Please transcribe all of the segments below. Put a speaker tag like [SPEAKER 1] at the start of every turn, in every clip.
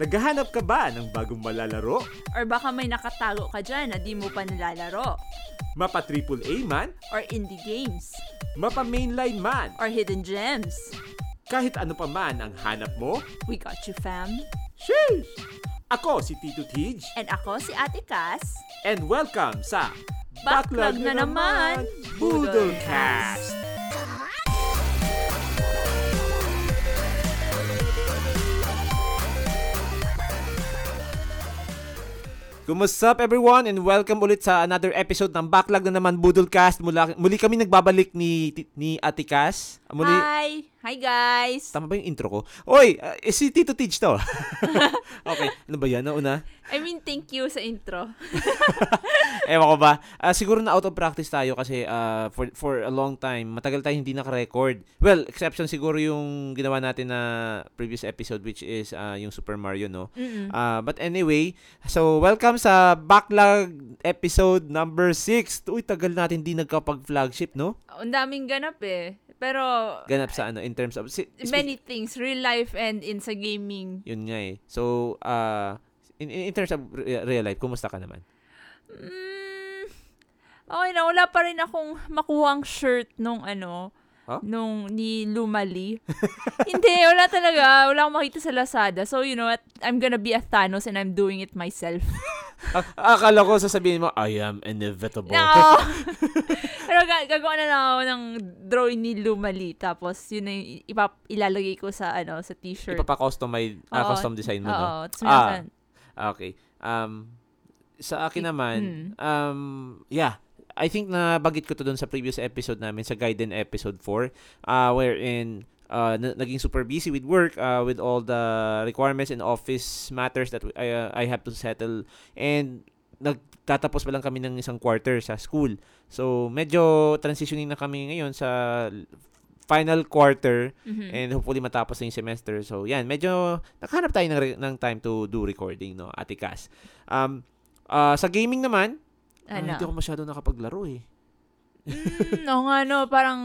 [SPEAKER 1] Naghahanap ka ba ng bagong malalaro?
[SPEAKER 2] Or baka may nakatago ka dyan na di mo pa nilalaro.
[SPEAKER 1] Mapa AAA man?
[SPEAKER 2] Or indie games.
[SPEAKER 1] Mapa mainline man?
[SPEAKER 2] Or hidden gems.
[SPEAKER 1] Kahit ano pa man ang hanap mo?
[SPEAKER 2] We got you, fam.
[SPEAKER 1] Sheesh! Ako si Tito Tej
[SPEAKER 2] And ako si Ate Cass.
[SPEAKER 1] and welcome sa
[SPEAKER 2] Backlog na naman,
[SPEAKER 1] Budolcast! Kumusta up everyone and welcome ulit sa another episode ng Backlog na naman Budolcast. Mula, muli kami nagbabalik ni ni Ate Cass. Ah, Muli,
[SPEAKER 2] Hi! Hi, guys!
[SPEAKER 1] Tama ba yung intro ko? Oy, ah, eh, si Tito Tij to. okay, ano ba yan? Nauna?
[SPEAKER 2] I mean, thank you sa intro.
[SPEAKER 1] Ewan ko ba? Ah, siguro na out of practice tayo kasi ah, for, for a long time, matagal tayo hindi nakarecord. Well, exception siguro yung ginawa natin na previous episode which is ah, yung Super Mario, no?
[SPEAKER 2] Mm-mm.
[SPEAKER 1] Ah, but anyway, so welcome sa Backlog episode number 6. Uy, tagal natin hindi nagkapag-flagship, no?
[SPEAKER 2] Ang daming ganap eh. Pero,
[SPEAKER 1] Ganap sa ano, in terms of... si-
[SPEAKER 2] many things. Real life and in sa gaming.
[SPEAKER 1] Yun nga eh. So, ah, in, in in terms of re- real life, kumusta ka naman?
[SPEAKER 2] Mm, okay na, wala pa rin akong makuhang shirt nung ano,
[SPEAKER 1] Huh?
[SPEAKER 2] nung ni Lumali. Hindi, wala talaga. Wala akong makita sa Lazada. So, you know what? I'm gonna be a Thanos and I'm doing it myself.
[SPEAKER 1] A- Ah, akala ko sasabihin mo, I am inevitable.
[SPEAKER 2] No! Pero ga- gagawa na lang ako ng drawing ni Lumali. Tapos, yun na yung ipap- ilalagay ko sa, ano, sa t-shirt.
[SPEAKER 1] Ipapa-customize, ah,
[SPEAKER 2] Oo.
[SPEAKER 1] custom design mo, no?
[SPEAKER 2] Oo. Tapos,
[SPEAKER 1] Ah.
[SPEAKER 2] meron-
[SPEAKER 1] Okay. Um, sa akin
[SPEAKER 2] I- mm.
[SPEAKER 1] naman, um, yeah, I think nabagit ko to doon sa previous episode namin, sa Gaiden episode 4, uh, wherein uh, na- naging super busy with work, uh, with all the requirements and office matters that I, uh, I have to settle. And nagtatapos pa lang kami ng isang quarter sa school. So, medyo transitioning na kami ngayon sa final quarter
[SPEAKER 2] Mhm.
[SPEAKER 1] And hopefully matapos na yung semester. So, yan. Medyo nakahanap tayo ng, re- ng time to do recording, no? Ate Cass. Um, ah, sa gaming naman, ah,
[SPEAKER 2] ano?
[SPEAKER 1] hindi ako masyado nakapaglaro eh.
[SPEAKER 2] Mm, oo nga, no. Parang,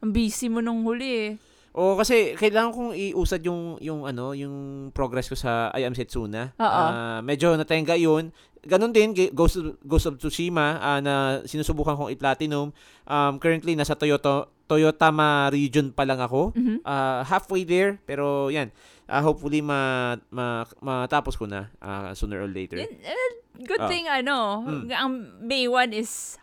[SPEAKER 2] ang busy mo nung huli eh.
[SPEAKER 1] O kasi kailangan kong iusad yung yung ano, yung progress ko sa I Am Setsuna.
[SPEAKER 2] Oo.
[SPEAKER 1] Ah, medyo natenga 'yun. Ganun din G- Ghost of, Ghost of Tsushima ah, na sinusubukan kong i-platinum. Um, currently nasa Toyota Toyotama region pa lang ako.
[SPEAKER 2] Mhm.
[SPEAKER 1] Ah, halfway there pero yan. Ah, hopefully ma, ma matapos ko na ah, sooner or later.
[SPEAKER 2] Yun, eh, good
[SPEAKER 1] Ah.
[SPEAKER 2] thing ano,
[SPEAKER 1] Mm.
[SPEAKER 2] ang May 1 is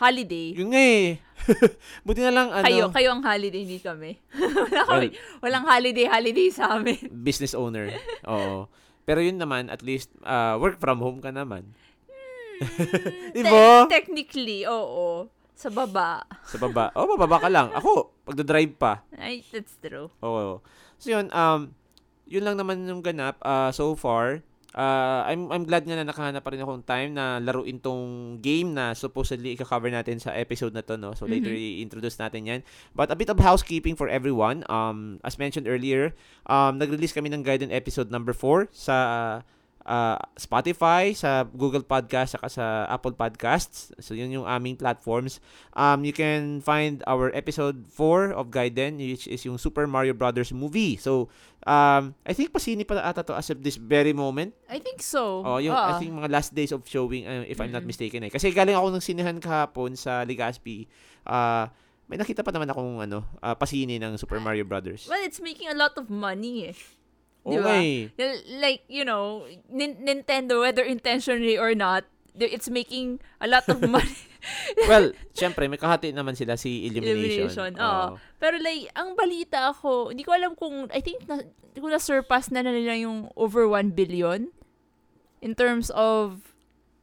[SPEAKER 2] holiday.
[SPEAKER 1] Yun nga eh. Buti na lang ano,
[SPEAKER 2] Kayo, kayo ang holiday, hindi kami. Wala
[SPEAKER 1] Well,
[SPEAKER 2] kami. Walang holiday, holiday sa amin.
[SPEAKER 1] business owner. Oo. Pero yun naman at least ah, work from home ka naman.
[SPEAKER 2] Te-
[SPEAKER 1] Diba?
[SPEAKER 2] technically, oo. Sa baba.
[SPEAKER 1] Sa baba. Oh, bababa ka lang. Ako, pagdadrive pa.
[SPEAKER 2] Ay, that's true.
[SPEAKER 1] Oo. So yun, um, yun lang naman yung ganap ah, so far. Ah, I'm, I'm glad nga na nakahanap pa rin akong time na laruin tong game na supposedly i-cover natin sa episode na to, no? So later i-introduce natin yan. But a bit of housekeeping for everyone. Um, as mentioned earlier, um, nag-release kami ng Gaiden episode number 4 sa ah, Spotify, sa Google Podcast, saka sa Apple Podcasts. So yun yung aming platforms. Um, you can find our episode 4 of Gaiden, which is yung Super Mario Brothers movie. So, um, I think pasini pa ata to as of this very moment.
[SPEAKER 2] I think so.
[SPEAKER 1] Oh, yung,
[SPEAKER 2] Oo.
[SPEAKER 1] I think mga last days of showing, uh, if I'm not
[SPEAKER 2] ah. Mm-mm.
[SPEAKER 1] mistaken eh. Kasi galing ako ng sinehan kahapon sa Legazpi. Ah, may nakita pa naman akong ano, ah, pasini ng Super Mario Brothers.
[SPEAKER 2] Well, it's making a lot of money eh.
[SPEAKER 1] Oo
[SPEAKER 2] di ba?
[SPEAKER 1] nga eh.
[SPEAKER 2] L- Like, you know, Nin- Nintendo, whether intentionally or not, th- it's making a lot of money.
[SPEAKER 1] Well, syempre, may kahati naman sila si Illumination.
[SPEAKER 2] Illumination,
[SPEAKER 1] Oo.
[SPEAKER 2] Pero like, ang balita ako, hindi ko alam kung, I think, na, hindi ko na-surpass na na nila yung over 1 billion in terms of,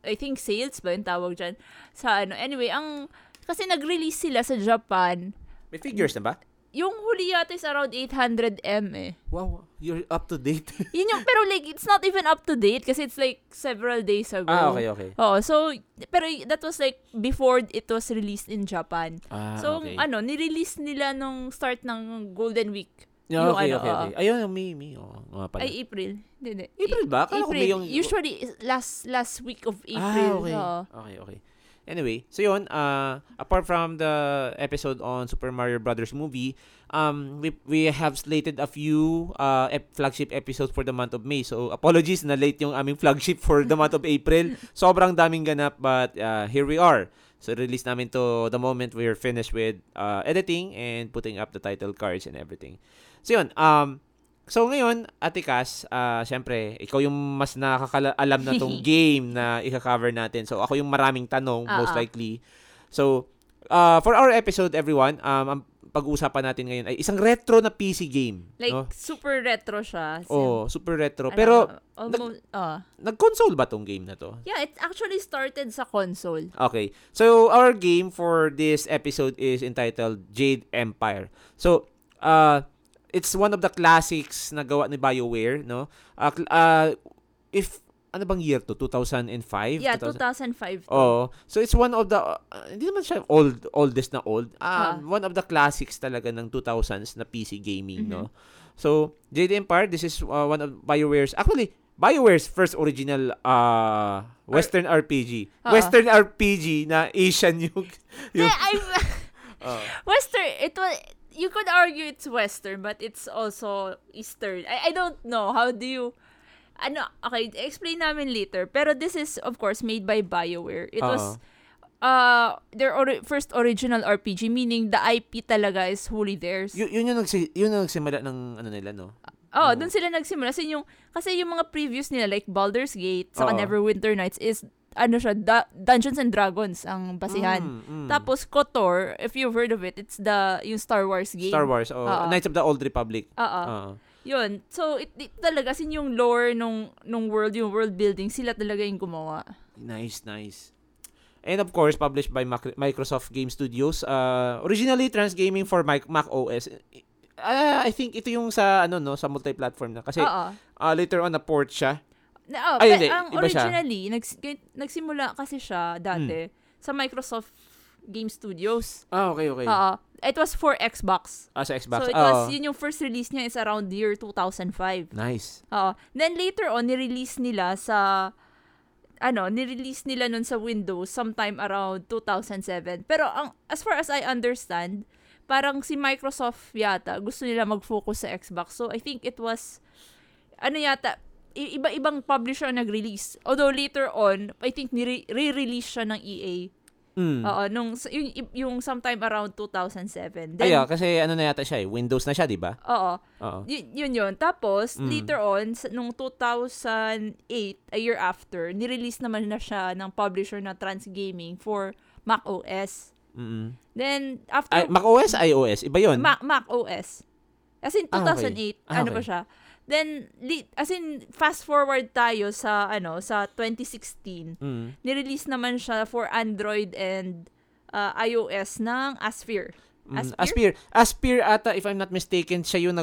[SPEAKER 2] I think, sales ba yung tawag dyan? Sa ano, anyway, ang, kasi nag-release sila sa Japan,
[SPEAKER 1] May figures na ba?
[SPEAKER 2] yung huli yata is around 800M eh.
[SPEAKER 1] Wow, you're up to date.
[SPEAKER 2] Yun yung, pero like, it's not even up to date kasi it's like several days ago.
[SPEAKER 1] ah, okay, okay.
[SPEAKER 2] Oo, so, pero y- that was like before it was released in Japan.
[SPEAKER 1] Ah,
[SPEAKER 2] So,
[SPEAKER 1] okay.
[SPEAKER 2] ano, nirelease nila nung start ng Golden Week.
[SPEAKER 1] Yeah,
[SPEAKER 2] Yung
[SPEAKER 1] okay,
[SPEAKER 2] ano,
[SPEAKER 1] okay,
[SPEAKER 2] oo.
[SPEAKER 1] okay. Ayun, yung May, May. Oo, nga pala.
[SPEAKER 2] Ay, April. Hindi, hindi.
[SPEAKER 1] April ba? Akala ko
[SPEAKER 2] April.
[SPEAKER 1] May yung...
[SPEAKER 2] Usually, is last last week of
[SPEAKER 1] Ah,
[SPEAKER 2] April.
[SPEAKER 1] okay.
[SPEAKER 2] oo.
[SPEAKER 1] Okay, okay. Anyway, so yun, uh, apart from the episode on Super Mario Brothers movie, um, we, we have slated a few uh, ep- flagship episodes for the month of May. So apologies na late yung aming flagship for the month of April. Sobrang daming ganap but uh, here we are. So release namin to the moment we are finished with uh, editing and putting up the title cards and everything. So yun, um, so ngayon, Ate Cass, uh, syempre, ikaw yung mas nakakaalam na tong game na i-cover natin. So ako yung maraming tanong, most
[SPEAKER 2] Ah, ah.
[SPEAKER 1] likely. So, uh, for our episode, everyone, um, ang pag-uusapan natin ngayon ay isang retro na PC game.
[SPEAKER 2] Like,
[SPEAKER 1] no?
[SPEAKER 2] super retro siya.
[SPEAKER 1] Oh, super retro.
[SPEAKER 2] Ano,
[SPEAKER 1] Pero,
[SPEAKER 2] almost, ah.
[SPEAKER 1] nag-console ba tong game na to?
[SPEAKER 2] yeah, it actually started sa console.
[SPEAKER 1] Okay. So our game for this episode is entitled Jade Empire. So uh it's one of the classics na gawa ni BioWare, no? Uh, cl- uh, if ano bang year to? 2005?
[SPEAKER 2] Yeah,
[SPEAKER 1] 2000?
[SPEAKER 2] 2005. to.
[SPEAKER 1] Oo. Oh. So it's one of the uh, hindi naman siya old oldest na old. Ah,
[SPEAKER 2] Ah.
[SPEAKER 1] one of the classics talaga ng 2000s na PC gaming, no.
[SPEAKER 2] Mm-hmm.
[SPEAKER 1] So Jade Empire, this is uh, one of BioWare's actually BioWare's first original uh western RPG.
[SPEAKER 2] Oo.
[SPEAKER 1] Western RPG na Asian yung
[SPEAKER 2] Eh,
[SPEAKER 1] yung Oh.
[SPEAKER 2] I'm,
[SPEAKER 1] Oo.
[SPEAKER 2] Western, it was, you could argue it's Western, but it's also Eastern. I, I don't know. How do you, ano, okay, explain namin later. Pero this is, of course, made by BioWare. It was,
[SPEAKER 1] Uh-huh.
[SPEAKER 2] uh, their ori- first original RPG, meaning the IP talaga is wholly theirs.
[SPEAKER 1] Yun- Mm. yun yung nagsi- yun yung nagsimula ng ano nila, no. Oo.
[SPEAKER 2] Oh, doon sila nagsimula. Kasi yung, kasi yung mga previews nila, like Baldur's Gate, saka
[SPEAKER 1] Oo.
[SPEAKER 2] Neverwinter Nights, is, ano siya, da- Dungeons and Dragons ang basihan.
[SPEAKER 1] Mm, mm.
[SPEAKER 2] Ah, Tapos KOTOR, if you've heard of it, it's the, yung Star Wars game.
[SPEAKER 1] Star Wars, Ah. oh,
[SPEAKER 2] Oo. Ah.
[SPEAKER 1] Knights of the Old Republic.
[SPEAKER 2] Oo.
[SPEAKER 1] Oo.
[SPEAKER 2] Yun. So, it, it talaga, sin yung lore nung, nung world, yung world building, sila talaga yung gumawa.
[SPEAKER 1] Nice, nice. And of course, published by Mac- Microsoft Game Studios. Uh, originally, transgaming for Mac, Mac OS. Ah, I think ito yung sa ano no, sa multi-platform na kasi
[SPEAKER 2] Oo.
[SPEAKER 1] ah, later on na port siya.
[SPEAKER 2] Na, oh,
[SPEAKER 1] Ay,
[SPEAKER 2] pe-
[SPEAKER 1] hindi.
[SPEAKER 2] ang
[SPEAKER 1] Iba siya.
[SPEAKER 2] originally, nags- kay- nagsimula kasi
[SPEAKER 1] Hmm.
[SPEAKER 2] siya dati sa Microsoft Game Studios.
[SPEAKER 1] Ah, okay, okay.
[SPEAKER 2] Oo. It was for Xbox.
[SPEAKER 1] Ah, sa Xbox.
[SPEAKER 2] So, it
[SPEAKER 1] Ah,
[SPEAKER 2] was,
[SPEAKER 1] oo.
[SPEAKER 2] yun yung first release niya is around year 2005.
[SPEAKER 1] Nice.
[SPEAKER 2] Oo. Then later on, nirelease nila sa ano, nirelease nila nun sa Windows sometime around 2007. Pero ang as far as I understand, parang si Microsoft yata gusto nila mag-focus sa Xbox. So I think it was ano yata i- iba-ibang publisher ang nag-release. Although later on, I think nire-release siya ng EA.
[SPEAKER 1] Mm.
[SPEAKER 2] Oo, nung yung, yung sometime around 2007. Then,
[SPEAKER 1] Ay, ah, kasi ano na yata siya eh, Windows na siya, di ba?
[SPEAKER 2] oo.
[SPEAKER 1] Oo.
[SPEAKER 2] Y- yun yun. Tapos,
[SPEAKER 1] Mm.
[SPEAKER 2] later on, sa- nung 2008, a year after, nirelease naman na siya ng publisher na Transgaming for Mac OS.
[SPEAKER 1] Mm-mm.
[SPEAKER 2] Then, after
[SPEAKER 1] Ay, Mac OS, iOS, iba 'yon.
[SPEAKER 2] Ma- Mac OS. As in, 2008,
[SPEAKER 1] Ah, okay. Ah,
[SPEAKER 2] ano
[SPEAKER 1] okay.
[SPEAKER 2] pa siya. Then, li- as in, fast forward tayo sa, ano, sa 2016.
[SPEAKER 1] mm.
[SPEAKER 2] Nirelease naman siya for Android and uh, iOS ng Asphere.
[SPEAKER 1] Mm,
[SPEAKER 2] Aspir?
[SPEAKER 1] Aspir. Aspir ata, if I'm not mistaken, siya yung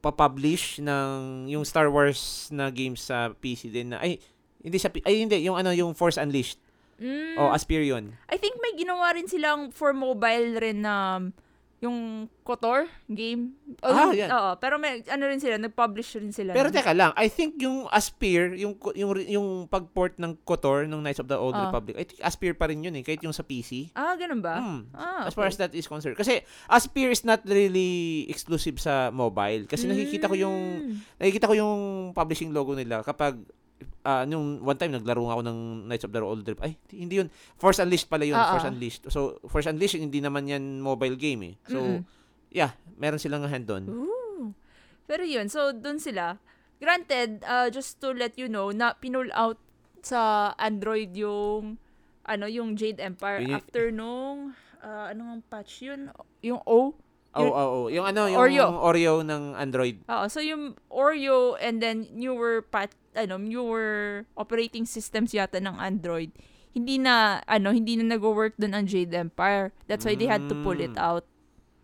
[SPEAKER 1] nagpa-publish ng yung Star Wars na game sa PC din na, ay, hindi sa, P- ay hindi, yung ano, yung Force Unleashed.
[SPEAKER 2] Mm.
[SPEAKER 1] O, Aspir yun.
[SPEAKER 2] I think may ginawa rin silang for mobile rin na um, yung KOTOR game. O,
[SPEAKER 1] Ah,
[SPEAKER 2] yung-
[SPEAKER 1] yan.
[SPEAKER 2] Oo, pero may ano rin sila, nag-publish rin sila.
[SPEAKER 1] Pero
[SPEAKER 2] nun.
[SPEAKER 1] teka lang, I think yung Aspir, yung, ko- yung, re- yung pag-port ng KOTOR ng Knights of the Old
[SPEAKER 2] Ah.
[SPEAKER 1] Republic, I think Aspir pa rin yun eh, kahit yung sa PC.
[SPEAKER 2] Ah, ganun ba?
[SPEAKER 1] Hmm.
[SPEAKER 2] Ah,
[SPEAKER 1] As far as
[SPEAKER 2] okay.
[SPEAKER 1] that is concerned. Kasi Aspir is not really exclusive sa mobile. Kasi
[SPEAKER 2] Hmm.
[SPEAKER 1] nakikita ko yung
[SPEAKER 2] Mm.
[SPEAKER 1] Nakikita ko yung publishing logo nila kapag ah, nung one time naglaro nga ako ng Knights of the Old Republic. Ay, hindi yun. Force Unleashed pala yun.
[SPEAKER 2] Ah,
[SPEAKER 1] Force
[SPEAKER 2] ah.
[SPEAKER 1] Unleashed. So, Force Unleashed, hindi naman yan mobile game eh. So,
[SPEAKER 2] Mm-mm.
[SPEAKER 1] yeah, meron silang hand doon.
[SPEAKER 2] Hmm. Ooh. Pero yun, so dun sila. Granted, uh, just to let you know, na pinull out sa Android yung ano yung Jade Empire
[SPEAKER 1] Yun yung-
[SPEAKER 2] after nung uh, ano ang patch yun? Yung O?
[SPEAKER 1] Oo,
[SPEAKER 2] Yun-
[SPEAKER 1] oo, oo. Yung ano, yung
[SPEAKER 2] Oreo.
[SPEAKER 1] Oreo, ng Android.
[SPEAKER 2] Oo, so yung Oreo and then newer pat ano, newer operating systems yata ng Android. Hindi na ano, hindi na nag-work doon ang Jade Empire. That's why they had to pull it
[SPEAKER 1] Mm.
[SPEAKER 2] out.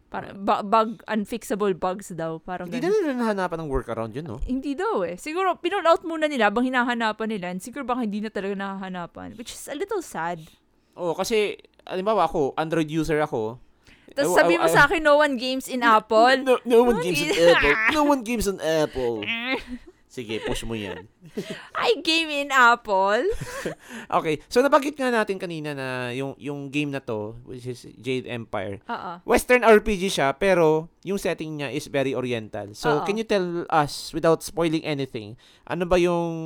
[SPEAKER 2] Para bu- bug unfixable bugs daw, parang
[SPEAKER 1] Hindi na
[SPEAKER 2] ganun.
[SPEAKER 1] nila nahanapan ng workaround yun, no?
[SPEAKER 2] Hindi daw eh. Siguro pinull out muna nila bang hinahanapan nila. And siguro baka hindi na talaga nahahanapan, which is a little sad.
[SPEAKER 1] Oo, Oh, kasi, alimbawa ako, Android user ako. Ew,
[SPEAKER 2] Tapos sabi
[SPEAKER 1] ew,
[SPEAKER 2] mo
[SPEAKER 1] ew.
[SPEAKER 2] sa akin no one games in Apple.
[SPEAKER 1] No, no one
[SPEAKER 2] Ay.
[SPEAKER 1] games on Apple. No one games on Apple. Sige, push mo yan.
[SPEAKER 2] I game in Apple.
[SPEAKER 1] Okay, so nabanggit nga natin kanina na yung yung game na to, which is Jade Empire.
[SPEAKER 2] Oo.
[SPEAKER 1] Western RPG siya, pero yung setting niya is very oriental. So,
[SPEAKER 2] Oo.
[SPEAKER 1] can you tell us, without spoiling anything, ano ba yung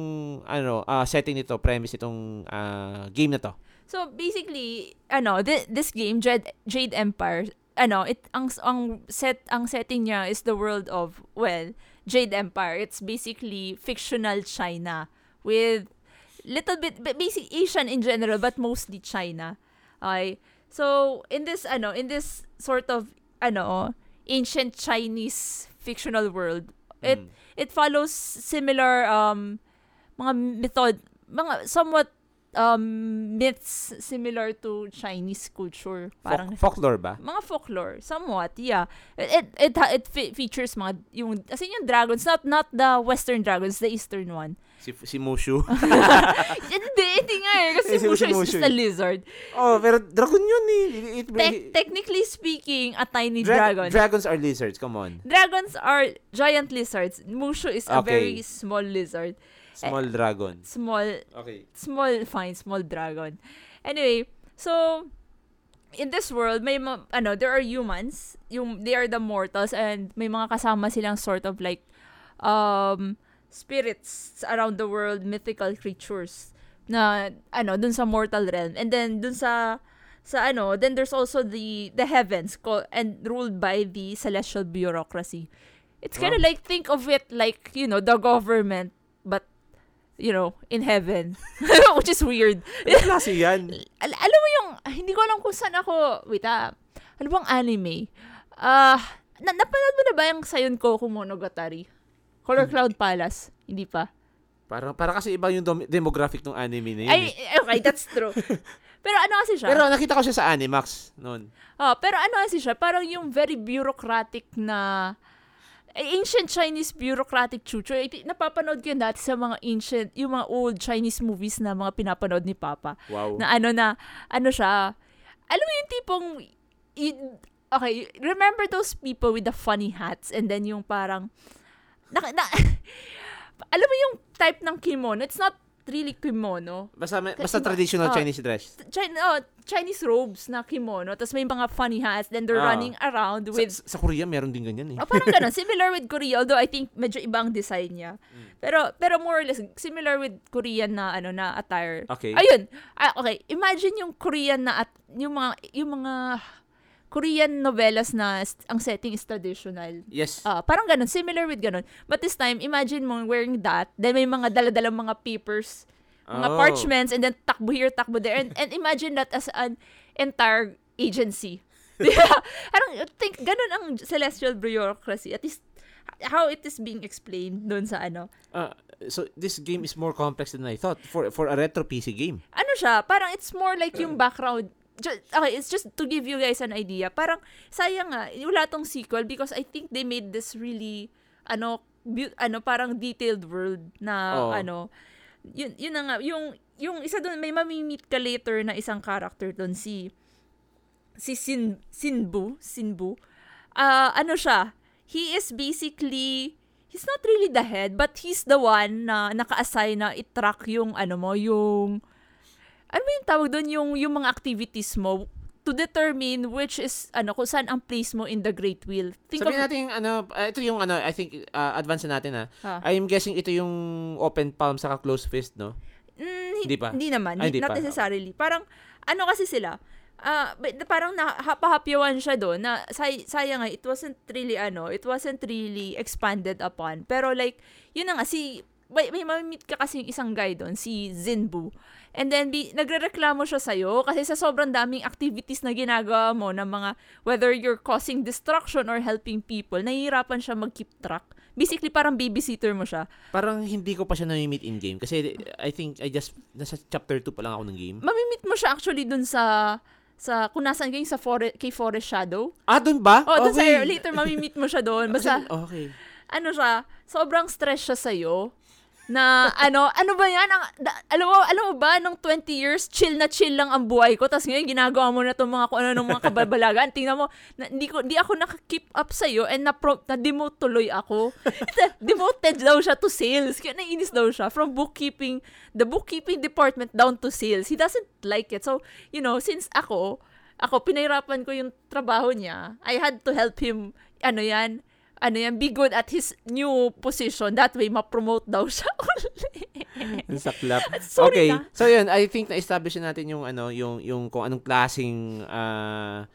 [SPEAKER 1] ano ah, setting nito, premise itong ah, game na to?
[SPEAKER 2] So basically, ano, thi- this game Jade, Jade Empire, ano, it ang ang set ang setting niya is the world of well, Jade Empire. It's basically fictional China with little bit but basic Asian in general but mostly China. Okay. So in this ano, in this sort of ano, ancient Chinese fictional world, it
[SPEAKER 1] Mm.
[SPEAKER 2] it follows similar um mga method mga somewhat um myths similar to Chinese culture parang
[SPEAKER 1] Folk- folklore ba?
[SPEAKER 2] mga folklore somewhat yeah it it it, ha- it fe- features mga yung as in yung dragons not not the western dragons the eastern one
[SPEAKER 1] Si, si Mushu.
[SPEAKER 2] hindi hindi nga eh kasi
[SPEAKER 1] Eh, si-
[SPEAKER 2] Mushu
[SPEAKER 1] si
[SPEAKER 2] is
[SPEAKER 1] Mushu
[SPEAKER 2] just a lizard
[SPEAKER 1] oh, pero dragon yun eh. It- it-
[SPEAKER 2] Tec- technically speaking a tiny
[SPEAKER 1] Dra-
[SPEAKER 2] dragon Eh.
[SPEAKER 1] Dragons are lizards, come on.
[SPEAKER 2] dragons are giant lizards Mushu is a
[SPEAKER 1] Okay.
[SPEAKER 2] very small lizard
[SPEAKER 1] Small dragon.
[SPEAKER 2] small
[SPEAKER 1] Okay.
[SPEAKER 2] small fine small dragon anyway so in this world may ma- ano there are humans yung they are the mortals and may mga kasama silang sort of like um spirits around the world mythical creatures na ano dun sa mortal realm and then dun sa sa ano then there's also the the heavens co- and ruled by the celestial bureaucracy it's kind of
[SPEAKER 1] Wow.
[SPEAKER 2] like think of it like you know the government but you know in heaven which is weird
[SPEAKER 1] Ano klase yan?
[SPEAKER 2] Al- alam mo yung, ah, hindi ko alam kung saan ako, wait ah, ano bang anime? Ah, na- napanood mo na ba yung Sayon Koku Monogatari? Color
[SPEAKER 1] Hmm.
[SPEAKER 2] Cloud Palace? Hindi pa.
[SPEAKER 1] Parang, parang kasi iba yung dom- demographic ng anime na yun. eh.
[SPEAKER 2] Ay, okay, that's true. Pero ano kasi siya?
[SPEAKER 1] Pero nakita ko siya sa Animax noon.
[SPEAKER 2] Ah, pero ano kasi siya, parang yung very bureaucratic na eh, ancient Chinese bureaucratic culture. Eh, Napapanood ko yun dati sa mga ancient, yung mga old Chinese movies na mga pinapanood ni Papa.
[SPEAKER 1] Wow.
[SPEAKER 2] Na ano na, ano siya. Alam mo yung tipong, y- okay, remember those people with the funny hats and then yung parang, naka- na, alam mo yung type ng kimono, it's not really kimono.
[SPEAKER 1] basta may-
[SPEAKER 2] Ka-
[SPEAKER 1] basta
[SPEAKER 2] iba-
[SPEAKER 1] traditional
[SPEAKER 2] oh.
[SPEAKER 1] Chinese dress.
[SPEAKER 2] China, oh, Chinese robes na kimono, tapos may mga funny hats, then they're
[SPEAKER 1] Ah.
[SPEAKER 2] running around
[SPEAKER 1] Sa,
[SPEAKER 2] with,
[SPEAKER 1] sa Korea meron din ganyan eh.
[SPEAKER 2] oh, parang ganun, similar with Korea, although I think medyo ibang design niya. Pero, pero more or less, similar with Korean na, ano, na attire.
[SPEAKER 1] Okay.
[SPEAKER 2] Ayun. Ah, okay. Imagine yung Korean na at yung mga yung mga Korean novelas na st- ang setting is traditional.
[SPEAKER 1] Yes.
[SPEAKER 2] Ah, parang ganun, similar with ganun. But this time, imagine mo wearing that, then may mga daladalang mga papers, mga
[SPEAKER 1] Oh.
[SPEAKER 2] parchments, and then takbo here, takbo there. And, and imagine that as an entire agency. Parang uh, think, ganun ang celestial bureaucracy. At least, how it is being explained doon sa ano.
[SPEAKER 1] Ah, so this game is more complex than I thought for for a retro PC game.
[SPEAKER 2] ano siya, parang it's more like yung background. Ju- okay, it's just to give you guys an idea. Parang, sayang nga, wala tong sequel because I think they made this really, ano, bu- ano parang detailed world na,
[SPEAKER 1] Oo.
[SPEAKER 2] ano, yun, yun na nga, yung, yung isa doon, may mamimit ka later na isang character doon, si, si Sin, Sinbu, Sinbu. Ah, ano siya, he is basically, he's not really the head, but he's the one na naka-assign na itrack yung, ano mo, yung, ano ba yung tawag doon yung yung mga activities mo to determine which is ano kung saan ang place mo in the great wheel. Think
[SPEAKER 1] Sabihin
[SPEAKER 2] of
[SPEAKER 1] natin yung ano, ah, ito yung ano, I think ah, advance na natin ah.
[SPEAKER 2] Ah.
[SPEAKER 1] I'm guessing ito yung open palm saka closed fist, no?
[SPEAKER 2] Mm,
[SPEAKER 1] Hindi pa.
[SPEAKER 2] Hindi naman,
[SPEAKER 1] Ay, hindi
[SPEAKER 2] Hindi- not
[SPEAKER 1] pa.
[SPEAKER 2] necessarily. Parang ano kasi sila ah, but the- parang napahapyawan siya doon na say, sayang nga, it wasn't really ano, it wasn't really expanded upon. Pero like, yun na nga, si, may, may mamimit ka kasi yung isang guy doon, si Zinbu. And then, bi, nagrereklamo siya sa'yo kasi sa sobrang daming activities na ginagawa mo ng mga, whether you're causing destruction or helping people, nahihirapan siya mag-keep track. Basically, parang babysitter mo siya.
[SPEAKER 1] Parang hindi ko pa siya nami-meet in game kasi I think I just nasa chapter 2 pa lang ako ng game.
[SPEAKER 2] mamimit mo siya actually dun sa sa kung nasaan kayo sa forest kay Forest Shadow.
[SPEAKER 1] Ah, doon ba?
[SPEAKER 2] Oh, dun
[SPEAKER 1] Okay.
[SPEAKER 2] sa later mamimit mo siya doon. Basta
[SPEAKER 1] Okay.
[SPEAKER 2] ano siya, sobrang stress siya sa iyo. na ano, ano ba yan? Ang, da- alam, mo, alam mo ba, nung 20 years, chill na chill lang ang buhay ko. Tapos ngayon, ginagawa mo na itong mga kung ano ng mga kababalagan. Tingnan mo, na, hindi, ko, hindi ako nakakip up sa'yo and na-pro- na-demote tuloy ako. Demoted daw siya to sales. Kaya naiinis daw siya from bookkeeping, the bookkeeping department down to sales. He doesn't like it. So, you know, since ako, ako, pinahirapan ko yung trabaho niya. I had to help him, ano yan, ano yan, be good at his new position. That way, ma-promote daw siya ulit.
[SPEAKER 1] Ang saklap. okay.
[SPEAKER 2] Sorry na.
[SPEAKER 1] So yun, I think na-establish na natin yung ano, yung yung kung anong klaseng ah,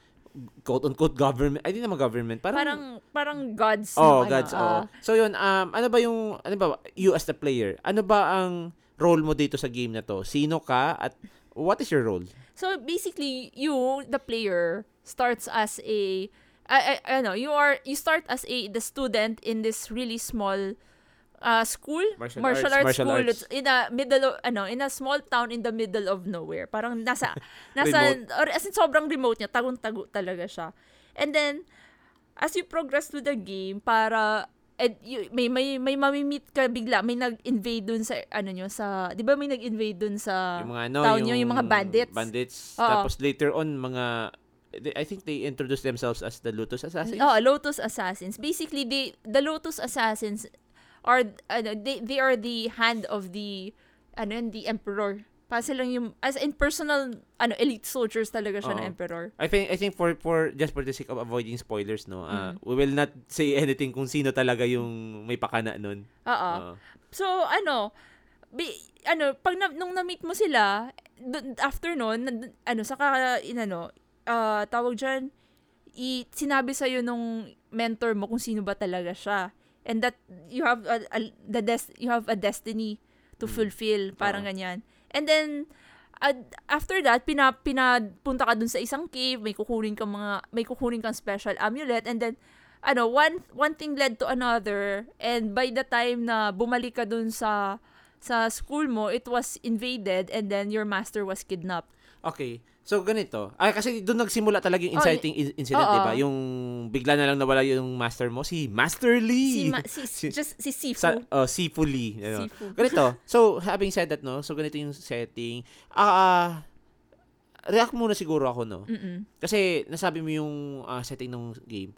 [SPEAKER 1] quote unquote government. Ay, di naman government. Parang,
[SPEAKER 2] parang, parang gods.
[SPEAKER 1] oh,
[SPEAKER 2] ng ano,
[SPEAKER 1] gods.
[SPEAKER 2] ah.
[SPEAKER 1] oh. So yun, um, ano ba yung ano ba you as the player? Ano ba ang role mo dito sa game na to? Sino ka at what is your role?
[SPEAKER 2] So basically, you the player starts as a I, I, I know you are you start as a the student in this really small uh school
[SPEAKER 1] Martial arts, martial
[SPEAKER 2] school
[SPEAKER 1] arts.
[SPEAKER 2] It's in a middle of, ano in a small town in the middle of nowhere parang nasa nasa or as in sobrang remote niya tagong-tago talaga siya and then as you progress through the game para and you, may may may mamimit ka bigla may nag-invade dun sa ano nyo sa 'di ba may nag-invade dun sa
[SPEAKER 1] yung mga ano,
[SPEAKER 2] town yun, Ah, yung mga bandits.
[SPEAKER 1] Bandits.
[SPEAKER 2] Oo.
[SPEAKER 1] Tapos later on, mga, I think they introduced themselves as the Lotus Assassins.
[SPEAKER 2] Oh, Lotus Assassins. Basically, they the Lotus Assassins are ano, they they are the hand of the ano yun, the emperor. Para silang yung as in personal ano elite soldiers talaga siya na
[SPEAKER 1] Oo.
[SPEAKER 2] emperor.
[SPEAKER 1] I think I think for for just for the sake of avoiding spoilers no ah,
[SPEAKER 2] Mm-hmm.
[SPEAKER 1] we will not say anything kung sino talaga yung may pakana nun.
[SPEAKER 2] Oo.
[SPEAKER 1] Oo.
[SPEAKER 2] So, ano, bi- ano, pag na- nung na-meet mo sila, dun- after nun, nand- ano, saka, in, ano, ah, tawag dyan, i- sinabi sa'yo nung mentor mo kung sino ba talaga siya. And that you have a, a- the des- you have a destiny to fulfill, parang
[SPEAKER 1] Oo.
[SPEAKER 2] ganyan. And then ad- after that, pina pinapunta ka dun sa isang cave, may kukunin kang mga may kukunin kang special amulet and then ano, one one thing led to another and by the time na bumalik ka dun sa sa school mo, it was invaded and then your master was kidnapped.
[SPEAKER 1] Okay. So ganito. Ah kasi doon nagsimula talaga yung
[SPEAKER 2] Oh,
[SPEAKER 1] inciting in- incident,
[SPEAKER 2] oo.
[SPEAKER 1] 'di ba? Yung bigla na lang nawala yung master mo si Master
[SPEAKER 2] Si,
[SPEAKER 1] Lee.
[SPEAKER 2] ma- si,
[SPEAKER 1] Si-
[SPEAKER 2] just si Sifu.
[SPEAKER 1] Sa, oh, Sifu Lee. Ano.
[SPEAKER 2] Sifu.
[SPEAKER 1] Ganito. So, having said that, no? So, ganito yung setting. Ah, react muna siguro ako, no?
[SPEAKER 2] Mm-mm.
[SPEAKER 1] Kasi nasabi mo yung ah, setting ng game.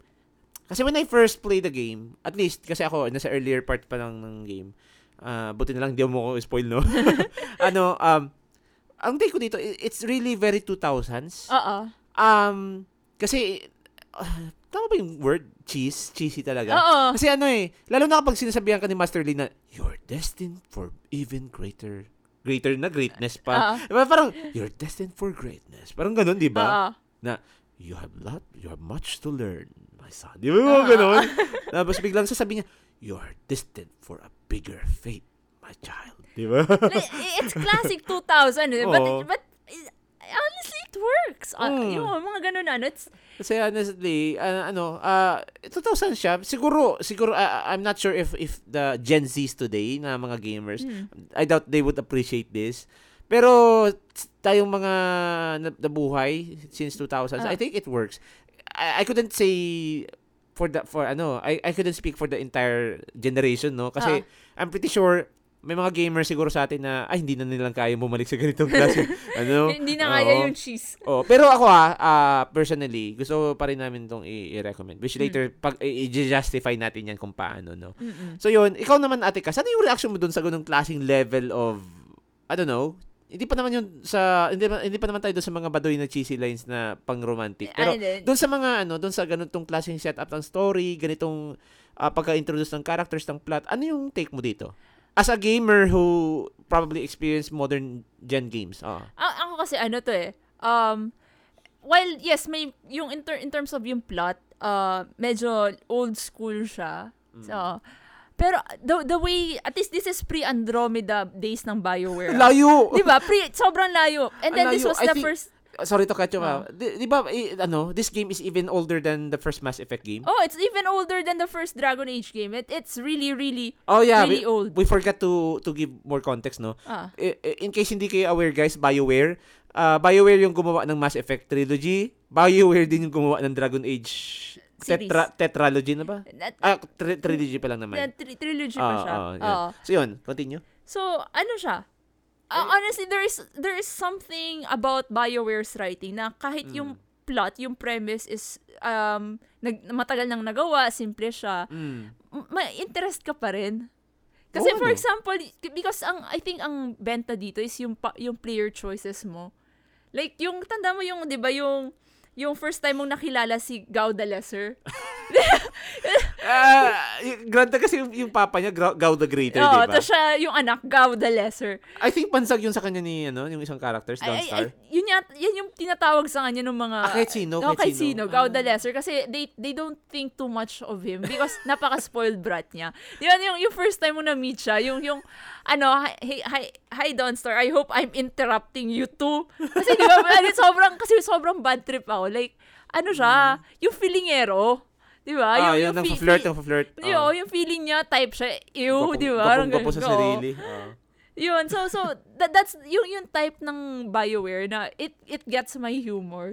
[SPEAKER 1] Kasi when I first played the game, at least, kasi ako, nasa earlier part pa lang ng game, ah, buti na lang, di mo ko spoil, no? ano, um, ang take ko dito, i- it's really very 2000s.
[SPEAKER 2] Oo.
[SPEAKER 1] Um, kasi, ah, tama ba yung word? Cheese? Cheesy talaga?
[SPEAKER 2] Oo.
[SPEAKER 1] Kasi ano eh, lalo na kapag sinasabihan ka ni Master Lee na, you're destined for even greater, greater na greatness pa.
[SPEAKER 2] Oo.
[SPEAKER 1] Diba, parang, you're destined for greatness. Parang ganun, di ba?
[SPEAKER 2] Oo.
[SPEAKER 1] you have lot, you have much to learn, my son. Di ba yung mga
[SPEAKER 2] Ah.
[SPEAKER 1] ganun? Tapos biglang sasabihin niya, you are destined for a bigger fate, my child. Di ba?
[SPEAKER 2] like, it's classic 2000, eh, but,
[SPEAKER 1] Oo.
[SPEAKER 2] but eh, honestly, it works. Ah,
[SPEAKER 1] Mm.
[SPEAKER 2] Yung mga ganun ano, it's,
[SPEAKER 1] Kasi honestly, ah, ano, ah 2000 siya. Siguro, siguro, ah, I'm not sure if if the Gen Zs today na mga gamers,
[SPEAKER 2] hmm.
[SPEAKER 1] I doubt they would appreciate this. Pero t- tayong mga na- nabuhay since 2000s,
[SPEAKER 2] Ah.
[SPEAKER 1] I think it works. I, I couldn't say for the for ano, I I couldn't speak for the entire generation, no? Kasi I'm pretty sure may mga gamers siguro sa atin na ay hindi na nilang kaya bumalik sa ganitong klase. ano?
[SPEAKER 2] hindi na
[SPEAKER 1] Oo.
[SPEAKER 2] kaya yung cheese.
[SPEAKER 1] Oh, pero ako ah, ah, personally, gusto ko pa rin namin itong i- i-recommend. Which later, pag i- i-justify natin yan kung paano, no?
[SPEAKER 2] Mm-mm.
[SPEAKER 1] So yun, ikaw naman ate Cass, ano yung reaction mo dun sa ganung klaseng level of, I don't know, hindi pa naman yun sa, hindi, pa- hindi pa naman tayo dun sa mga badoy na cheesy lines na pang-romantic. Pero
[SPEAKER 2] And then-
[SPEAKER 1] dun sa mga ano, dun sa ganitong klaseng setup ng story, ganitong ah, pagka-introduce ng characters, ng plot, ano yung take mo dito? As a gamer who probably experienced modern gen games. ah
[SPEAKER 2] A- ako kasi ano to eh. Um while yes, may yung in, ter- in terms of yung plot, uh medyo old school siya.
[SPEAKER 1] Hmm.
[SPEAKER 2] So pero the the way at least this is pre Andromeda days ng BioWare.
[SPEAKER 1] Layo!
[SPEAKER 2] 'Di ba? Pre sobrang layo. And then
[SPEAKER 1] Ang
[SPEAKER 2] this
[SPEAKER 1] layo.
[SPEAKER 2] was
[SPEAKER 1] I
[SPEAKER 2] the
[SPEAKER 1] think-
[SPEAKER 2] first
[SPEAKER 1] Sorry to cut you
[SPEAKER 2] Ah.
[SPEAKER 1] off. Di, di ba, eh, ano, this game is even older than the first Mass Effect game?
[SPEAKER 2] Oh, it's even older than the first Dragon Age game. It, it's really really
[SPEAKER 1] Oh, yeah. we,
[SPEAKER 2] really old.
[SPEAKER 1] we forgot to to give more context, no?
[SPEAKER 2] Ah.
[SPEAKER 1] I- i- eh, In case hindi kayo aware, guys, BioWare. ah BioWare yung gumawa ng Mass Effect trilogy. BioWare din yung gumawa ng Dragon Age
[SPEAKER 2] series.
[SPEAKER 1] Tetra- tetralogy na ba?
[SPEAKER 2] Na-
[SPEAKER 1] Ah, tri- trilogy pa lang naman.
[SPEAKER 2] na- tri- trilogy
[SPEAKER 1] Ah,
[SPEAKER 2] pa siya.
[SPEAKER 1] ah, yun.
[SPEAKER 2] Oo.
[SPEAKER 1] So yun, continue.
[SPEAKER 2] So, ano siya? Uh, honestly, there is there is something about BioWare's writing na kahit
[SPEAKER 1] Mm.
[SPEAKER 2] yung plot, yung premise is um nag, matagal nang nagawa, simple siya.
[SPEAKER 1] Mm.
[SPEAKER 2] m- May interest ka pa rin. Kasi
[SPEAKER 1] Oo,
[SPEAKER 2] for
[SPEAKER 1] ano?
[SPEAKER 2] example, y- because ang I think ang benta dito is yung pa- yung player choices mo. Like yung tanda mo yung 'di ba yung yung first time mong nakilala si Gao the Lesser.
[SPEAKER 1] Ah, y- granda kasi yung, yung papa niya, Gra- Gao the Greater, di
[SPEAKER 2] Oo,
[SPEAKER 1] ba?
[SPEAKER 2] tapos siya yung anak Gao the Lesser.
[SPEAKER 1] I think pansag yun sa kanya ni, ano, yung isang character, si
[SPEAKER 2] Ay, ay,
[SPEAKER 1] Dawnstar.
[SPEAKER 2] ay, yun, yat, yan yung tinatawag sa kanya ng mga...
[SPEAKER 1] Ah, kahit sino,
[SPEAKER 2] Oo,
[SPEAKER 1] kahit
[SPEAKER 2] kahit
[SPEAKER 1] sino.
[SPEAKER 2] sino. Gao the Lesser. Kasi they, they don't think too much of him because napaka-spoiled brat niya. Di ba, yung, yung first time mo na-meet siya, yung, yung ano, hi, hi, hi Dawnstar, I hope I'm interrupting you too. Kasi di ba, ano, sobrang, kasi sobrang bad trip ako. Like, ano siya, yung feelingero. Di ba?
[SPEAKER 1] Mm. Ah, yun, ang
[SPEAKER 2] fi-
[SPEAKER 1] flirt,
[SPEAKER 2] fi-
[SPEAKER 1] ang flirt.
[SPEAKER 2] Di ba, yung feeling niya, type siya, ew, di ba? Parang
[SPEAKER 1] Kapag sa
[SPEAKER 2] ganun. Oo.
[SPEAKER 1] sarili. Ah. Oo.
[SPEAKER 2] Yun, so so that, that's yung yung type ng BioWare na it it gets my humor.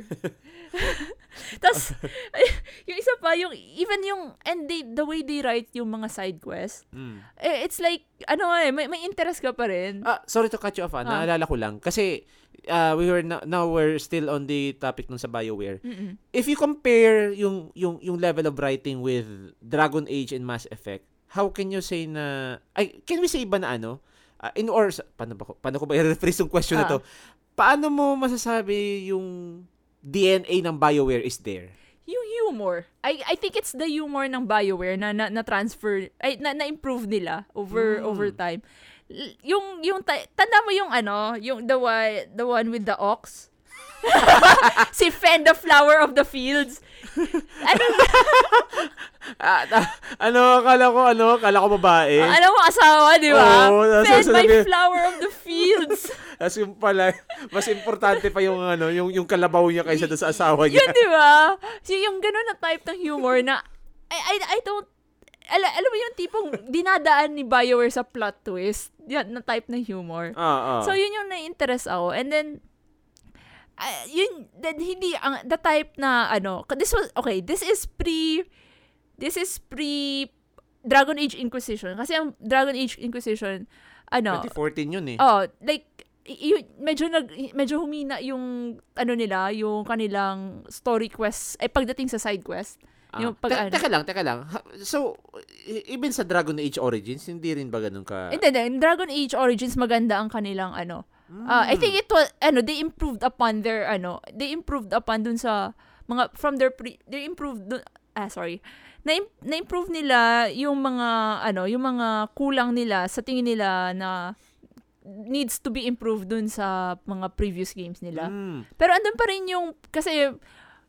[SPEAKER 2] Tapos yung isa pa yung even yung and they, the way they write yung mga side quest,
[SPEAKER 1] Mm.
[SPEAKER 2] eh, it's like ano eh may, may interest ka pa rin.
[SPEAKER 1] Ah, sorry to cut you off, ah.
[SPEAKER 2] Ah.
[SPEAKER 1] Naalala ko lang. Kasi, ah, we were, na- now we're still on the topic nung sa BioWare.
[SPEAKER 2] Mm-mm.
[SPEAKER 1] If you compare yung, yung, yung level of writing with Dragon Age and Mass Effect, how can you say na, ay, can we say ba na ano? Ah, in or, sa- paano ba ko, paano ko ba i-rephrase yung question na to? Paano mo masasabi yung DNA ng BioWare is there?
[SPEAKER 2] Yung humor. I I think it's the humor ng BioWare na na, na transfer ay na, improve nila over
[SPEAKER 1] Mm.
[SPEAKER 2] over time. L- Yung yung ti- tanda mo yung ano, yung the one, the one with the ox. si Fen the flower of the fields. Ano,
[SPEAKER 1] Ah, ah, ano, akala ko, ano, akala ko babae.
[SPEAKER 2] Ano mo asawa, di ba?
[SPEAKER 1] Oo, nasa-
[SPEAKER 2] Fed by
[SPEAKER 1] sasabi-
[SPEAKER 2] flower of the fields.
[SPEAKER 1] As yung pala, mas importante pa yung ano, yung yung kalabaw niya kaysa doon sa asawa niya.
[SPEAKER 2] Yun, di ba? So, yung ganun na type ng humor na, I, I, I don't, ala, alam mo yung tipong dinadaan ni Bioware sa plot twist, yan, na type ng humor.
[SPEAKER 1] Ah, ah.
[SPEAKER 2] So, yun yung na-interest ako. And then, ah, yun, then hindi, ang, the type na, ano, k- this was, okay, this is pre, this is pre Dragon Age Inquisition. Kasi ang Dragon Age Inquisition, ano,
[SPEAKER 1] 2014 yun eh.
[SPEAKER 2] Oh, like y- yun, medyo nag medyo humina yung ano nila, yung kanilang story quest eh pagdating sa side quest.
[SPEAKER 1] Ah.
[SPEAKER 2] yung
[SPEAKER 1] Te-
[SPEAKER 2] pag- ano.
[SPEAKER 1] teka lang, teka lang. Ha- So, e- even sa Dragon Age Origins, hindi rin ba ganun ka?
[SPEAKER 2] And then, in Dragon Age Origins maganda ang kanilang ano.
[SPEAKER 1] Hmm.
[SPEAKER 2] ah, I think it was ano, they improved upon their ano, they improved upon dun sa mga from their pre, they improved dun, ah sorry. Na na-improve nila yung mga ano, yung mga kulang nila sa tingin nila na needs to be improved dun sa mga previous games nila.
[SPEAKER 1] Mm.
[SPEAKER 2] Pero andun pa rin yung, kasi,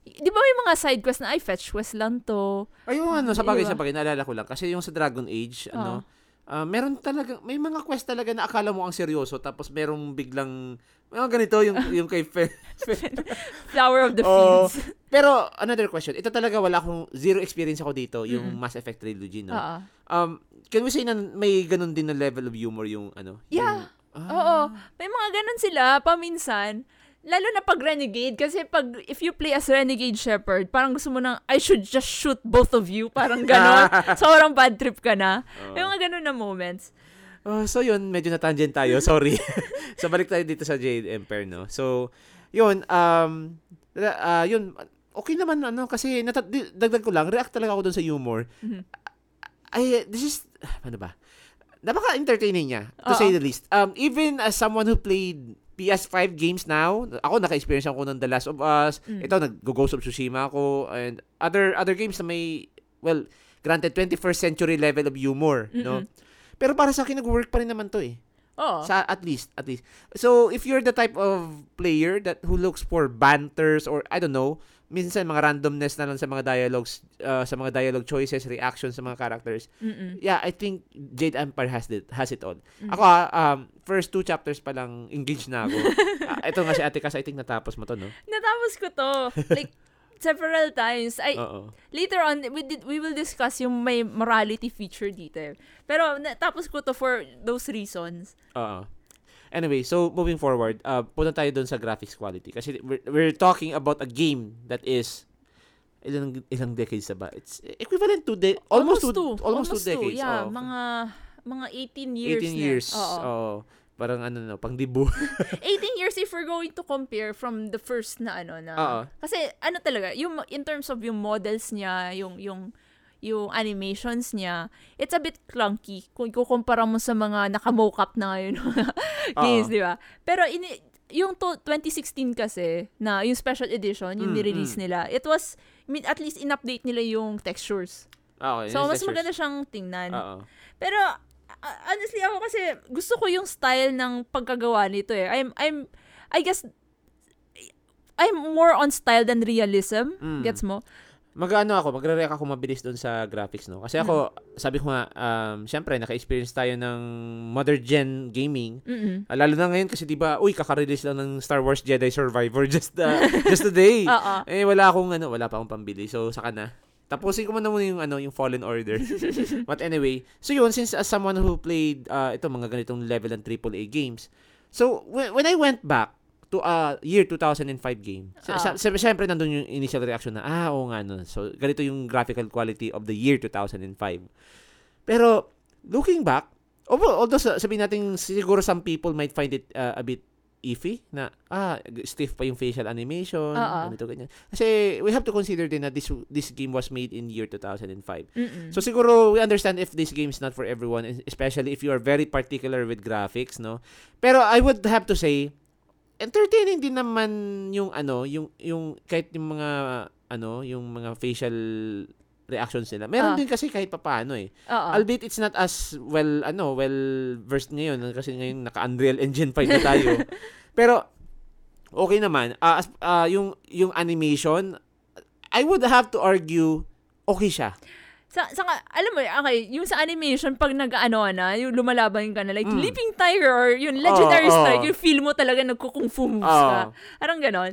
[SPEAKER 2] di ba may mga side quest na, ay, fetch quest lang to.
[SPEAKER 1] Ay, yung ano, sa bagay,
[SPEAKER 2] Iba.
[SPEAKER 1] sa bagay, naalala ko lang. Kasi yung sa Dragon Age, ano, ah,
[SPEAKER 2] Ah.
[SPEAKER 1] meron talaga, may mga quest talaga na akala mo ang seryoso, tapos merong biglang, mga ganito, yung, yung kay Fe-
[SPEAKER 2] Flower of the
[SPEAKER 1] Oo.
[SPEAKER 2] Fields.
[SPEAKER 1] Pero, another question. Ito talaga, wala akong, zero experience ako dito, yung
[SPEAKER 2] Mm-mm. Ah.
[SPEAKER 1] Mass Effect Trilogy, no?
[SPEAKER 2] Oo.
[SPEAKER 1] Um, can we say na may ganun din na level of humor yung ano?
[SPEAKER 2] Yeah.
[SPEAKER 1] Yung, ah,
[SPEAKER 2] Oo. May mga ganun sila, paminsan. Lalo na pag renegade, kasi pag, if you play as renegade shepherd, parang gusto mo na, I should just shoot both of you, parang ganun. Sobrang bad trip ka na. May mga ganun na moments.
[SPEAKER 1] Oh, so yun, medyo natangent tayo. Sorry. so balik tayo dito sa Jade Empire, no? So, yun, um, ra- ah, yun, okay naman, ano, kasi nata- di- dagdag ko lang, react talaga ako dun sa humor.
[SPEAKER 2] Mhm.
[SPEAKER 1] Ay, this is, ah, ano ba? Napaka-entertaining niya, to
[SPEAKER 2] Oo.
[SPEAKER 1] say the least. Um, even as someone who played PS5 games now, ako naka-experience ako ng The Last of Us,
[SPEAKER 2] Mm.
[SPEAKER 1] ito, nag-Ghost of Tsushima ako, and other other games na may, well, granted, 21st century level of humor, no?
[SPEAKER 2] Mm-mm. Oh.
[SPEAKER 1] Pero para sa akin, nag-work pa rin naman to eh.
[SPEAKER 2] Oo.
[SPEAKER 1] Sa at least, at least. So if you're the type of player that who looks for banters or I don't know, minsan mga randomness na lang sa mga dialogues, uh, sa mga dialogue choices, reactions sa mga characters.
[SPEAKER 2] Mm-mm.
[SPEAKER 1] Yeah, I think Jade Empire has it has it all.
[SPEAKER 2] Mm.
[SPEAKER 1] Ako ah, um first two chapters pa lang engaged na ako. Ah, ito nga si Ate Kas, I think natapos mo to, no?
[SPEAKER 2] Natapos ko to. Like, several times. I,
[SPEAKER 1] Oo.
[SPEAKER 2] later on we did we will discuss yung may morality feature dito. eh. Pero natapos ko to for those reasons.
[SPEAKER 1] Oo. Anyway, so moving forward, uh, punta tayo dun sa graphics quality. Kasi we're, we're talking about a game that is ilang ilang decades na ba? It's equivalent to de- almost, to,
[SPEAKER 2] two.
[SPEAKER 1] almost, two decades.
[SPEAKER 2] Yeah,
[SPEAKER 1] oo.
[SPEAKER 2] mga mga 18 years
[SPEAKER 1] 18
[SPEAKER 2] na.
[SPEAKER 1] years. Oh,
[SPEAKER 2] Oo.
[SPEAKER 1] Oo. Parang ano no, pang dibu.
[SPEAKER 2] 18 years if we're going to compare from the first na ano na.
[SPEAKER 1] Oo.
[SPEAKER 2] Kasi ano talaga, yung in terms of yung models niya, yung yung yung animations niya, it's a bit clunky kung kukumpara mo sa mga naka-mocap na ngayon mga games,
[SPEAKER 1] Oo.
[SPEAKER 2] di ba? Pero in, yung to, 2016 kasi, na yung special edition, yung
[SPEAKER 1] Mm,
[SPEAKER 2] nirelease
[SPEAKER 1] mm.
[SPEAKER 2] nila, it was, I mean, at least in-update nila yung textures.
[SPEAKER 1] Oo.
[SPEAKER 2] So, mas maganda siyang tingnan.
[SPEAKER 1] Oo.
[SPEAKER 2] Pero uh, honestly ako kasi gusto ko yung style ng pagkagawa nito eh. I'm I'm I guess I'm more on style than realism.
[SPEAKER 1] Mm.
[SPEAKER 2] Gets mo?
[SPEAKER 1] Mag-ano ako, magre-rec ako mabilis doon sa graphics, no? Kasi ako,
[SPEAKER 2] Hmm.
[SPEAKER 1] sabi ko nga, um, syempre, naka-experience tayo ng modern gen gaming.
[SPEAKER 2] Mm.
[SPEAKER 1] Ah, Lalo na ngayon kasi 'di ba, uy, kaka-release lang ng Star Wars Jedi Survivor just uh, just today.
[SPEAKER 2] Oo.
[SPEAKER 1] Eh wala akong ano, wala pa akong pambili. So saka na. Tapusin ko muna muna yung ano, yung Fallen Order. But anyway, so yun since as someone who played uh, ito mga ganitong level ng AAA games. So when, when I went back to uh, year 2005 game. s-
[SPEAKER 2] Ah.
[SPEAKER 1] s- Siyempre, nandun yung initial reaction na, ah, oo nga, no. So, ganito yung graphical quality of the year 2005. Pero, looking back, although, although sa- sabihin natin, siguro some people might find it uh, a bit iffy na, ah, g- stiff pa yung facial animation,
[SPEAKER 2] Oo.
[SPEAKER 1] ganito, ganyan. Kasi, we have to consider din na this, this game was made in year 2005.
[SPEAKER 2] Mm-mm.
[SPEAKER 1] So siguro we understand if this game is not for everyone, es- especially if you are very particular with graphics, no? Pero I would have to say entertaining din naman yung ano, yung yung kahit yung mga ano, yung mga facial reactions nila. Meron
[SPEAKER 2] Ah.
[SPEAKER 1] din kasi kahit papaano eh.
[SPEAKER 2] Oo.
[SPEAKER 1] Albeit it's not as well ano, well versed ngayon kasi ngayon naka Unreal Engine 5 na tayo. Pero okay naman. Ah, as- ah, yung yung animation I would have to argue okay siya.
[SPEAKER 2] sa, sa, alam mo, okay, yung sa animation, pag nag-ano ka na, yung lumalaban ka na, like,
[SPEAKER 1] Mm.
[SPEAKER 2] Leaping Tiger or yung
[SPEAKER 1] Oo,
[SPEAKER 2] Legendary
[SPEAKER 1] oo.
[SPEAKER 2] Strike, yung feel mo talaga nagkukung fu moves
[SPEAKER 1] Ah.
[SPEAKER 2] ka. Parang ganon.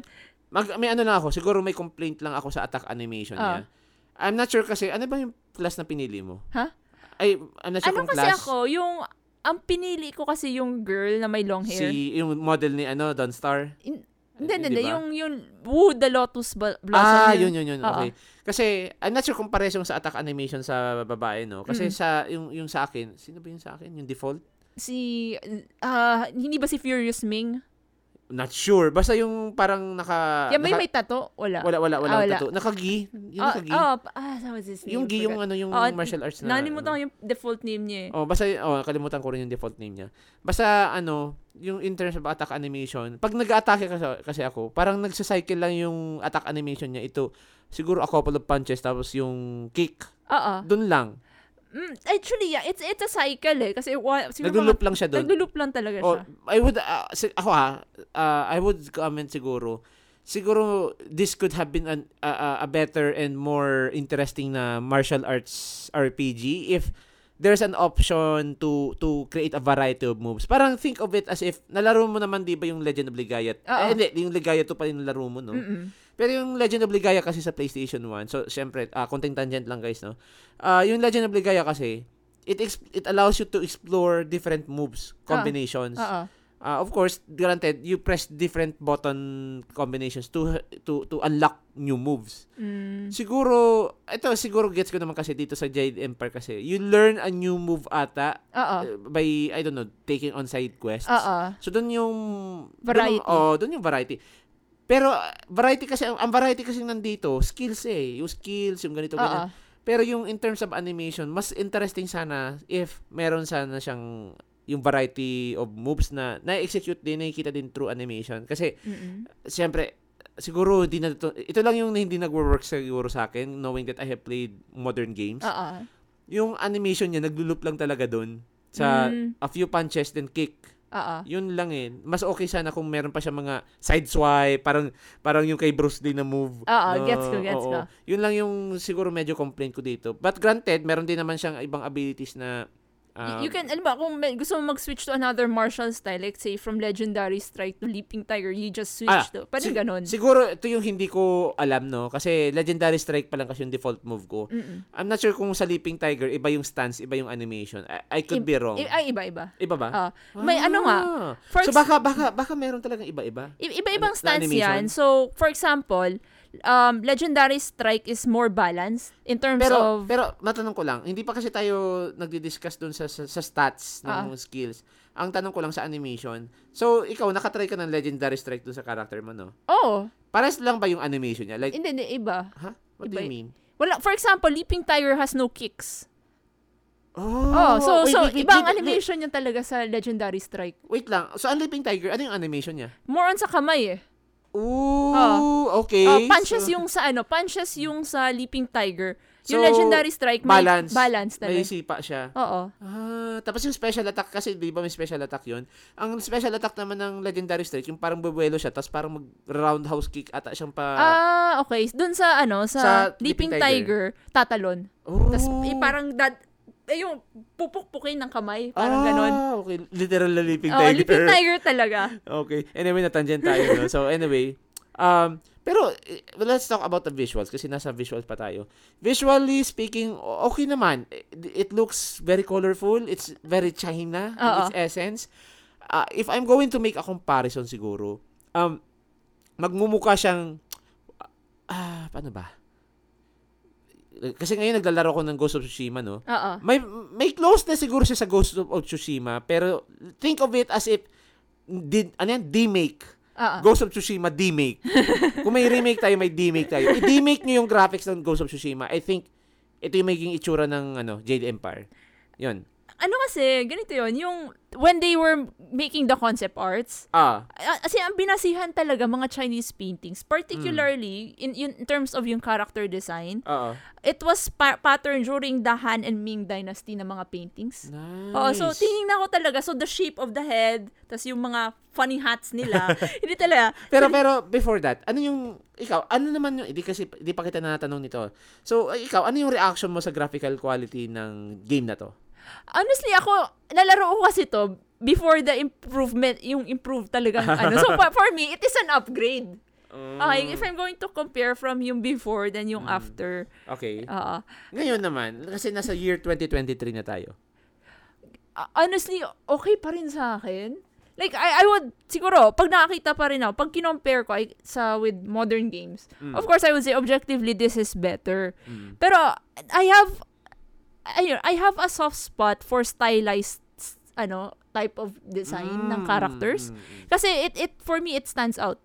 [SPEAKER 1] Mag, may ano lang ako, siguro may complaint lang ako sa attack animation niya.
[SPEAKER 2] Ah.
[SPEAKER 1] I'm not sure kasi, ano ba yung class na pinili mo?
[SPEAKER 2] Ha?
[SPEAKER 1] Ay, I'm not sure
[SPEAKER 2] Ano
[SPEAKER 1] kung
[SPEAKER 2] kasi
[SPEAKER 1] class.
[SPEAKER 2] ako, yung, ang pinili ko kasi yung girl na may long hair.
[SPEAKER 1] Si, yung model ni, ano, Dawnstar?
[SPEAKER 2] In- Hindi, hindi,
[SPEAKER 1] Hindi
[SPEAKER 2] hindi.
[SPEAKER 1] ba?
[SPEAKER 2] Yung, yung, woo, the lotus bl- blossom.
[SPEAKER 1] ah, yun, yun, yun.
[SPEAKER 2] Oo.
[SPEAKER 1] Okay. Kasi, I'm not sure kung pares yung sa attack animation sa babae, no? Kasi
[SPEAKER 2] Mm.
[SPEAKER 1] sa, yung, yung sa akin, sino ba yung sa akin? Yung default?
[SPEAKER 2] Si, ah, hindi ba si Furious Ming?
[SPEAKER 1] Not sure. Basta yung parang naka...
[SPEAKER 2] Yan ba
[SPEAKER 1] naka-
[SPEAKER 2] yung may tato? Wala.
[SPEAKER 1] Ah, Wala, wala, wala.
[SPEAKER 2] Ah,
[SPEAKER 1] wala.
[SPEAKER 2] wala.
[SPEAKER 1] Tattoo. Naka-gi. Yung
[SPEAKER 2] Ah,
[SPEAKER 1] naka-gi.
[SPEAKER 2] ah, pa- ah, that was his name.
[SPEAKER 1] yung gi, yung
[SPEAKER 2] forgot.
[SPEAKER 1] ano, yung
[SPEAKER 2] Oo,
[SPEAKER 1] martial arts na... ano.
[SPEAKER 2] Nakalimutan ko yung default name niya eh.
[SPEAKER 1] Oh, basta oh, kalimutan ko rin yung default name niya. Basta ano, yung in terms of attack animation, pag nag-aatake kasi, kasi ako, parang nagsa-cycle lang yung attack animation niya. Ito, siguro a couple of punches tapos yung kick.
[SPEAKER 2] Oo.
[SPEAKER 1] Doon lang.
[SPEAKER 2] Mm, Ah, actually, yeah, it's it's a cycle eh. Kasi, wa, siguro
[SPEAKER 1] Naglo-loop
[SPEAKER 2] mga-
[SPEAKER 1] lang siya doon.
[SPEAKER 2] Naglo-loop lang talaga
[SPEAKER 1] Oh,
[SPEAKER 2] siya.
[SPEAKER 1] I would ah, si- ako ha, ah, I would comment siguro siguro this could have been an, a- a- a better and more interesting na martial arts RPG if there's an option to to create a variety of moves. Parang think of it as if nalaro mo naman 'di ba yung Legend of Ligayat?
[SPEAKER 2] Oo.
[SPEAKER 1] Eh, hindi, yung Ligayat 2 pa yung laro mo, no?
[SPEAKER 2] Mm-mm.
[SPEAKER 1] Pero yung Legend of Ligaya kasi sa PlayStation 1, so syempre, ah konting tangent lang guys, no? Ah, yung Legend of Ligaya kasi, it ex- it allows you to explore different moves, combinations.
[SPEAKER 2] Oo.
[SPEAKER 1] Ah, of course, granted, you press different button combinations to to to unlock new moves.
[SPEAKER 2] Mm.
[SPEAKER 1] Siguro, ito siguro gets ko naman kasi dito sa Jade Empire kasi, you learn a new move ata
[SPEAKER 2] Oo.
[SPEAKER 1] eh, by I don't know, taking on side quests.
[SPEAKER 2] Oo.
[SPEAKER 1] So doon yung Doon,
[SPEAKER 2] Variety.
[SPEAKER 1] yung- oh, doon yung variety. Pero ah, variety kasi ang variety kasi nandito, skills eh. Yung skills, yung ganito
[SPEAKER 2] Oo.
[SPEAKER 1] ganyan. Pero yung in terms of animation, mas interesting sana if meron sana siyang yung variety of moves na na-execute din, nakikita din through animation. Kasi,
[SPEAKER 2] Mm-mm.
[SPEAKER 1] siyempre, siguro, di na to, ito lang yung hindi nag-work siguro sa akin, knowing that I have played modern games.
[SPEAKER 2] Oo.
[SPEAKER 1] Yung animation niya, nagluloop lang talaga doon sa
[SPEAKER 2] Mm.
[SPEAKER 1] a few punches, then kick.
[SPEAKER 2] Oo.
[SPEAKER 1] Yun lang eh. Mas okay sana kung meron pa siya mga side swipe, parang parang yung kay Bruce Lee na move.
[SPEAKER 2] Oo,
[SPEAKER 1] No,
[SPEAKER 2] gets ko, gets
[SPEAKER 1] oo.
[SPEAKER 2] ko.
[SPEAKER 1] Yun lang yung siguro medyo complaint ko dito. But granted, meron din naman siyang ibang abilities na um,
[SPEAKER 2] Y- you can, alam ba, kung may- gusto mo mag-switch to another martial style, like say from Legendary Strike to Leaping Tiger, you just switch
[SPEAKER 1] Ah,
[SPEAKER 2] to, parang
[SPEAKER 1] sig-
[SPEAKER 2] ganon.
[SPEAKER 1] Siguro ito yung hindi ko alam no kasi Legendary Strike pa lang kasi yung default move ko.
[SPEAKER 2] Mm-mm.
[SPEAKER 1] I'm not sure kung sa Leaping Tiger iba yung stance, iba yung animation. I, I could be wrong.
[SPEAKER 2] I- ay, iba-iba.
[SPEAKER 1] iba ba?
[SPEAKER 2] Ah, may ano nga,
[SPEAKER 1] Ah.
[SPEAKER 2] for
[SPEAKER 1] So
[SPEAKER 2] ex-
[SPEAKER 1] baka baka baka meron talagang iba-iba.
[SPEAKER 2] i- iba-ibang
[SPEAKER 1] Ano, na
[SPEAKER 2] stance
[SPEAKER 1] animation?
[SPEAKER 2] yan. So, for example, um, Legendary Strike is more balanced in terms
[SPEAKER 1] Pero,
[SPEAKER 2] of...
[SPEAKER 1] pero matanong ko lang, hindi pa kasi tayo nagdi-discuss dun sa, sa, sa stats
[SPEAKER 2] Ah.
[SPEAKER 1] ng skills. Ang tanong ko lang sa animation. So, ikaw, nakatry ka ng Legendary Strike dun sa character mo, no?
[SPEAKER 2] oh,
[SPEAKER 1] Pares lang ba yung animation niya? Like,
[SPEAKER 2] hindi, hindi, iba.
[SPEAKER 1] ha? What do you
[SPEAKER 2] Iba eh.
[SPEAKER 1] mean?
[SPEAKER 2] Wala, for example, Leaping Tiger has no kicks.
[SPEAKER 1] Oh,
[SPEAKER 2] Oh, so,
[SPEAKER 1] wait,
[SPEAKER 2] so
[SPEAKER 1] wait, wait, wait,
[SPEAKER 2] ibang
[SPEAKER 1] wait,
[SPEAKER 2] animation niya talaga sa Legendary Strike.
[SPEAKER 1] Wait, lang. So, ang Leaping Tiger, ano yung animation niya?
[SPEAKER 2] More on sa kamay eh.
[SPEAKER 1] Ooh, okay.
[SPEAKER 2] Oh, punches
[SPEAKER 1] So,
[SPEAKER 2] yung sa ano, punches yung sa Leaping Tiger. Yung
[SPEAKER 1] So,
[SPEAKER 2] Legendary Strike, may
[SPEAKER 1] balance.
[SPEAKER 2] balance
[SPEAKER 1] May
[SPEAKER 2] talaga.
[SPEAKER 1] sipa siya.
[SPEAKER 2] Oo.
[SPEAKER 1] Ah, tapos yung special attack kasi, di ba may special attack yun? Ang special attack naman ng Legendary Strike, yung parang bubuelo siya, tapos parang mag-roundhouse kick ata siyang pa...
[SPEAKER 2] Ah, okay. Doon sa ano, sa,
[SPEAKER 1] sa Leaping
[SPEAKER 2] Leaping Tiger, tatalon.
[SPEAKER 1] oh.
[SPEAKER 2] Tapos eh, parang dad, eh, yung pupukpukin ng kamay,
[SPEAKER 1] ah,
[SPEAKER 2] parang ganon.
[SPEAKER 1] okay. Literal na Leaping
[SPEAKER 2] Oo,
[SPEAKER 1] Tiger.
[SPEAKER 2] Leaping Tiger talaga.
[SPEAKER 1] okay. Anyway, natangent tayo. no? So, anyway. Um, pero, eh, well, let's talk about the visuals kasi nasa visuals pa tayo. Visually speaking, o- okay naman. Eh, It, it looks very colorful. It's very China in
[SPEAKER 2] Oo.
[SPEAKER 1] its essence. Ah, if I'm going to make a comparison siguro, um, magmumukha siyang, ah, paano ba? Kasi ngayon naglalaro ko ng Ghost of Tsushima, no?
[SPEAKER 2] Oo.
[SPEAKER 1] May may close na siguro siya sa Ghost of, of Tsushima, pero think of it as if did ano yan, demake.
[SPEAKER 2] Oo.
[SPEAKER 1] Ghost of Tsushima demake. Kung may remake tayo, may demake tayo. I-demake niyo yung graphics ng Ghost of Tsushima. I think ito yung magiging itsura ng ano, Jade Empire. 'Yon.
[SPEAKER 2] Ano kasi, ganito yon yung when they were making the concept arts,
[SPEAKER 1] Ah,
[SPEAKER 2] a- kasi ang binasihan talaga mga Chinese paintings, particularly in, in terms of yung character design,
[SPEAKER 1] oo.
[SPEAKER 2] it was pa- pattern during the Han and Ming dynasty ng mga paintings.
[SPEAKER 1] Nice.
[SPEAKER 2] Oo, so tinignan ko talaga. So, the shape of the head, tas yung mga funny hats nila. hindi talaga.
[SPEAKER 1] Pero pero before that, ano yung ikaw, ano naman yung hindi kasi hindi pa kita natanong nito. So eh, ikaw, ano yung reaction mo sa graphical quality ng game na to?
[SPEAKER 2] Honestly, ako, nalaro ko kasi to before the improvement, yung improve talagang ano. So, pa- for me, it is an upgrade. Okay,
[SPEAKER 1] Mm.
[SPEAKER 2] if I'm going to compare from yung before then yung after,
[SPEAKER 1] Okay.
[SPEAKER 2] ah,
[SPEAKER 1] Ngayon naman, kasi nasa year 2023 na tayo.
[SPEAKER 2] ah, honestly, okay pa rin sa akin. Like, I, I would, siguro, pag nakakita pa rin ako, pag kinompare ko I- sa with modern games, of course, I would say, objectively, this is better.
[SPEAKER 1] Mm.
[SPEAKER 2] Pero, I have, ayun, I have a soft spot for stylized, s- ano, type of design ng
[SPEAKER 1] Mm, mm,
[SPEAKER 2] characters.
[SPEAKER 1] mm.
[SPEAKER 2] Kasi, it, it, for me, it stands out.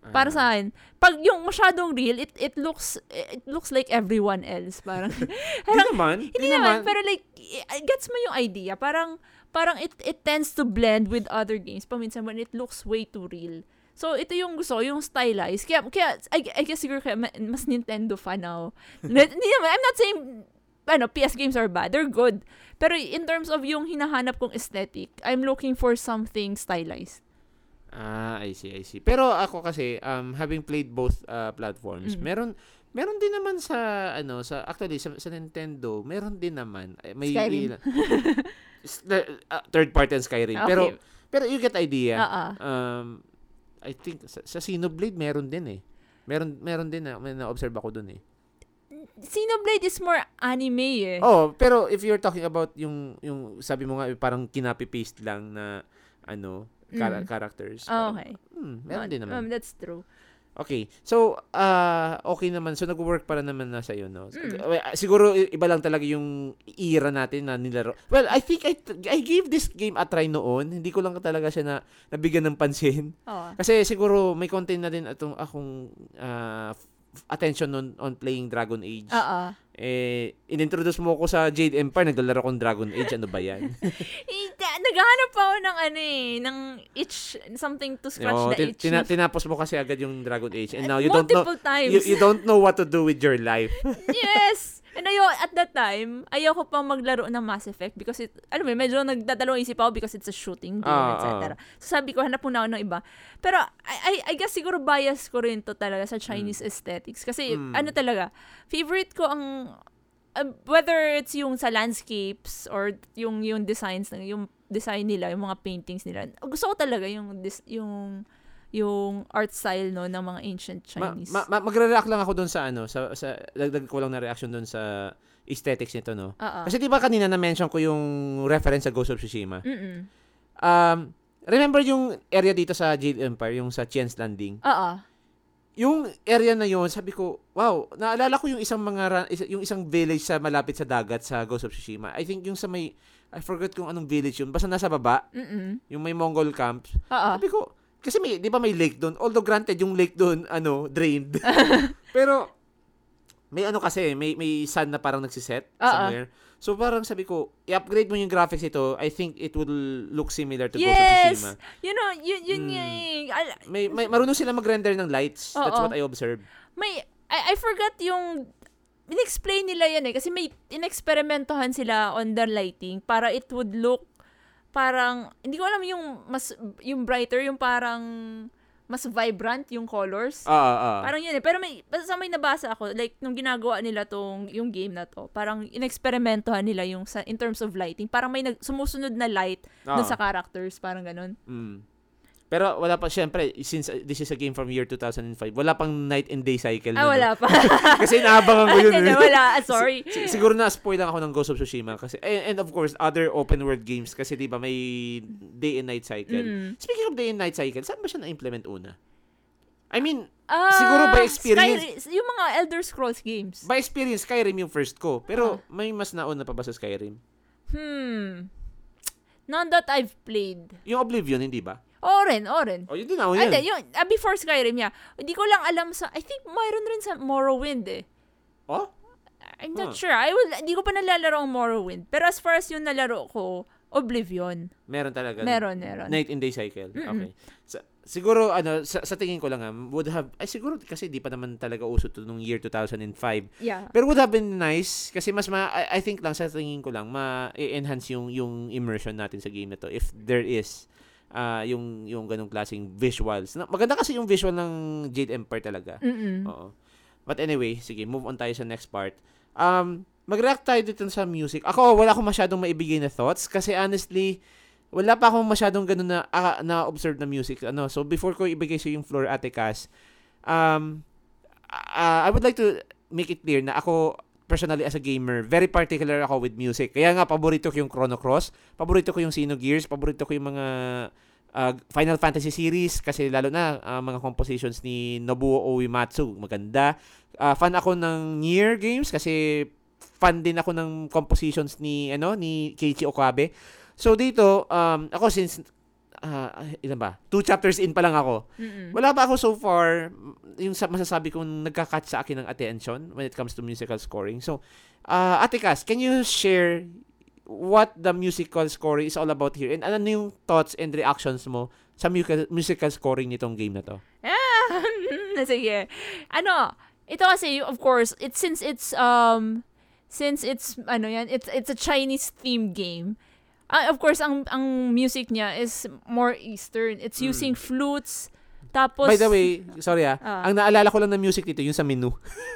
[SPEAKER 1] Ah.
[SPEAKER 2] Para sa akin, pag yung masyadong real, it, it looks, it looks like everyone else. Parang,
[SPEAKER 1] Hindi naman.
[SPEAKER 2] Hindi naman, pero like, i- gets mo yung idea. Parang, parang it, it tends to blend with other games. Paminsan when it looks way too real. So, ito yung gusto, ko, yung stylized. Kaya, kaya I, I guess siguro kaya ma- mas Nintendo fan ako. Na- Hindi naman, I'm not saying, ano, PS games are bad. They're good. Pero in terms of yung hinahanap kong aesthetic, I'm looking for something stylized.
[SPEAKER 1] Ah, I see, I see. Pero ako kasi, um, having played both uh, platforms,
[SPEAKER 2] Mm.
[SPEAKER 1] meron meron din naman sa, ano, sa actually, sa, sa Nintendo, meron din naman. Eh, May
[SPEAKER 2] Skyrim.
[SPEAKER 1] ilan- S- the- uh, third part and Skyrim.
[SPEAKER 2] Okay.
[SPEAKER 1] Pero, pero you get idea.
[SPEAKER 2] Ah, ah.
[SPEAKER 1] Um, I think, sa, sa Xenoblade, meron din eh. Meron, meron din na, may na-observe ako dun eh.
[SPEAKER 2] Xenoblade is more anime eh.
[SPEAKER 1] Oh, pero if you're talking about yung yung sabi mo nga eh, parang kinapi-paste lang na ano chara-
[SPEAKER 2] Mm.
[SPEAKER 1] characters. Parang,
[SPEAKER 2] Ah, okay.
[SPEAKER 1] Hmm, meron din
[SPEAKER 2] Um,
[SPEAKER 1] naman.
[SPEAKER 2] that's true.
[SPEAKER 1] Okay. So, ah okay naman. So, nag-work para naman na sa'yo, no?
[SPEAKER 2] Mm.
[SPEAKER 1] Well, ah, Siguro, i- iba lang talaga yung era natin na nilaro. Well, I think I, I gave this game a try noon. Hindi ko lang talaga siya na, nabigyan ng pansin.
[SPEAKER 2] Oo.
[SPEAKER 1] Kasi siguro, may content na din atong, akong ah, f- attention on, on playing Dragon Age
[SPEAKER 2] Oo.
[SPEAKER 1] eh, inintroduce mo ko sa Jade Empire, naglalaro kong Dragon Age, ano ba yan?
[SPEAKER 2] Eh, da- Naghahanap pa ako ng ano eh, ng itch, something to scratch
[SPEAKER 1] Oo,
[SPEAKER 2] the
[SPEAKER 1] tin-
[SPEAKER 2] itch.
[SPEAKER 1] tina-
[SPEAKER 2] na-
[SPEAKER 1] tinapos mo kasi agad yung Dragon Age and now you don't know,
[SPEAKER 2] Multiple times.
[SPEAKER 1] you, you don't know what to do with your life.
[SPEAKER 2] yes! And ayo at that time, ayoko pang maglaro ng Mass Effect because it, alam mo, yun, medyo nagdadalawang isip ako because it's a shooting game,
[SPEAKER 1] Ah,
[SPEAKER 2] etc. So sabi ko, hanap muna ako ng iba. Pero I, I, I guess siguro bias ko rin to talaga sa Chinese
[SPEAKER 1] Hmm.
[SPEAKER 2] aesthetics. Kasi
[SPEAKER 1] Mm.
[SPEAKER 2] ano talaga, favorite ko ang uh, whether it's yung sa landscapes or yung yung designs ng yung design nila, yung mga paintings nila. Gusto ko talaga yung dis- yung yung art style no ng mga ancient
[SPEAKER 1] Ma-
[SPEAKER 2] Chinese.
[SPEAKER 1] ma- ma- magre-react lang ako doon sa ano, sa, sa dagdag ko lang na reaction doon sa aesthetics nito, no?
[SPEAKER 2] Oo.
[SPEAKER 1] Kasi di ba kanina na-mention ko yung reference sa Ghost of Tsushima?
[SPEAKER 2] Mm-mm. Uh-uh.
[SPEAKER 1] Um, remember yung area dito sa Jade Empire, yung sa Chien's Landing?
[SPEAKER 2] Oo.
[SPEAKER 1] yung area na yun, sabi ko, wow, naalala ko yung isang mga ra- isa- yung isang village sa malapit sa dagat sa Ghost of Tsushima. I think yung sa may I forgot kung anong village yun. Basta nasa baba,
[SPEAKER 2] Mm-mm.
[SPEAKER 1] yung may Mongol camp.
[SPEAKER 2] Oo.
[SPEAKER 1] Sabi ko, kasi may, di ba may lake doon? Although granted, yung lake doon, ano, drained. Pero, may ano kasi, may, may sun na parang nagsiset
[SPEAKER 2] Ah, ah.
[SPEAKER 1] somewhere. So parang sabi ko, i-upgrade mo yung graphics ito, I think it will look similar to Ghost of
[SPEAKER 2] Yes!
[SPEAKER 1] Tsushima.
[SPEAKER 2] You know, yun, yun
[SPEAKER 1] Mm.
[SPEAKER 2] nga eh. Al-
[SPEAKER 1] May, may, marunong sila mag-render ng lights. That's
[SPEAKER 2] Oo.
[SPEAKER 1] what I observed.
[SPEAKER 2] may I, I forgot yung inexplain nila yan eh kasi may inexperimentohan sila on the lighting para it would look parang hindi ko alam yung mas yung brighter yung parang mas vibrant yung colors.
[SPEAKER 1] Ah, ah, ah.
[SPEAKER 2] Parang yun eh. Pero may, basta may nabasa ako, like, nung ginagawa nila tong, yung game na to, parang inexperimentohan nila yung, sa, in terms of lighting, parang may nag, sumusunod na light
[SPEAKER 1] Ah.
[SPEAKER 2] dun sa characters, parang ganun.
[SPEAKER 1] Mm. Pero wala pa, syempre, since uh, this is a game from year 2005, wala pang night and day cycle.
[SPEAKER 2] Ah,
[SPEAKER 1] na, no?
[SPEAKER 2] wala pa.
[SPEAKER 1] Kasi inaabangan ko yun.
[SPEAKER 2] Hindi,
[SPEAKER 1] eh.
[SPEAKER 2] wala. Ah, Sorry.
[SPEAKER 1] Si- siguro na spoil lang ako ng Ghost of Tsushima kasi and, and of course other open world games kasi 'di ba may day and night cycle.
[SPEAKER 2] Mm.
[SPEAKER 1] Speaking of day and night cycle, saan ba siya na-implement una? I mean,
[SPEAKER 2] Ah,
[SPEAKER 1] Siguro by experience-
[SPEAKER 2] Skyri- yung mga Elder Scrolls games.
[SPEAKER 1] by experience Skyrim yung first ko,
[SPEAKER 2] Ah.
[SPEAKER 1] pero may mas nauna pa ba sa Skyrim?
[SPEAKER 2] hmm. None that I've played.
[SPEAKER 1] Yung Oblivion hindi ba?
[SPEAKER 2] Oren, Oren.
[SPEAKER 1] O yun din ako
[SPEAKER 2] Ah,
[SPEAKER 1] Oh, yun.
[SPEAKER 2] Hindi, yun. Ah, before Skyrim, yeah. Hindi ko lang alam sa... I think mayroon rin sa Morrowind eh.
[SPEAKER 1] Oh?
[SPEAKER 2] I'm not
[SPEAKER 1] Huh.
[SPEAKER 2] sure. I will, hindi ko pa nalalaro ang Morrowind. Pero as far as yung nalaro ko, Oblivion.
[SPEAKER 1] Meron talaga.
[SPEAKER 2] Meron, meron.
[SPEAKER 1] Night and day cycle.
[SPEAKER 2] Mm-mm.
[SPEAKER 1] Okay. Sa, siguro ano sa, sa tingin ko lang ah, would have ay siguro kasi di pa naman talaga uso to nung year 2005.
[SPEAKER 2] yeah.
[SPEAKER 1] Pero would have been nice kasi mas ma I, I think lang sa tingin ko lang ma-enhance yung yung immersion natin sa game na to if there is ah yung yung ganung klaseng visuals. Na, maganda kasi yung visual ng Jade Empire talaga.
[SPEAKER 2] Mm-mm.
[SPEAKER 1] Oo. But anyway, sige, move on tayo sa next part. Um mag-react tayo dito sa music. Ako wala akong masyadong maibigay na thoughts kasi honestly wala pa akong masyadong ganun na ah, na-observe na music ano. So before ko ibigay sa yung floor Ate Cass, um ah, I would like to make it clear na ako personally as a gamer, very particular ako with music. Kaya nga paborito ko yung Chrono Cross, paborito ko yung Xenogears, paborito ko yung mga ah, Final Fantasy series kasi lalo na ah, mga compositions ni Nobuo Uematsu, maganda. Ah, fan ako ng Nier games kasi fan din ako ng compositions ni ano ni Keiichi Okabe. So dito, um, ako since ah, ilan ba? Two chapters in pa lang ako.
[SPEAKER 2] Mm-mm.
[SPEAKER 1] Wala pa ako so far mm, yung sa- masasabi kong nagka-catch sa akin ng attention when it comes to musical scoring. So, uh, Ate Cass, can you share what the musical scoring is all about here and ano yung thoughts and reactions mo sa musical, musical scoring nitong game na to?
[SPEAKER 2] Ah, Sige. Ano, ito kasi, of course, it's since it's, um, since it's, ano yan, it's, it's a Chinese-themed game. Ah, of course, ang, ang music niya is more Eastern. It's
[SPEAKER 1] Mm.
[SPEAKER 2] using flutes, tapos...
[SPEAKER 1] By the way, sorry ah,
[SPEAKER 2] Ah.
[SPEAKER 1] ang naalala ko lang na music dito, yung sa menu.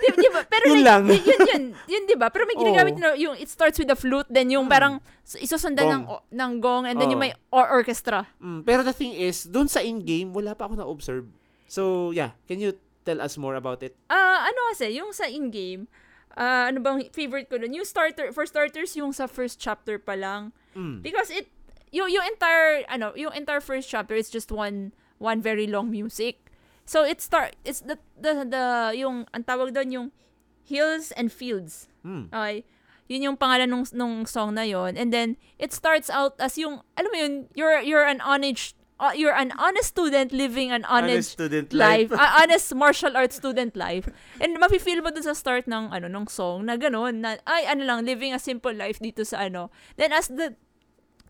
[SPEAKER 2] Di- di ba? Pero
[SPEAKER 1] Yun
[SPEAKER 2] like,
[SPEAKER 1] lang.
[SPEAKER 2] yun, yun, yun, yun, di ba? Pero may
[SPEAKER 1] Oo.
[SPEAKER 2] ginagamit na yung it starts with the flute, then yung
[SPEAKER 1] Mm.
[SPEAKER 2] parang s- isusundan ng,
[SPEAKER 1] Gong.
[SPEAKER 2] o- ng gong, and then
[SPEAKER 1] Oo.
[SPEAKER 2] yung may or- orchestra.
[SPEAKER 1] Mm, pero the thing is, dun sa in-game, wala pa ako na-observe. So, yeah, can you tell us more about it?
[SPEAKER 2] Ah, ano kasi, yung sa in-game, ah, ano bang favorite ko nun? Yung starter, for starters, yung sa first chapter pa lang.
[SPEAKER 1] Mm.
[SPEAKER 2] Because it, yung, yung entire, ano, yung entire first chapter is just one, one very long music. So, it start, it's the, the, the, yung, ang tawag doon, yung hills and fields.
[SPEAKER 1] Mm.
[SPEAKER 2] Okay. Yun yung pangalan nung, nung song na yon. And then, it starts out as yung, alam mo yun, you're, you're an honest, uh, you're an honest student living an honest,
[SPEAKER 1] student
[SPEAKER 2] life. ah, honest martial arts student life. And mafe-feel mo dun sa start ng, ano, nung song na ganun, na, ay, ano lang, living a simple life dito sa ano. Then, as the,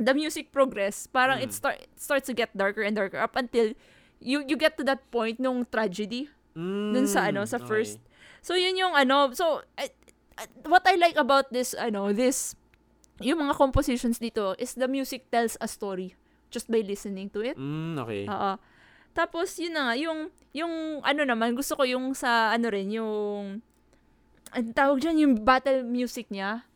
[SPEAKER 2] the music progress, parang it, start, it starts to get darker and darker up until you you get to that point nung tragedy dun sa ano sa
[SPEAKER 1] Mm,
[SPEAKER 2] first.
[SPEAKER 1] okay.
[SPEAKER 2] So yun yung ano, so I- I- what I like about this ano, this yung mga compositions dito is the music tells a story just by listening to it.
[SPEAKER 1] Mm, okay.
[SPEAKER 2] Oo. Tapos yun na nga, yung yung ano naman gusto ko yung sa ano rin yung ang tawag dyan, yung battle music niya.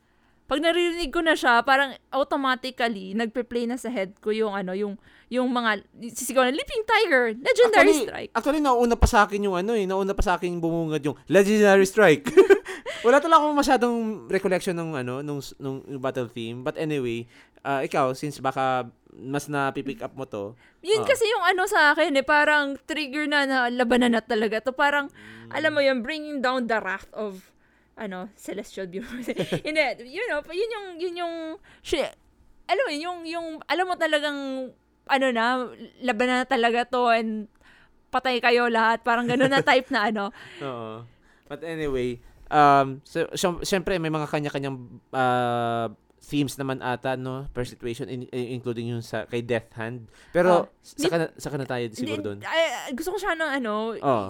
[SPEAKER 2] Pag naririnig ko na siya, parang automatically nagpe-play na sa head ko yung ano, yung yung mga sisigaw na Leaping Tiger, Legendary
[SPEAKER 1] actually,
[SPEAKER 2] Strike.
[SPEAKER 1] Actually, nauna pa sa akin yung ano eh. Nauna pa sa akin bumungad yung Legendary Strike. Wala talaga akong masyadong recollection ng ano nung nung battle theme. But anyway, ah, ikaw since baka mas na-pick up mo to.
[SPEAKER 2] Yun
[SPEAKER 1] Ah.
[SPEAKER 2] kasi yung ano sa akin eh, parang trigger na na labanan na talaga to. Parang,
[SPEAKER 1] Hmm.
[SPEAKER 2] alam mo yun, bringing down the wrath of, ano, celestial viewers. Hindi, you know, yun yung, yun yung, shi- alam mo yun, yung, yung, alam mo talagang, ano na, labanan na talaga to and patay kayo lahat. Parang ganun na type na ano.
[SPEAKER 1] Oo. But anyway, um so, so syempre may mga kanya-kanyang ah, themes naman ata no per situation in- in- including yung sa kay Death Hand. Pero
[SPEAKER 2] Ah.
[SPEAKER 1] sa kana sa kana tayo siguro
[SPEAKER 2] Hindi-
[SPEAKER 1] doon.
[SPEAKER 2] ay, gusto ko siya ng ano,
[SPEAKER 1] Oo.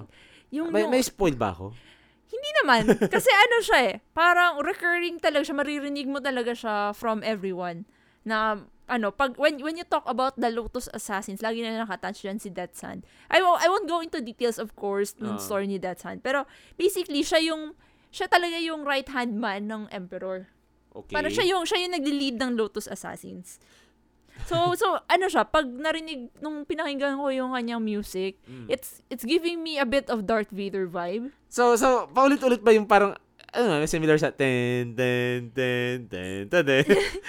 [SPEAKER 2] yung,
[SPEAKER 1] May,
[SPEAKER 2] yung-
[SPEAKER 1] may spoil ba ako?
[SPEAKER 2] hindi naman. Kasi ano siya eh, parang recurring talaga siya, maririnig mo talaga siya from everyone. Na, ano, pag, when, when you talk about the Lotus Assassins, lagi na nakatouch dyan si Death Sand. I, wo- I won't go into details, of course, ng
[SPEAKER 1] Ah.
[SPEAKER 2] story ni Death Sand. Pero, basically, siya yung, siya talaga yung right-hand man ng Emperor.
[SPEAKER 1] Okay.
[SPEAKER 2] Parang siya yung, siya yung nagli-lead ng Lotus Assassins. So, so ano siya, pag narinig, nung pinakinggan ko yung kanyang music,
[SPEAKER 1] Mm.
[SPEAKER 2] it's it's giving me a bit of Darth Vader vibe.
[SPEAKER 1] So, so, paulit-ulit ba yung parang, ano nga, similar sa ten, ten, ten, ten, ten, ten.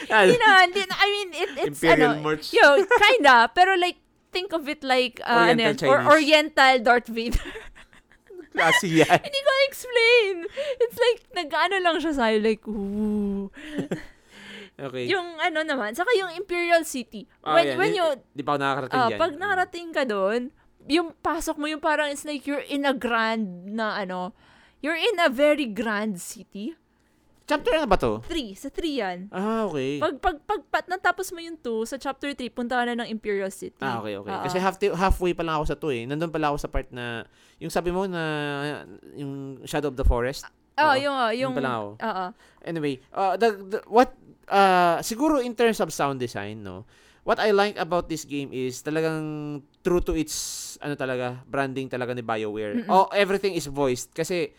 [SPEAKER 1] Ano?
[SPEAKER 2] Hindi naman, hindi na- I mean, it, it's,
[SPEAKER 1] Imperial
[SPEAKER 2] ano,
[SPEAKER 1] March.
[SPEAKER 2] Yo, kinda, pero like, think of it like, uh, ano yan,
[SPEAKER 1] Oriental
[SPEAKER 2] or
[SPEAKER 1] Chinese.
[SPEAKER 2] Oriental Darth Vader.
[SPEAKER 1] Klase yan.
[SPEAKER 2] Hindi ko explain. It's like, nag-ano lang siya sa'yo, like, ooh.
[SPEAKER 1] Okay.
[SPEAKER 2] Yung ano naman, saka yung Imperial City.
[SPEAKER 1] Ah,
[SPEAKER 2] when,
[SPEAKER 1] yan.
[SPEAKER 2] when
[SPEAKER 1] Di-
[SPEAKER 2] you,
[SPEAKER 1] Di pa ako nakakarating
[SPEAKER 2] ah,
[SPEAKER 1] yan.
[SPEAKER 2] pag nakarating ka doon, yung pasok mo, yung parang, it's like, you're in a grand na ano, you're in a very grand city.
[SPEAKER 1] Chapter na ba to?
[SPEAKER 2] Three, sa three yan.
[SPEAKER 1] Ah, okay.
[SPEAKER 2] Pag, pag, pag, pat, natapos mo yung two, sa chapter three, punta ka na ng Imperial City.
[SPEAKER 1] ah, okay, okay.
[SPEAKER 2] Ah,
[SPEAKER 1] Kasi half halfway pa lang ako sa to eh. Nandun pala ako sa part na, yung sabi mo na, yung Shadow of the Forest.
[SPEAKER 2] Oo,
[SPEAKER 1] Oo,
[SPEAKER 2] yung, oh, yung,
[SPEAKER 1] pa lang ako.
[SPEAKER 2] Oo.
[SPEAKER 1] Anyway, uh, the, the, what, uh, siguro in terms of sound design, no, what I like about this game is talagang true to its, ano talaga, branding talaga ni BioWare.
[SPEAKER 2] Mm-mm.
[SPEAKER 1] Oh, everything is voiced kasi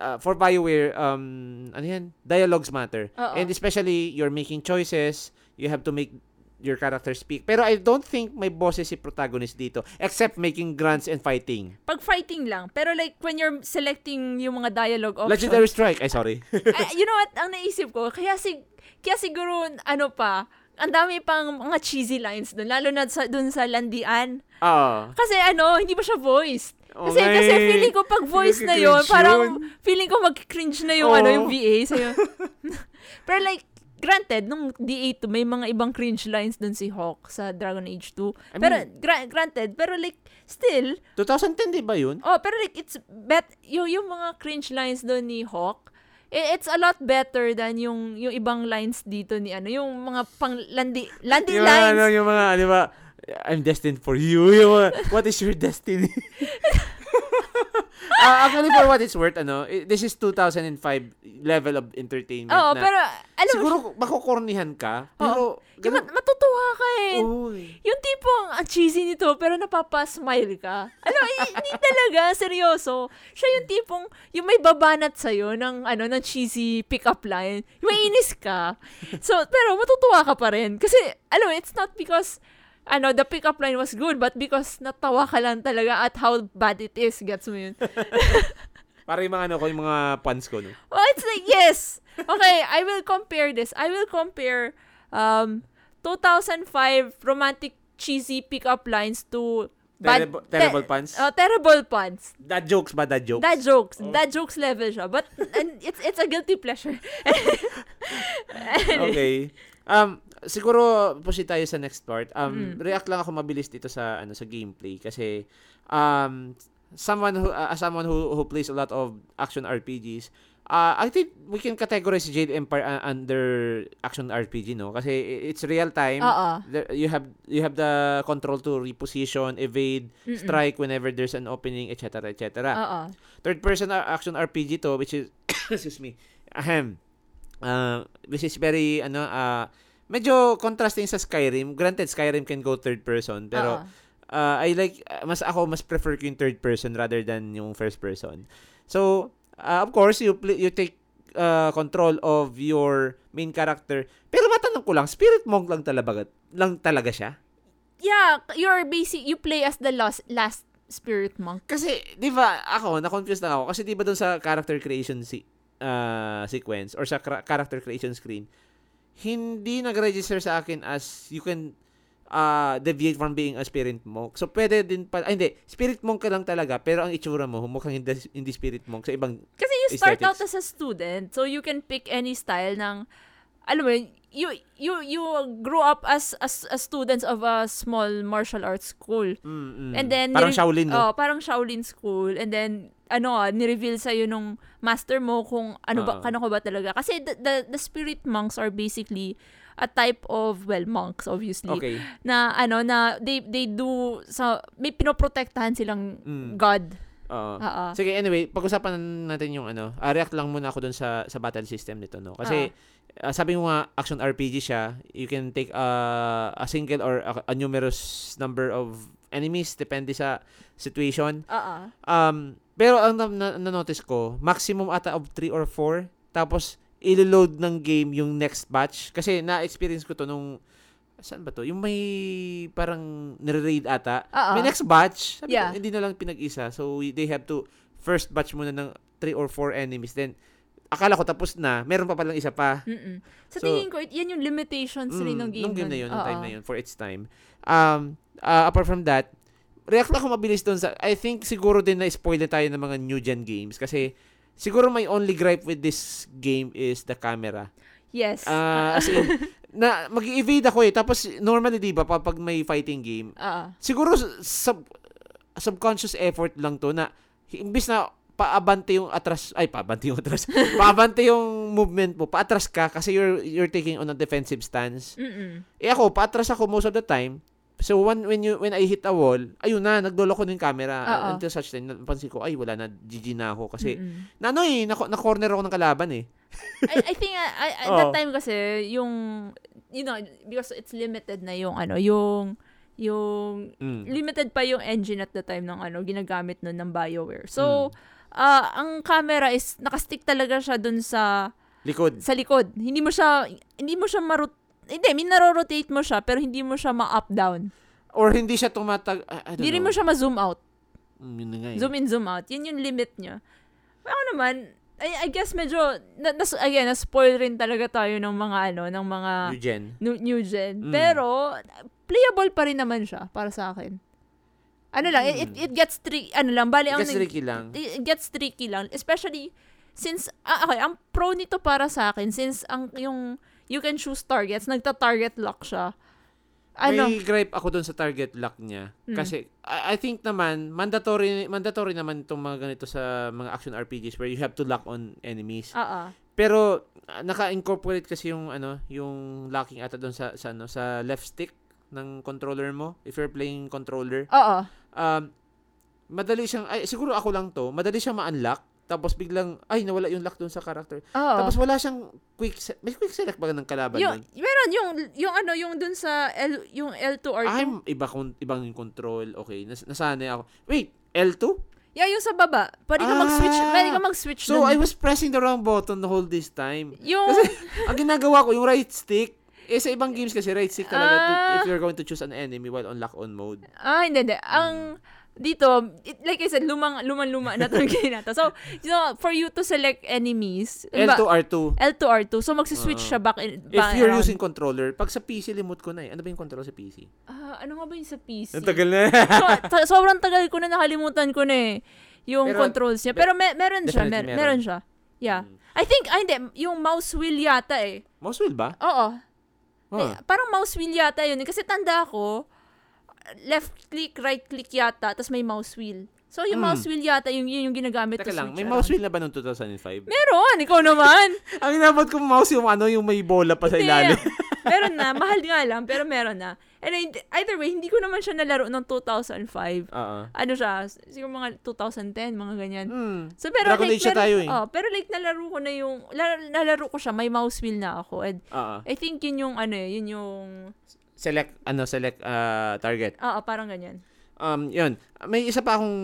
[SPEAKER 1] uh, for BioWare, um, ano yan, dialogues matter.
[SPEAKER 2] Oo.
[SPEAKER 1] And especially, you're making choices, you have to make your character speak. Pero I don't think may boses si protagonist dito, except making grunts and fighting.
[SPEAKER 2] Pag fighting lang. Pero like, when you're selecting yung mga dialogue options.
[SPEAKER 1] Legendary Strike, ay sorry.
[SPEAKER 2] Ah, you know what? Ang naisip ko, kaya, sig kaya siguro, ano pa, ang dami pang mga cheesy lines doon. Lalo na sa, doon sa landian.
[SPEAKER 1] Ah.
[SPEAKER 2] Kasi ano, hindi pa siya voiced.
[SPEAKER 1] Oh,
[SPEAKER 2] Kasi, kasi
[SPEAKER 1] ngay.
[SPEAKER 2] feeling ko pag voice na
[SPEAKER 1] Nagki-cringe
[SPEAKER 2] yon
[SPEAKER 1] yun.
[SPEAKER 2] parang feeling ko mag-cringe na yung, ano,
[SPEAKER 1] Oo.
[SPEAKER 2] yung VA sa'yo. Pero like, granted, nung DA2, may mga ibang cringe lines doon si Hawk sa Dragon Age 2.
[SPEAKER 1] I
[SPEAKER 2] pero,
[SPEAKER 1] mean-
[SPEAKER 2] gra- granted, pero like, still,
[SPEAKER 1] 2010 di ba yun?
[SPEAKER 2] Oh, pero like, it's bet yung, yung mga cringe lines doon ni Hawk, i- it's a lot better than yung yung ibang lines dito ni ano, yung mga pang landi, landi
[SPEAKER 1] yung mga, ano,
[SPEAKER 2] lines.
[SPEAKER 1] yung mga, di ba, I'm destined for you. Yung mga, what is your destiny? Ah, actually, for what it's worth, ano, i- this is 2005 level of entertainment
[SPEAKER 2] Oo,
[SPEAKER 1] na.
[SPEAKER 2] pero alam mo,
[SPEAKER 1] siguro, makukornihan ka. Pero,
[SPEAKER 2] yung
[SPEAKER 1] ganun,
[SPEAKER 2] mat- matutuwa ka eh.
[SPEAKER 1] Uy.
[SPEAKER 2] Yung tipong ang cheesy nito pero napapa-smile ka. Alam mo, i- hindi talaga seryoso. Siya yung tipong yung may babanat sa ng ano ng cheesy pickup line. Yung Mainis ka. So pero matutuwa ka pa rin kasi alam mo, it's not because ano, the pickup line was good, but because natawa ka lang talaga at how bad it is. Gets mo yun?
[SPEAKER 1] Para yung mga, ano, ko, yung mga fans ko, no?
[SPEAKER 2] Oh, it's like, yes! Okay, I will compare this. I will compare um, 2005 romantic cheesy pickup lines to
[SPEAKER 1] Terrible- terrible puns?
[SPEAKER 2] Oh, terrible puns.
[SPEAKER 1] Dad jokes ba, dad jokes?
[SPEAKER 2] Dad jokes. Dad jokes level siya. But and it's it's a guilty pleasure.
[SPEAKER 1] okay. Um, siguro proceed tayo sa next part. Um,
[SPEAKER 2] Mm.
[SPEAKER 1] react lang ako mabilis dito sa ano sa gameplay kasi um someone who uh, as someone who who plays a lot of action RPGs, uh, I think we can categorize Jade Empire uh, under action RPG no kasi i- it's real time.
[SPEAKER 2] Oo.
[SPEAKER 1] There- you have you have the control to reposition, evade,
[SPEAKER 2] Mm-mm. Uh-uh.
[SPEAKER 1] strike whenever there's an opening, etc. etc
[SPEAKER 2] Oo.
[SPEAKER 1] third person a- action RPG to which is excuse me ahem uh, which is very ano uh, medyo contrasting sa Skyrim granted Skyrim can go third person pero
[SPEAKER 2] Oo.
[SPEAKER 1] uh, I like uh, mas ako mas prefer ko yung third person rather than yung first person so uh, of course you play, you take uh, control of your main character pero matanong ko lang spirit monk lang talaga lang talaga siya
[SPEAKER 2] Yeah, you're basic you play as the last last spirit monk.
[SPEAKER 1] Kasi, di ba, ako, na-confuse lang ako. Kasi di ba dun sa character creation si ah, sequence or sa kra- character creation screen, hindi nag-register sa akin as you can ah, deviate from being a spirit monk. So, pwede din pa, ay, hindi, spirit monk ka lang talaga, pero ang itsura mo, humukhang hindi, hindi spirit monk sa ibang,
[SPEAKER 2] Kasi you start out
[SPEAKER 1] Aesthetics.
[SPEAKER 2] as a student, so you can pick any style ng, alam mo yun, you you you grow up as as, as students of a small martial arts school.
[SPEAKER 1] Mm, mm.
[SPEAKER 2] And then,
[SPEAKER 1] parang
[SPEAKER 2] nire-
[SPEAKER 1] Shaolin, no?
[SPEAKER 2] Oh, parang Shaolin school and then ano, ah, ni-reveal sa nung master mo kung ano
[SPEAKER 1] Oo.
[SPEAKER 2] ba kano ka ba talaga. Kasi the, the the spirit monks are basically a type of well monks obviously
[SPEAKER 1] okay.
[SPEAKER 2] na ano na they they do sa may pinoprotektahan silang
[SPEAKER 1] Mm. Ah.
[SPEAKER 2] god. Ah,
[SPEAKER 1] Oo.
[SPEAKER 2] Oo.
[SPEAKER 1] Sige, anyway, pag-usapan natin yung ano. Ah, react lang muna ako dun sa sa battle system nito, no. Kasi ah, sabi mo nga action RPG siya. You can take ah, a single or a, a numerous number of enemies depende sa situation.
[SPEAKER 2] Oo.
[SPEAKER 1] Um, pero ang na- na- na-notice ko, maximum ata of 3 or 4. Tapos ilo-load ng game yung next batch kasi na-experience ko to nung saan ba to? Yung may parang nire-raid ata.
[SPEAKER 2] Oo.
[SPEAKER 1] May next batch. Sabi
[SPEAKER 2] Ah, Yeah.
[SPEAKER 1] ko, hindi na lang pinag-isa. So, we- they have to first batch muna ng three or four enemies. Then, akala ko tapos na. Meron pa palang isa pa.
[SPEAKER 2] Mm-mm. Sa
[SPEAKER 1] So-
[SPEAKER 2] tingin ko, yan yung limitations rin ng
[SPEAKER 1] Mm,
[SPEAKER 2] game.
[SPEAKER 1] nung game na yun, nung time
[SPEAKER 2] Oo.
[SPEAKER 1] na yun, for its time. Um, uh, apart from that, react lang ako mabilis doon sa, I think siguro din na-spoil na tayo ng mga new gen games. Kasi, siguro my only gripe with this game is the camera.
[SPEAKER 2] Yes.
[SPEAKER 1] Ah, as in, na, mag-evade ako eh. Tapos, normally, di ba, pag may fighting game,
[SPEAKER 2] Oo.
[SPEAKER 1] siguro sub subconscious effort lang to na imbis na paabante yung atras ay paabante yung atras paabante yung movement mo paatras ka kasi you're you're taking on a defensive stance
[SPEAKER 2] Mm-mm.
[SPEAKER 1] eh ako paatras ako most of the time so when when you when I hit a wall ayun na nagloloko ko ng camera
[SPEAKER 2] Oo.
[SPEAKER 1] until such time napansin ko ay wala na GG na ako kasi
[SPEAKER 2] Mm-mm.
[SPEAKER 1] na ano eh na, na corner ako ng kalaban eh
[SPEAKER 2] I, I think uh, I, at that
[SPEAKER 1] Oo.
[SPEAKER 2] time kasi yung you know because it's limited na yung ano yung yung
[SPEAKER 1] mm.
[SPEAKER 2] limited pa yung engine at the time ng ano ginagamit nun ng BioWare.
[SPEAKER 1] Mm.
[SPEAKER 2] So ah, ang camera is nakastick talaga siya dun sa
[SPEAKER 1] likod
[SPEAKER 2] sa likod. Hindi mo siya hindi mo siya marot hindi, I mean, rotate mo siya, pero hindi mo siya ma-up-down.
[SPEAKER 1] or hindi siya tumatag I, I don't
[SPEAKER 2] Hindi rin
[SPEAKER 1] know.
[SPEAKER 2] mo siya ma-zoom out.
[SPEAKER 1] Mm, yun na nga eh.
[SPEAKER 2] Zoom in, zoom out. Yun yung limit niya. Ako naman, I, I guess medyo, na, nas, again, na-spoil rin talaga tayo ng mga ano, ng mga
[SPEAKER 1] New gen
[SPEAKER 2] new, new gen.
[SPEAKER 1] Mm.
[SPEAKER 2] Pero, playable pa rin naman siya para sa akin. Ano lang, it, it,
[SPEAKER 1] Mm.
[SPEAKER 2] it gets tricky, ano lang, bali ang
[SPEAKER 1] kasi
[SPEAKER 2] nag-
[SPEAKER 1] tricky lang
[SPEAKER 2] it gets tricky lang. Especially, since, ah, okay, ang pro nito para sa akin, since ang yung, you can choose targets, nagta-target lock siya. Ano?
[SPEAKER 1] May gripe ako doon sa target lock niya.
[SPEAKER 2] Mm.
[SPEAKER 1] Kasi I, I think naman mandatory mandatory naman itong mga ganito sa mga action RPGs where you have to lock on enemies.
[SPEAKER 2] Oo.
[SPEAKER 1] Pero ah, naka-incorporate kasi yung ano, yung locking ata doon sa sa ano, sa left stick ng controller mo if you're playing controller.
[SPEAKER 2] Oo.
[SPEAKER 1] Um madali siyang ay siguro ako lang to, madali siyang ma-unlock tapos biglang ay nawala yung lock doon sa character.
[SPEAKER 2] Oo.
[SPEAKER 1] Tapos wala siyang quick se- may quick select ba ng kalaban
[SPEAKER 2] yung,
[SPEAKER 1] nun?
[SPEAKER 2] meron yung yung ano yung dun sa L yung L2 or
[SPEAKER 1] Ah, I'm iba kon ibang yung control. Okay, nas nasanay ako. Wait, L2?
[SPEAKER 2] yeah yung sa baba pwede ka mag-switch
[SPEAKER 1] Ah!
[SPEAKER 2] pwede ka mag-switch
[SPEAKER 1] So
[SPEAKER 2] dun.
[SPEAKER 1] I was pressing the wrong button the whole this time.
[SPEAKER 2] yung
[SPEAKER 1] Kasi ang ginagawa ko yung right stick eh, sa ibang games kasi right stick talaga to-
[SPEAKER 2] Ah.
[SPEAKER 1] if you're going to choose an enemy while on lock on mode.
[SPEAKER 2] ah hindi hindi ang dito it, like I said lumang lumang luma na tong game na to. so you know for you to select enemies
[SPEAKER 1] L2
[SPEAKER 2] ba-
[SPEAKER 1] R2.
[SPEAKER 2] L2 R2 so magsi-switch
[SPEAKER 1] Oo.
[SPEAKER 2] siya back in
[SPEAKER 1] Ah. If
[SPEAKER 2] back
[SPEAKER 1] you're
[SPEAKER 2] around.
[SPEAKER 1] using controller, pag sa PC remote ko na eh. Ano ba yung control sa PC?
[SPEAKER 2] Ah, ano nga ba yung sa PC
[SPEAKER 1] Ang tagal na.
[SPEAKER 2] so, ta- sobrang tagal ko na nakalimutan ko na eh yung
[SPEAKER 1] Pero-
[SPEAKER 2] controls niya pero me- meron siya mer-
[SPEAKER 1] Definitely
[SPEAKER 2] meron.
[SPEAKER 1] meron.
[SPEAKER 2] siya yeah
[SPEAKER 1] Mm.
[SPEAKER 2] I think ay hindi yung mouse wheel yata eh
[SPEAKER 1] Mouse wheel ba?
[SPEAKER 2] oo Eh,
[SPEAKER 1] Huh.
[SPEAKER 2] parang mouse wheel yata yun. eh. Kasi tanda ko, left click, right click yata, tapos may mouse wheel. So, yung
[SPEAKER 1] Mm.
[SPEAKER 2] mouse wheel yata, yung, yun yung ginagamit
[SPEAKER 1] Teka lang, may
[SPEAKER 2] switch
[SPEAKER 1] mouse
[SPEAKER 2] around.
[SPEAKER 1] wheel na ba noong 2005?
[SPEAKER 2] Meron! Ikaw naman!
[SPEAKER 1] Ang inabot ko mouse yung ano, yung may bola pa sa ilalim.
[SPEAKER 2] Hindi. meron na. Mahal nga lang, pero meron na. And I- either way, hindi ko naman siya nalaro noong 2005.
[SPEAKER 1] Oo.
[SPEAKER 2] Ano siya? Siguro mga 2010, mga ganyan.
[SPEAKER 1] Uh-uh. Hmm.
[SPEAKER 2] So, pero
[SPEAKER 1] Dragon
[SPEAKER 2] like,
[SPEAKER 1] Age siya
[SPEAKER 2] meron-
[SPEAKER 1] tayo eh.
[SPEAKER 2] oh, pero like, nalaro ko na yung, la- nalaro ko siya, may mouse wheel na ako. And
[SPEAKER 1] Oo.
[SPEAKER 2] I think yun yung, ano eh, yun yung,
[SPEAKER 1] uh-uh. Select, ano, select ah, target.
[SPEAKER 2] oo, parang ganyan.
[SPEAKER 1] Um, yun. May isa pa akong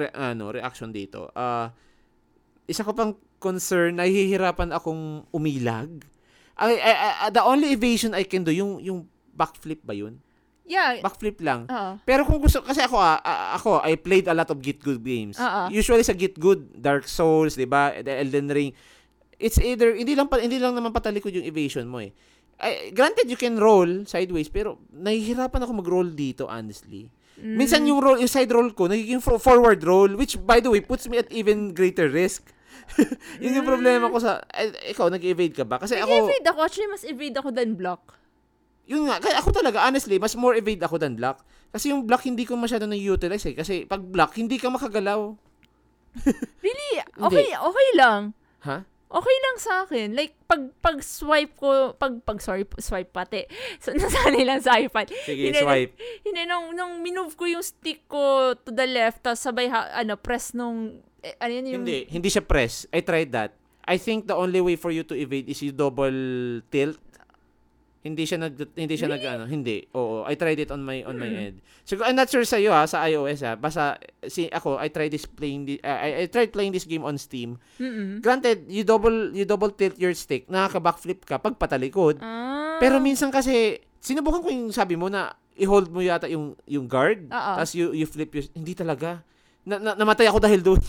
[SPEAKER 1] re- ano, reaction dito. Ah, isa ko pang concern, nahihirapan akong umilag. Ay, ay, ay, the only evasion I can do, yung, yung backflip ba yun?
[SPEAKER 2] Yeah.
[SPEAKER 1] Backflip lang.
[SPEAKER 2] Oo.
[SPEAKER 1] Pero kung gusto, kasi ako, ah, ah, ako, I played a lot of Git Good games.
[SPEAKER 2] Oo.
[SPEAKER 1] Usually sa Git Good, Dark Souls, di ba? The Elden Ring. it's either hindi lang pa, hindi lang naman patalikod yung evasion mo eh. Ay, granted you can roll sideways pero nahihirapan ako mag-roll dito honestly.
[SPEAKER 2] Mm.
[SPEAKER 1] Minsan yung roll, yung side roll ko nagiging fro- forward roll which by the way puts me at even greater risk. Yun yung problema ko sa eh, ikaw nag-evade ka ba? Kasi ako
[SPEAKER 2] Hmm. Nag-evade ako. Actually, mas evade ako than block.
[SPEAKER 1] yun nga, kaya ako talaga, honestly, mas more evade ako than black. Kasi yung black hindi ko masyado na-utilize eh. Kasi pag black, hindi ka makagalaw.
[SPEAKER 2] Really?
[SPEAKER 1] Hindi.
[SPEAKER 2] Okay, okay lang.
[SPEAKER 1] Ha?
[SPEAKER 2] Okay lang sa akin. Like, pag, pag swipe ko, pag, pag sorry, swipe pati. So, nasanay lang sa iPad.
[SPEAKER 1] Sige,
[SPEAKER 2] Hindi,
[SPEAKER 1] swipe.
[SPEAKER 2] Hindi, nung, nung minove ko yung stick ko to the left, tapos sabay, ha, ano, press nung, eh, ano yun yung,
[SPEAKER 1] Hindi, hindi siya press. I tried that. I think the only way for you to evade is you double tilt. Hindi siya nag hindi siya nag ano, hindi. Oo, I tried it on my on my
[SPEAKER 2] Hmm.
[SPEAKER 1] end. Siguro I'm not sure sa iyo ha, sa iOS ha. Basta si ako, I tried this playing thi- uh, I, I tried playing this game on Steam.
[SPEAKER 2] Mm-mm.
[SPEAKER 1] Granted, you double you double tilt your stick, nakaka-backflip ka pag patalikod.
[SPEAKER 2] Ah.
[SPEAKER 1] Pero minsan kasi, sinubukan ko yung sabi mo na i-hold mo yata yung yung guard,
[SPEAKER 2] Oo.
[SPEAKER 1] tapos you, you flip your... Hindi talaga. Na, na- namatay ako dahil doon.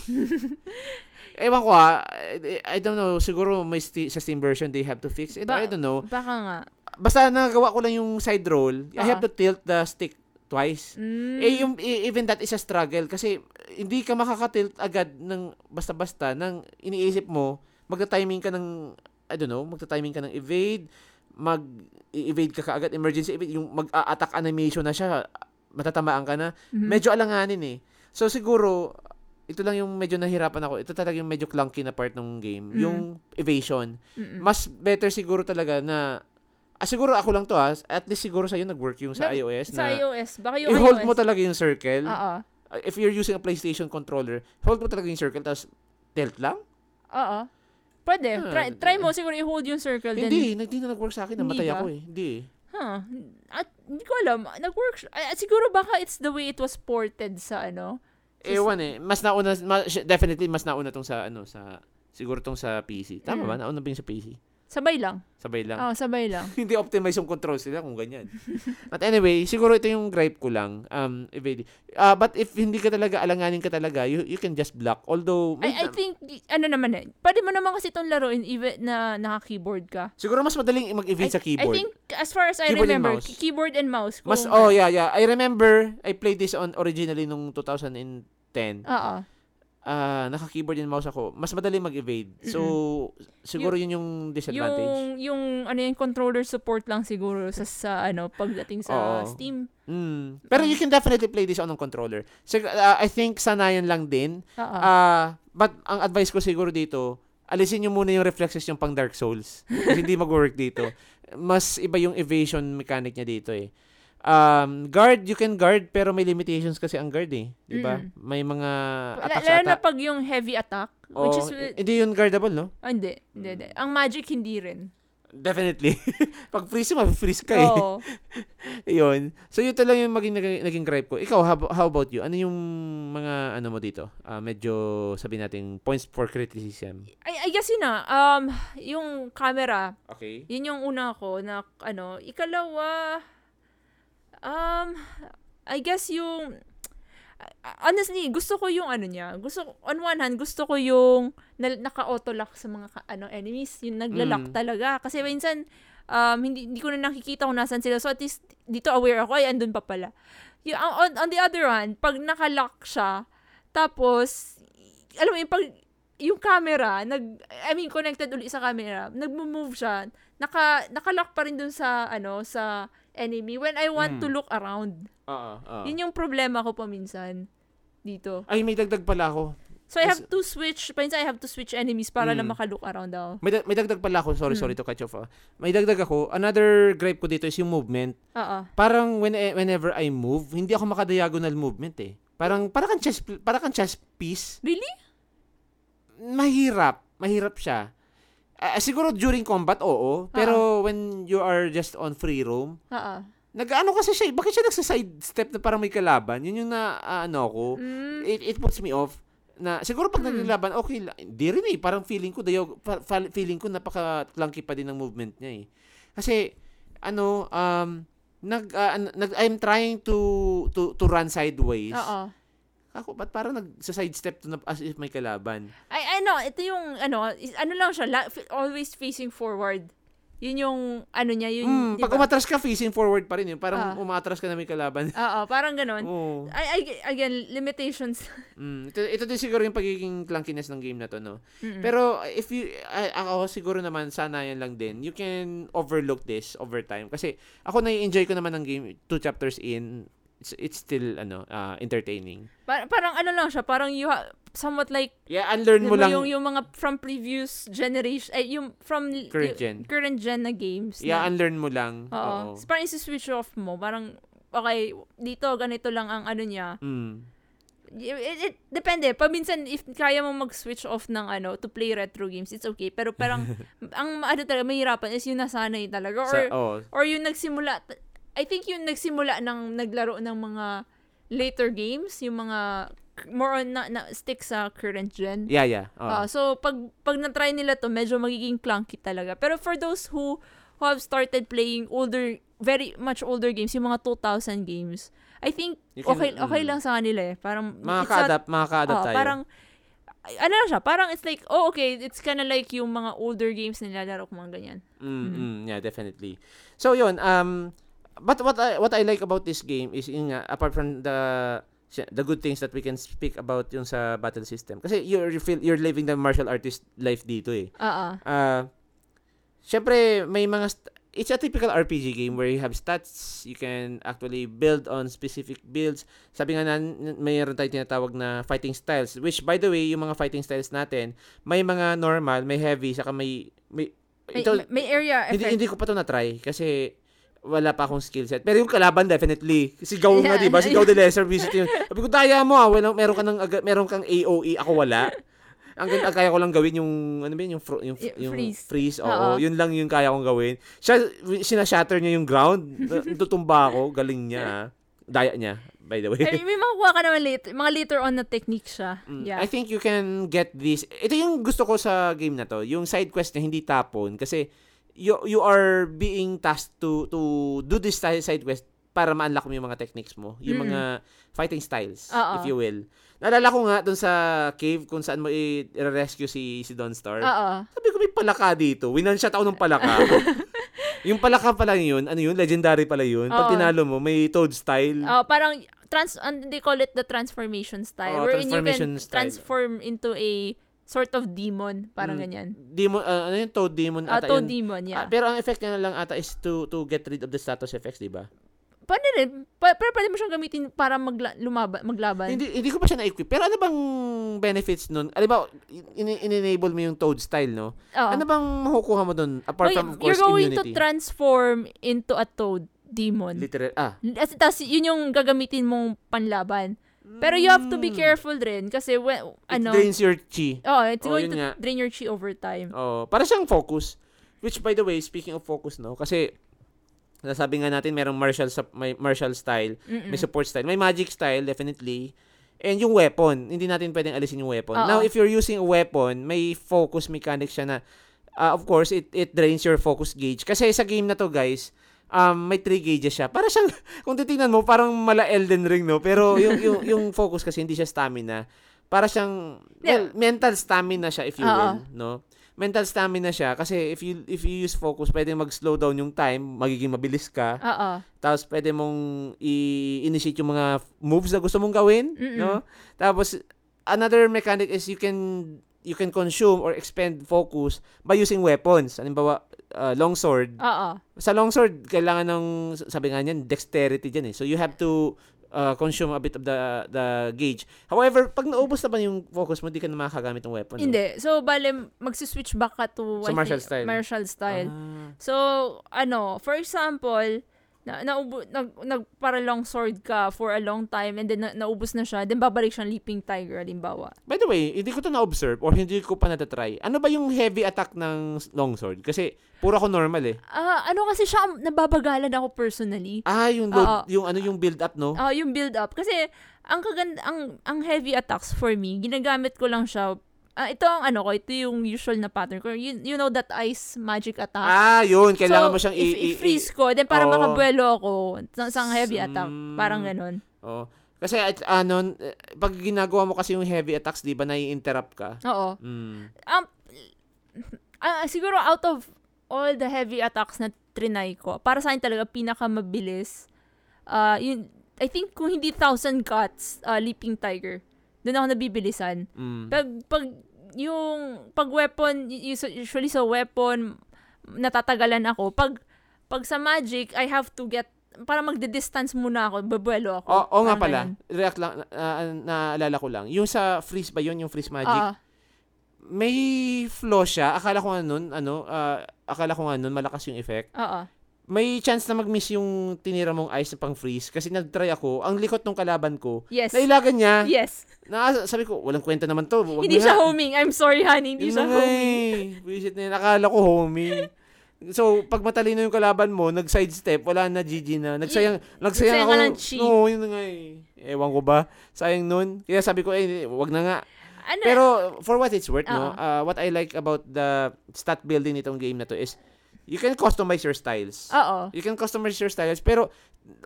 [SPEAKER 1] Ewan ko ha, I, I don't know, siguro may sti- sa Steam version they have to fix it.
[SPEAKER 2] Ba-
[SPEAKER 1] I don't know.
[SPEAKER 2] Baka nga.
[SPEAKER 1] Basta nagawa ko lang yung side roll. I have to
[SPEAKER 2] Oo.
[SPEAKER 1] tilt the stick twice.
[SPEAKER 2] Mm.
[SPEAKER 1] Eh, yung, e- even that is a struggle kasi hindi ka makakatilt agad ng basta-basta ng iniisip mo, magta-timing ka ng, I don't know, magta-timing ka ng evade, mag evade ka kaagad, emergency evade, yung mag-attack animation na siya, matatamaan ka na.
[SPEAKER 2] Mhm.
[SPEAKER 1] Medyo alanganin eh. So siguro, ito lang yung medyo nahirapan ako. Ito talaga yung medyo clunky na part ng game.
[SPEAKER 2] Mm.
[SPEAKER 1] Yung evasion.
[SPEAKER 2] Mm-mm.
[SPEAKER 1] Mas better siguro talaga na, ah, siguro ako lang to ah, at least siguro sa'yo nag-work yung sa
[SPEAKER 2] Nag-
[SPEAKER 1] iOS
[SPEAKER 2] sa
[SPEAKER 1] na,
[SPEAKER 2] iOS. Baka yung
[SPEAKER 1] i-hold
[SPEAKER 2] iOS.
[SPEAKER 1] mo talaga yung circle.
[SPEAKER 2] Oo.
[SPEAKER 1] Uh, if you're using a PlayStation controller, hold mo talaga yung circle, tapos tilt lang?
[SPEAKER 2] Oo. Pwede.
[SPEAKER 1] Ah,
[SPEAKER 2] Try, try mo siguro i-hold yung circle. then-
[SPEAKER 1] hindi, hindi na nag-work sa akin.
[SPEAKER 2] Hindi
[SPEAKER 1] Namatay
[SPEAKER 2] ba?
[SPEAKER 1] ako eh. Hindi eh.
[SPEAKER 2] Huh. At hindi ko alam. Nag-work siya. Ay, siguro baka it's the way it was ported sa ano. Just-
[SPEAKER 1] Ewan eh. Mas nauna, ma- sh- definitely mas nauna tong sa, ano, sa, siguro tong sa PC. Tama
[SPEAKER 2] Mm. Ah.
[SPEAKER 1] ba? Nauna ba yung sa PC?
[SPEAKER 2] Sabay lang.
[SPEAKER 1] Sabay lang.
[SPEAKER 2] Oo, sabay lang.
[SPEAKER 1] hindi optimize yung controls nila kung ganyan. but anyway, siguro ito yung gripe ko lang. Um, evade. Ah, but if hindi ka talaga, alanganin ka talaga, you, you can just block. Although, may-
[SPEAKER 2] I, I think, ano naman eh. Pwede mo naman kasi itong laruin even na naka-keyboard ka.
[SPEAKER 1] siguro mas madaling mag-evade
[SPEAKER 2] I,
[SPEAKER 1] sa keyboard.
[SPEAKER 2] I think, as far as I
[SPEAKER 1] Keyboard and
[SPEAKER 2] remember,
[SPEAKER 1] mouse.
[SPEAKER 2] k- keyboard and mouse. Kung,
[SPEAKER 1] Mas, oh, yeah, yeah. I remember, I played this on originally nung 2010.
[SPEAKER 2] Oo.
[SPEAKER 1] Ah, naka-keyboard and mouse ako. Mas madali mag-evade. So, siguro yun yung disadvantage.
[SPEAKER 2] Yung, yung, ano yung controller support lang siguro sa, sa ano, pagdating sa
[SPEAKER 1] Oo.
[SPEAKER 2] Steam.
[SPEAKER 1] Mm. Pero you can definitely play this on a controller. Sig- ah, I think sanayan lang din.
[SPEAKER 2] Oo.
[SPEAKER 1] Ah, but ang advice ko siguro dito, alisin niyo muna yung reflexes yung pang Dark Souls. Kasi hindi mag-work dito. Mas iba yung evasion mechanic niya dito eh. Um, guard, you can guard, pero may limitations kasi ang guard eh. Di ba?
[SPEAKER 2] Mm-mm.
[SPEAKER 1] May mga
[SPEAKER 2] Wala-
[SPEAKER 1] attacks Oh, eh,
[SPEAKER 2] Lalo na
[SPEAKER 1] ata.
[SPEAKER 2] pag yung heavy attack,
[SPEAKER 1] Oo,
[SPEAKER 2] which is,
[SPEAKER 1] hindi yun guardable, no?
[SPEAKER 2] ah, hindi, hindi, hindi. Ang magic, hindi rin.
[SPEAKER 1] Definitely. Pag freeze, ma-freeze ka eh.
[SPEAKER 2] Oo.
[SPEAKER 1] Yun. So, yun talaga yung maging, naging, naging gripe ko. Ikaw, how, how about you? Ano yung mga ano mo dito? Ah, medyo, sabi natin, points for criticism.
[SPEAKER 2] I, I guess yun na, um, yung camera,
[SPEAKER 1] Okay.
[SPEAKER 2] yun yung una ko na, ano, ikalawa, um, I guess yung, honestly, gusto ko yung ano niya, gusto, ko- on one hand, gusto ko yung na, naka-auto lock sa mga, ka- ano, enemies, yung nagla-lock
[SPEAKER 1] Mm.
[SPEAKER 2] talaga. Kasi minsan, um, hindi, hindi ko na nakikita kung nasan sila. So, at least, dito aware ako, ay, andun pa pala. Yung, on, on the other hand, pag naka-lock siya, tapos, alam mo, yung pag, yung camera, nag, I mean, connected ulit sa camera, nag-move siya, naka, naka-lock pa rin dun sa, ano, sa enemy when I want
[SPEAKER 1] Mm.
[SPEAKER 2] to look around.
[SPEAKER 1] Oo. oo.
[SPEAKER 2] Yun yung problema ko paminsan dito.
[SPEAKER 1] Ay, may dagdag pala ako.
[SPEAKER 2] So
[SPEAKER 1] Is-
[SPEAKER 2] I have to switch, paminsan I have to switch enemies para na
[SPEAKER 1] Mm.
[SPEAKER 2] makalook around ako.
[SPEAKER 1] May, da- may dagdag pala ako. Sorry, sorry to catch off. ah. May dagdag ako. Another gripe ko dito is yung movement.
[SPEAKER 2] Oo.
[SPEAKER 1] Parang when, eh, whenever I move, hindi ako makadiagonal movement eh. Parang, para kang chess, para kang chess piece.
[SPEAKER 2] Really?
[SPEAKER 1] mahirap. Mahirap siya. Ah, siguro during combat, oo. Pero when you are just on free roam,
[SPEAKER 2] Oo.
[SPEAKER 1] nag-ano kasi siya, eh, bakit siya nagsa-sidestep na parang may kalaban? Yun yung na, ah, ano ko.
[SPEAKER 2] Mm.
[SPEAKER 1] It, it puts me off. Na, siguro
[SPEAKER 2] Hmm.
[SPEAKER 1] pag naglalaban, okay lang. Hindi rin eh. Parang feeling ko, dayo, pa- fa- feeling ko napaka-clunky pa din ng movement niya eh. Kasi, ano, um, nag, ah, an- nag, I'm trying to, to, to run sideways.
[SPEAKER 2] Oo.
[SPEAKER 1] Ako, ba't parang nag-sidestep to na as if may kalaban?
[SPEAKER 2] Ay, ano, ito yung, ano, is- ano lang siya, la- f- always facing forward. Yun yung, ano niya, yun,
[SPEAKER 1] Mm,
[SPEAKER 2] di
[SPEAKER 1] pag
[SPEAKER 2] ba?
[SPEAKER 1] umatras ka, facing forward pa rin. Yun. Parang
[SPEAKER 2] Ah.
[SPEAKER 1] umatras ka na may kalaban.
[SPEAKER 2] Oo, parang ganun.
[SPEAKER 1] Oo.
[SPEAKER 2] Ay, ay, again, limitations.
[SPEAKER 1] Mm, ito, ito din siguro yung pagiging clunkiness ng game na to, no?
[SPEAKER 2] Mm-mm.
[SPEAKER 1] Pero if you, a- ako siguro naman, sana yan lang din. You can overlook this over time. Kasi ako nai-enjoy ko naman ng game, two chapters in, it's, it's still, ano, ah, entertaining.
[SPEAKER 2] Par- parang ano lang siya, parang you ha- somewhat like
[SPEAKER 1] Yeah, unlearn mo
[SPEAKER 2] diba,
[SPEAKER 1] lang.
[SPEAKER 2] yung yung mga from previous generation ay yung from
[SPEAKER 1] Current
[SPEAKER 2] y-
[SPEAKER 1] gen.
[SPEAKER 2] current gen na games.
[SPEAKER 1] Yeah,
[SPEAKER 2] na,
[SPEAKER 1] unlearn mo lang.
[SPEAKER 2] Oo.
[SPEAKER 1] Oo.
[SPEAKER 2] So, parang isi-switch off mo, parang okay, dito ganito lang ang ano niya.
[SPEAKER 1] Mm.
[SPEAKER 2] Y- It, it depende. Paminsan if kaya mo mag-switch off ng ano to play retro games, it's okay. Pero parang ang ano talaga mahirapan is yung nasanay talaga or
[SPEAKER 1] Sa, oh,
[SPEAKER 2] or yung nagsimula I think yung nagsimula ng naglaro ng mga later games, yung mga more on na, na stick sa current gen.
[SPEAKER 1] yeah, yeah. oo.
[SPEAKER 2] Ah, so pag pag na-try nila to, medyo magiging clunky talaga. Pero for those who who have started playing older very much older games, yung mga 2000 games, I think
[SPEAKER 1] You can-
[SPEAKER 2] okay okay
[SPEAKER 1] mm.
[SPEAKER 2] lang sa kanila eh. Parang it's not-
[SPEAKER 1] Makaka-adapt, makaka-adapt
[SPEAKER 2] Oo,
[SPEAKER 1] tayo.
[SPEAKER 2] Parang, ay- ano lang siya, parang it's like, oh, okay, it's kind of like yung mga older games na nilalaro ko, mga ganyan.
[SPEAKER 1] Mm, mm, yeah, definitely. So yun, um but what I what I like about this game is yun nga apart from the si- the good things that we can speak about yung sa battle system kasi you're you feel you're living the martial artist life dito eh.
[SPEAKER 2] Ah, ah.
[SPEAKER 1] Ah Syempre may mga st- it's a typical RPG game where you have stats, you can actually build on specific builds. Sabi nga na mayroon tayong tinatawag na fighting styles which by the way yung mga fighting styles natin may mga normal, may heavy, saka may may
[SPEAKER 2] May, may area effect.
[SPEAKER 1] hindi, hindi ko pa to na-try kasi wala pa akong skill set. Pero yung kalaban definitely. Sigaw nga, 'di ba? Sigaw de lesser visit yun. Sabi ko, "Daya mo ah. Wala, meron ka ng aga- meron kang AOE, ako wala." Ang gan- ang kaya ko lang gawin yung ano ba yun, yung, fro- yung,
[SPEAKER 2] Y-
[SPEAKER 1] yung
[SPEAKER 2] freeze.
[SPEAKER 1] oo.
[SPEAKER 2] Oo.
[SPEAKER 1] Yun lang yung kaya kong gawin. Siya sinashatter niya yung ground. Tutumba ako, galing niya. ah. Daya niya, by the way.
[SPEAKER 2] Ay, may makukuha ka naman later, mga later on na technique siya.
[SPEAKER 1] Mm,
[SPEAKER 2] Yeah.
[SPEAKER 1] I think you can get this. Ito yung gusto ko sa game na to, yung side quest niya hindi tapon kasi you you are being tasked to to do this side side quest para ma-unlock mo yung mga techniques mo, yung
[SPEAKER 2] Mm.
[SPEAKER 1] mga fighting styles,
[SPEAKER 2] Oo.
[SPEAKER 1] if you will. Naalala ko nga dun sa cave kung saan mo i- i-rescue si si Don Star.
[SPEAKER 2] Oo.
[SPEAKER 1] Sabi ko may palaka dito. Winanshot ako ng palaka. yung palaka pala yun, ano yun, legendary pala yun. Pag
[SPEAKER 2] Oo.
[SPEAKER 1] tinalo mo, may toad style.
[SPEAKER 2] Oh, parang trans and they call it the transformation style
[SPEAKER 1] Oo,
[SPEAKER 2] wherein you
[SPEAKER 1] transformation
[SPEAKER 2] can
[SPEAKER 1] style.
[SPEAKER 2] transform into a sort of demon, parang
[SPEAKER 1] Mm.
[SPEAKER 2] ganyan.
[SPEAKER 1] Demon, ah, ano yun, toad demon
[SPEAKER 2] Ah,
[SPEAKER 1] ata
[SPEAKER 2] to
[SPEAKER 1] yun.
[SPEAKER 2] demon,
[SPEAKER 1] Ah,
[SPEAKER 2] yeah.
[SPEAKER 1] pero ang effect niya na lang ata is to to get rid of the status effects, di ba?
[SPEAKER 2] Pwede rin, pa- pero pwede mo siyang gamitin para magla- lumaba- maglaban.
[SPEAKER 1] Hindi hindi ko pa siya na-equip. Pero ano bang benefits nun? Ano ba in- in-enable mo yung toad style, no?
[SPEAKER 2] Oo.
[SPEAKER 1] Ano bang makukuha mo dun apart
[SPEAKER 2] Well,
[SPEAKER 1] from of course
[SPEAKER 2] Ah. you're going
[SPEAKER 1] immunity?
[SPEAKER 2] to transform into a toad demon.
[SPEAKER 1] Literal ah.
[SPEAKER 2] As in, tas yun yung gagamitin mong panlaban. Pero you have to be
[SPEAKER 1] Mm.
[SPEAKER 2] careful rin kasi when,
[SPEAKER 1] It
[SPEAKER 2] ano,
[SPEAKER 1] drains your chi.
[SPEAKER 2] oh, it's
[SPEAKER 1] Oh, yun
[SPEAKER 2] going to
[SPEAKER 1] nga.
[SPEAKER 2] drain your chi over time.
[SPEAKER 1] Oh, para siyang focus. Which by the way, speaking of focus, no? Kasi nasabi nga natin merong martial sa- may martial style,
[SPEAKER 2] Mm-mm.
[SPEAKER 1] may support style, may magic style definitely. And yung weapon, hindi natin pwedeng alisin yung weapon.
[SPEAKER 2] Oo.
[SPEAKER 1] Now if you're using a weapon, may focus mechanic siya na ah, of course it it drains your focus gauge kasi sa game na to, guys, um may three gauges siya. Para siyang kung titingnan mo parang mala Elden Ring no, pero yung yung yung focus kasi hindi siya stamina. Para siyang well,
[SPEAKER 2] Yeah.
[SPEAKER 1] mental stamina siya if you
[SPEAKER 2] Oo.
[SPEAKER 1] will, no? Mental stamina siya kasi if you if you use focus, pwedeng mag-slow down yung time, magiging mabilis ka.
[SPEAKER 2] Oo.
[SPEAKER 1] Tapos pwede mong i-initiate yung mga f- moves na gusto mong gawin,
[SPEAKER 2] Mm-mm.
[SPEAKER 1] no? Tapos another mechanic is you can you can consume or expend focus by using weapons. Halimbawa, uh, longsword.
[SPEAKER 2] Oo.
[SPEAKER 1] Sa longsword, kailangan ng sabi nga niyan, dexterity diyan eh. So you have to uh, consume a bit of the the gauge. However, pag naubos na ba yung focus mo, di ka na makakagamit ng weapon. no?
[SPEAKER 2] Hindi. So, bale, magsiswitch back ka to
[SPEAKER 1] So,
[SPEAKER 2] I
[SPEAKER 1] martial
[SPEAKER 2] think,
[SPEAKER 1] style.
[SPEAKER 2] martial style.
[SPEAKER 1] Ah.
[SPEAKER 2] So, ano, for example, na, naubo, nag, nag, para long sword ka for a long time and then na, naubos na siya, then babalik siyang leaping tiger, halimbawa.
[SPEAKER 1] By the way, hindi ko to na-observe or hindi ko pa natatry. Ano ba yung heavy attack ng longsword? Kasi puro ako normal eh.
[SPEAKER 2] Ah, ano kasi siya, ang- nababagalan ako personally.
[SPEAKER 1] Ah, yung load,
[SPEAKER 2] Oo.
[SPEAKER 1] yung ano yung build up, no?
[SPEAKER 2] Ah, yung build up kasi ang kaganda ang ang heavy attacks for me, ginagamit ko lang siya. Ah, ito ang ano ko, ito yung usual na pattern ko. You, you know that ice magic attack.
[SPEAKER 1] ah, yun, kailangan
[SPEAKER 2] So,
[SPEAKER 1] mo siyang i-
[SPEAKER 2] if-
[SPEAKER 1] i-
[SPEAKER 2] i-freeze ko, then para
[SPEAKER 1] Oo.
[SPEAKER 2] makabuelo ako sa, sa heavy attack.
[SPEAKER 1] Mm.
[SPEAKER 2] Parang ganun.
[SPEAKER 1] i- oh. Kasi at ano, pag ginagawa mo kasi yung heavy attacks, 'di ba, nai-interrupt ka.
[SPEAKER 2] Oo.
[SPEAKER 1] Mm.
[SPEAKER 2] Um, ah, siguro out of all the heavy attacks na trinay ko, para sa akin talaga pinakamabilis, ah yun, I think kung hindi thousand cuts, ah, Leaping Tiger, doon ako nabibilisan.
[SPEAKER 1] Mm.
[SPEAKER 2] Pag, pag yung pag weapon y- usu- usually sa weapon natatagalan ako. Pag pag sa magic, I have to get para magdi-distance muna ako, babuelo ako.
[SPEAKER 1] Oo nga
[SPEAKER 2] Parang
[SPEAKER 1] pala.
[SPEAKER 2] ganun.
[SPEAKER 1] React lang na- naalala ko lang. Yung sa freeze ba 'yon, yung freeze magic?
[SPEAKER 2] Ah,
[SPEAKER 1] may flow siya. Akala ko nga nun, ano, ah, akala ko nga nun, malakas yung effect.
[SPEAKER 2] oo.
[SPEAKER 1] May chance na mag-miss yung tinira mong ice na pang-freeze kasi nag-try ako. Ang likot ng kalaban ko.
[SPEAKER 2] Yes.
[SPEAKER 1] Nailagan niya.
[SPEAKER 2] Yes.
[SPEAKER 1] Na, sabi ko, walang kwenta naman to. Wag
[SPEAKER 2] Hindi
[SPEAKER 1] na
[SPEAKER 2] siya
[SPEAKER 1] nga.
[SPEAKER 2] homing. I'm sorry, honey.
[SPEAKER 1] Yun
[SPEAKER 2] Hindi siya
[SPEAKER 1] na nga
[SPEAKER 2] homing.
[SPEAKER 1] eh. Buisit na yun. Akala ko homie. So, pag matalino yung kalaban mo, nag-sidestep, wala na, GG na. Nagsayang, nagsayang,
[SPEAKER 2] nagsayang
[SPEAKER 1] ako.
[SPEAKER 2] ka ng chi.
[SPEAKER 1] Oo, yun na nga eh. Ewan ko ba? Sayang nun. Kaya sabi ko, eh, wag na nga.
[SPEAKER 2] Ano?
[SPEAKER 1] Pero for what it's worth, no,
[SPEAKER 2] Oo.
[SPEAKER 1] uh, what I like about the stat building nitong game na to is you can customize your styles.
[SPEAKER 2] oo.
[SPEAKER 1] You can customize your styles pero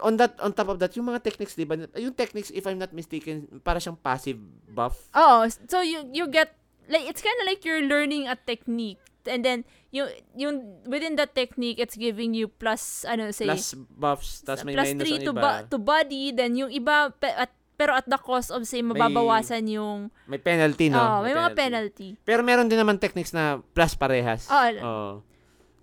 [SPEAKER 1] on that on top of that, yung mga techniques, 'di ba? Yung techniques if I'm not mistaken, para siyang passive buff.
[SPEAKER 2] Oo. So you you get like it's kind of like you're learning a technique and then you yung within that technique it's giving you plus ano say
[SPEAKER 1] Plus buffs, tas may
[SPEAKER 2] plus
[SPEAKER 1] minus
[SPEAKER 2] three
[SPEAKER 1] ang
[SPEAKER 2] to,
[SPEAKER 1] iba.
[SPEAKER 2] bo- to body, then yung iba, pe- at, pero at the cost of, say, mababawasan yung,
[SPEAKER 1] may penalty, no?
[SPEAKER 2] oh, may mga penalty.
[SPEAKER 1] Pero meron din naman techniques na plus parehas.
[SPEAKER 2] Oo.
[SPEAKER 1] Oo.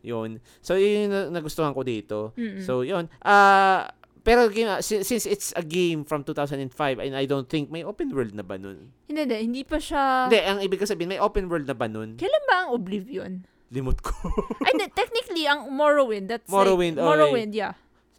[SPEAKER 1] Yun. So, yun yung na- nagustuhan ko dito.
[SPEAKER 2] Mm-mm.
[SPEAKER 1] So, yun. Ah, pero game, ah, si- since it's a game from 2005 and I don't think may open world na ba nun?
[SPEAKER 2] Hindi, hindi, hindi pa siya,
[SPEAKER 1] Hindi, ang ibig ko sabihin, may open world na ba nun?
[SPEAKER 2] Ah. kailan ba ang Oblivion?
[SPEAKER 1] Limot ko.
[SPEAKER 2] Ay, hindi, technically, ang Morrowind, that's like-
[SPEAKER 1] Morrowind, oh, eh. okay.
[SPEAKER 2] Morrowind, yeah.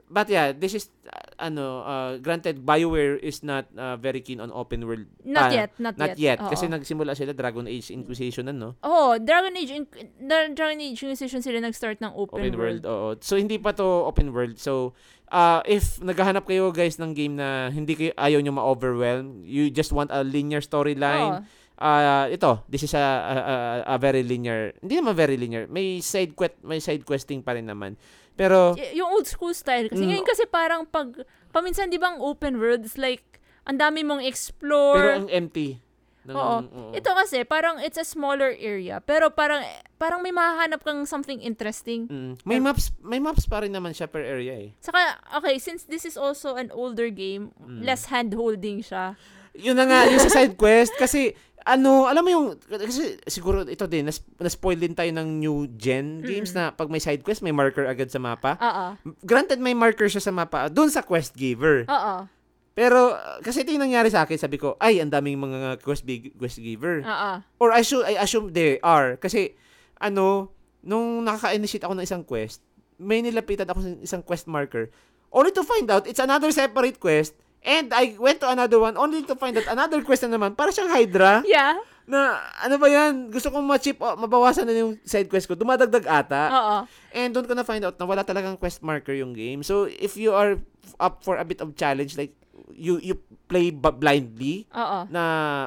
[SPEAKER 1] But yeah, this is, ah, ano, ah, granted, BioWare is not ah, very keen on open world. Ah,
[SPEAKER 2] Not yet, not,
[SPEAKER 1] Not yet. Kasi
[SPEAKER 2] Oo.
[SPEAKER 1] nagsimula sila Dragon Age Inquisition, ano?
[SPEAKER 2] Oh, Dragon Age, in- Dra- Dragon Age Inquisition sila nag-start ng open,
[SPEAKER 1] open
[SPEAKER 2] world.
[SPEAKER 1] world. Oo. So hindi pa to open world. So uh, if naghahanap kayo guys ng game na hindi kayo ayaw nyo ma-overwhelm, you just want a linear
[SPEAKER 2] Oo.
[SPEAKER 1] storyline. ah ito, this is a, a, a- a very linear. Hindi naman very linear. May side quest, may side questing pa rin naman. Pero
[SPEAKER 2] Y- yung old school style kasi
[SPEAKER 1] Mm.
[SPEAKER 2] ngayon kasi parang pag paminsan 'di ba ang open world is like ang dami mong explore
[SPEAKER 1] pero ang empty. Ng- mm.
[SPEAKER 2] Oo.
[SPEAKER 1] oo.
[SPEAKER 2] Ito kasi parang it's a smaller area pero parang parang may mahahanap kang something interesting.
[SPEAKER 1] Mm. May maps, may maps pa rin naman siya per area eh.
[SPEAKER 2] Saka okay, since this is also an older game,
[SPEAKER 1] Mm.
[SPEAKER 2] less hand-holding siya.
[SPEAKER 1] Yun na nga, yung sa side quest. Kasi, ano, alam mo yung, kasi siguro ito din, nas, naspoil din tayo ng new gen games na pag may side quest, may marker agad sa mapa.
[SPEAKER 2] Oo.
[SPEAKER 1] Granted, may marker siya sa mapa doon sa quest giver.
[SPEAKER 2] Oo.
[SPEAKER 1] Pero, uh, kasi ito yung nangyari sa akin, sabi ko, ay, ang daming mga quest, big, quest giver.
[SPEAKER 2] Oo.
[SPEAKER 1] Or I, should, I assume they are. Kasi, ano, nung nakaka-initiate ako ng isang quest, may nilapitan ako sa isang quest marker. Only to find out, it's another separate quest. And I went to another one only to find out another quest na naman. Para siyang Hydra.
[SPEAKER 2] Yeah.
[SPEAKER 1] Na, ano ba yan? Gusto kong ma-chip, o, mabawasan na yung side quest ko. Dumadagdag ata.
[SPEAKER 2] Oo.
[SPEAKER 1] And doon ko na find out na wala talagang quest marker yung game. So, if you are up for a bit of challenge, like, you you play b- blindly,
[SPEAKER 2] Oo.
[SPEAKER 1] na,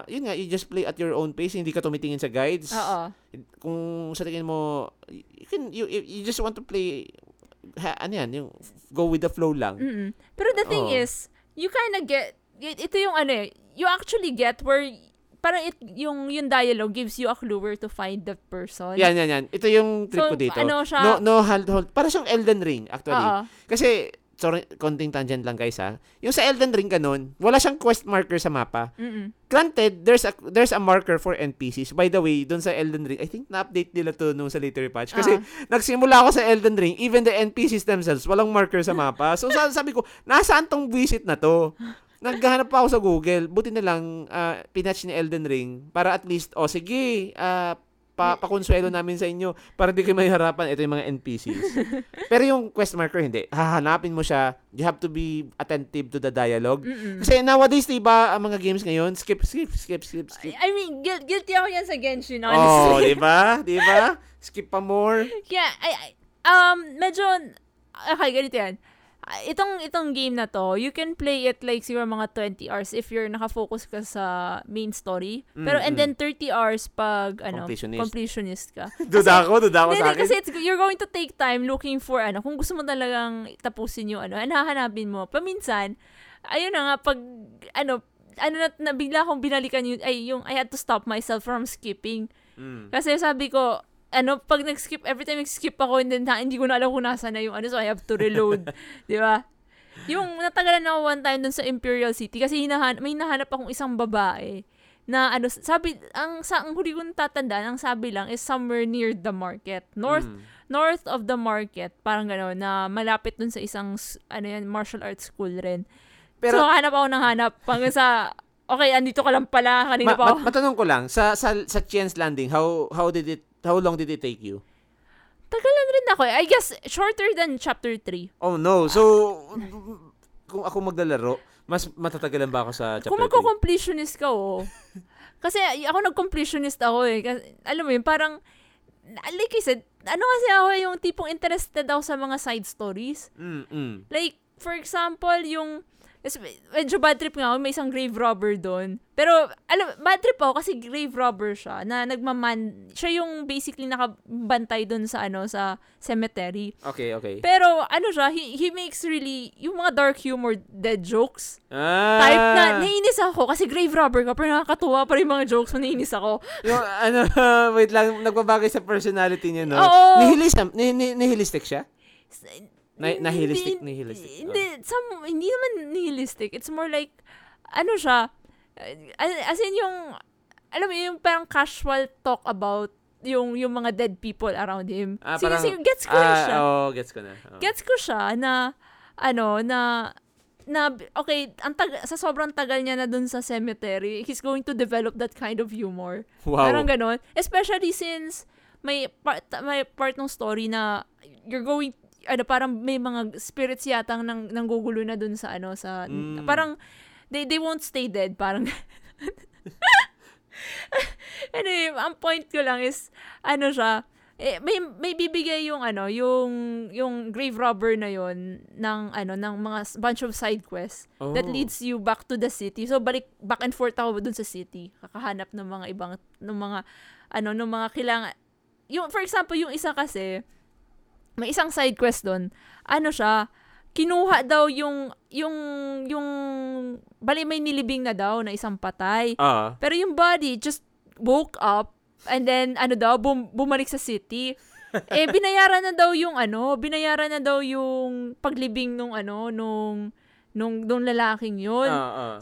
[SPEAKER 1] yun nga, you just play at your own pace, hindi ka tumitingin sa guides.
[SPEAKER 2] Oo.
[SPEAKER 1] Kung sa tingin mo, you, can, you, you you just want to play, ha, ano yan, yung go with the flow lang.
[SPEAKER 2] Mm-mm. Pero the thing
[SPEAKER 1] Oo.
[SPEAKER 2] is, you kinda get y- ito yung ano eh, you actually get where y- parang it, yung yung dialogue gives you a clue where to find the person.
[SPEAKER 1] Yan, yan, yan. Ito yung trip
[SPEAKER 2] So,
[SPEAKER 1] ko dito.
[SPEAKER 2] ano siya-
[SPEAKER 1] No, no, hold, hold. Para siyang Elden Ring, actually.
[SPEAKER 2] Oo.
[SPEAKER 1] Kasi, sorry, konting tangent lang guys ha. Yung sa Elden Ring ganun, wala siyang quest marker sa mapa.
[SPEAKER 2] Mm-mm.
[SPEAKER 1] Granted, there's a there's a marker for NPCs. By the way, doon sa Elden Ring, I think na-update nila to nung sa later patch. Kasi
[SPEAKER 2] Ah.
[SPEAKER 1] nagsimula ako sa Elden Ring, even the NPCs themselves, walang marker sa mapa. So sa- sabi ko, nasaan tong visit na to? Naghahanap pa ako sa Google. Buti na lang, ah, pinatch ni Elden Ring para at least, oh sige, ah, pa pakonsuelo namin sa inyo para di kayo mahiharapan. Ito yung mga NPCs. Pero yung quest marker, hindi. Hahanapin mo siya. You have to be attentive to the dialogue.
[SPEAKER 2] Mm-mm.
[SPEAKER 1] Kasi nowadays, di ba, ang mga games ngayon, skip, skip, skip, skip, skip.
[SPEAKER 2] I mean, guil- guilty ako yan sa Genshin, ah, honestly.
[SPEAKER 1] Oh, di ba? Di ba? Skip pa more.
[SPEAKER 2] Kaya, I, I- um, medyo, okay, ganito yan. ah, itong itong game na to, you can play it like siguro mga 20 hours if you're nakafocus ka sa main story. Pero and then 30 hours pag ano,
[SPEAKER 1] Completionist.
[SPEAKER 2] completionist ka.
[SPEAKER 1] Duda ako, duda ako sa
[SPEAKER 2] Hindi, hindi,
[SPEAKER 1] akin.
[SPEAKER 2] kasi it's, you're going to take time looking for ano, kung gusto mo talagang tapusin yung ano, and hahanapin mo. Paminsan, ayun na nga, pag ano, ano na, na bigla akong binalikan yun, ay yung I had to stop myself from skipping.
[SPEAKER 1] Mm.
[SPEAKER 2] Kasi sabi ko, ano, pag nag-skip, every time nag-skip ako, and then, ha, hindi ko na alam kung nasa na yung ano, so I have to reload. Di ba? Yung natagalan ako one time dun sa Imperial City kasi hinahan may hinahanap akong isang babae na ano, sabi, ang, sa, ang huli kong tatandaan, ang sabi lang is somewhere near the market. North
[SPEAKER 1] Mm.
[SPEAKER 2] north of the market, parang gano'n, na malapit dun sa isang, s- ano yan, martial arts school rin.
[SPEAKER 1] Pero-
[SPEAKER 2] so, hanap ako ng hanap. Hanggang sa, okay, andito ka lang pala,
[SPEAKER 1] Ma-
[SPEAKER 2] kanina pa
[SPEAKER 1] ma-
[SPEAKER 2] ako.
[SPEAKER 1] matanong ko lang sa sa sa chance landing how how did it how long did it take you?
[SPEAKER 2] Tagalan rin ako eh. I guess, shorter than chapter 3.
[SPEAKER 1] Oh no. So
[SPEAKER 2] Ah.
[SPEAKER 1] kung ako maglalaro, mas matatagalan ba ako sa chapter
[SPEAKER 2] Kung
[SPEAKER 1] three?
[SPEAKER 2] magko-completionist ka, oh. kasi y- ako nag-completionist ako eh. Kasi, alam mo yun, parang, like I said, ano kasi ako eh, yung tipong interested ako sa mga side stories.
[SPEAKER 1] Mm, mm.
[SPEAKER 2] Like, for example, yung is- medyo bad trip nga ako, may isang grave robber doon. Pero, alam, bad trip ako kasi grave robber siya, na nagmaman, siya yung basically nakabantay doon sa, ano, sa cemetery.
[SPEAKER 1] Okay, okay.
[SPEAKER 2] Pero, ano siya, he, he makes really, yung mga dark humor dead jokes,
[SPEAKER 1] ah,
[SPEAKER 2] type na, naiinis ako kasi grave robber ka, pero nakakatuwa pa rin yung mga jokes mo, naiinis ako.
[SPEAKER 1] yung ano, wait lang, nagbabagay sa personality niya, no?
[SPEAKER 2] Oo.
[SPEAKER 1] Nihilis, ni, ni, nihilistic siya?
[SPEAKER 2] S-
[SPEAKER 1] Na,
[SPEAKER 2] Hindi-
[SPEAKER 1] nihilistic, nihilistic. Oh.
[SPEAKER 2] Hindi, some, hindi naman nihilistic. It's more like, ano siya, uh, as in yung, alam mo, yung parang casual talk about yung yung mga dead people around him.
[SPEAKER 1] Ah,
[SPEAKER 2] sige,
[SPEAKER 1] parang-
[SPEAKER 2] sige, gets ko na
[SPEAKER 1] Ah,
[SPEAKER 2] siya.
[SPEAKER 1] oh, gets ko na. Oh.
[SPEAKER 2] Gets ko siya na, ano, na, na, okay, ang tag- sa sobrang tagal niya na dun sa cemetery, he's going to develop that kind of humor.
[SPEAKER 1] wow.
[SPEAKER 2] Parang ganun. Especially since may part, may part ng story na you're going ano parang may mga spirits yata nang nanggugulo na dun sa ano sa
[SPEAKER 1] Mm.
[SPEAKER 2] parang they they won't stay dead parang anyway, ang point ko lang is ano siya eh, may may bibigay yung ano yung yung grave robber na yon ng ano ng mga s- bunch of side quests
[SPEAKER 1] Oh.
[SPEAKER 2] that leads you back to the city. So balik back and forth ako dun sa city, kakahanap ng mga ibang ng mga ano ng mga kailangan. Yung for example, yung isa kasi may isang side quest doon. Ano siya? Kinuha daw yung yung yung bali may nilibing na daw na isang patay.
[SPEAKER 1] Ah.
[SPEAKER 2] Pero yung body just woke up and then ano daw bum- bumalik sa city. eh binayaran na daw yung ano, binayaran na daw yung paglibing nung ano nung nung nung lalaking yun.
[SPEAKER 1] Ah, ah.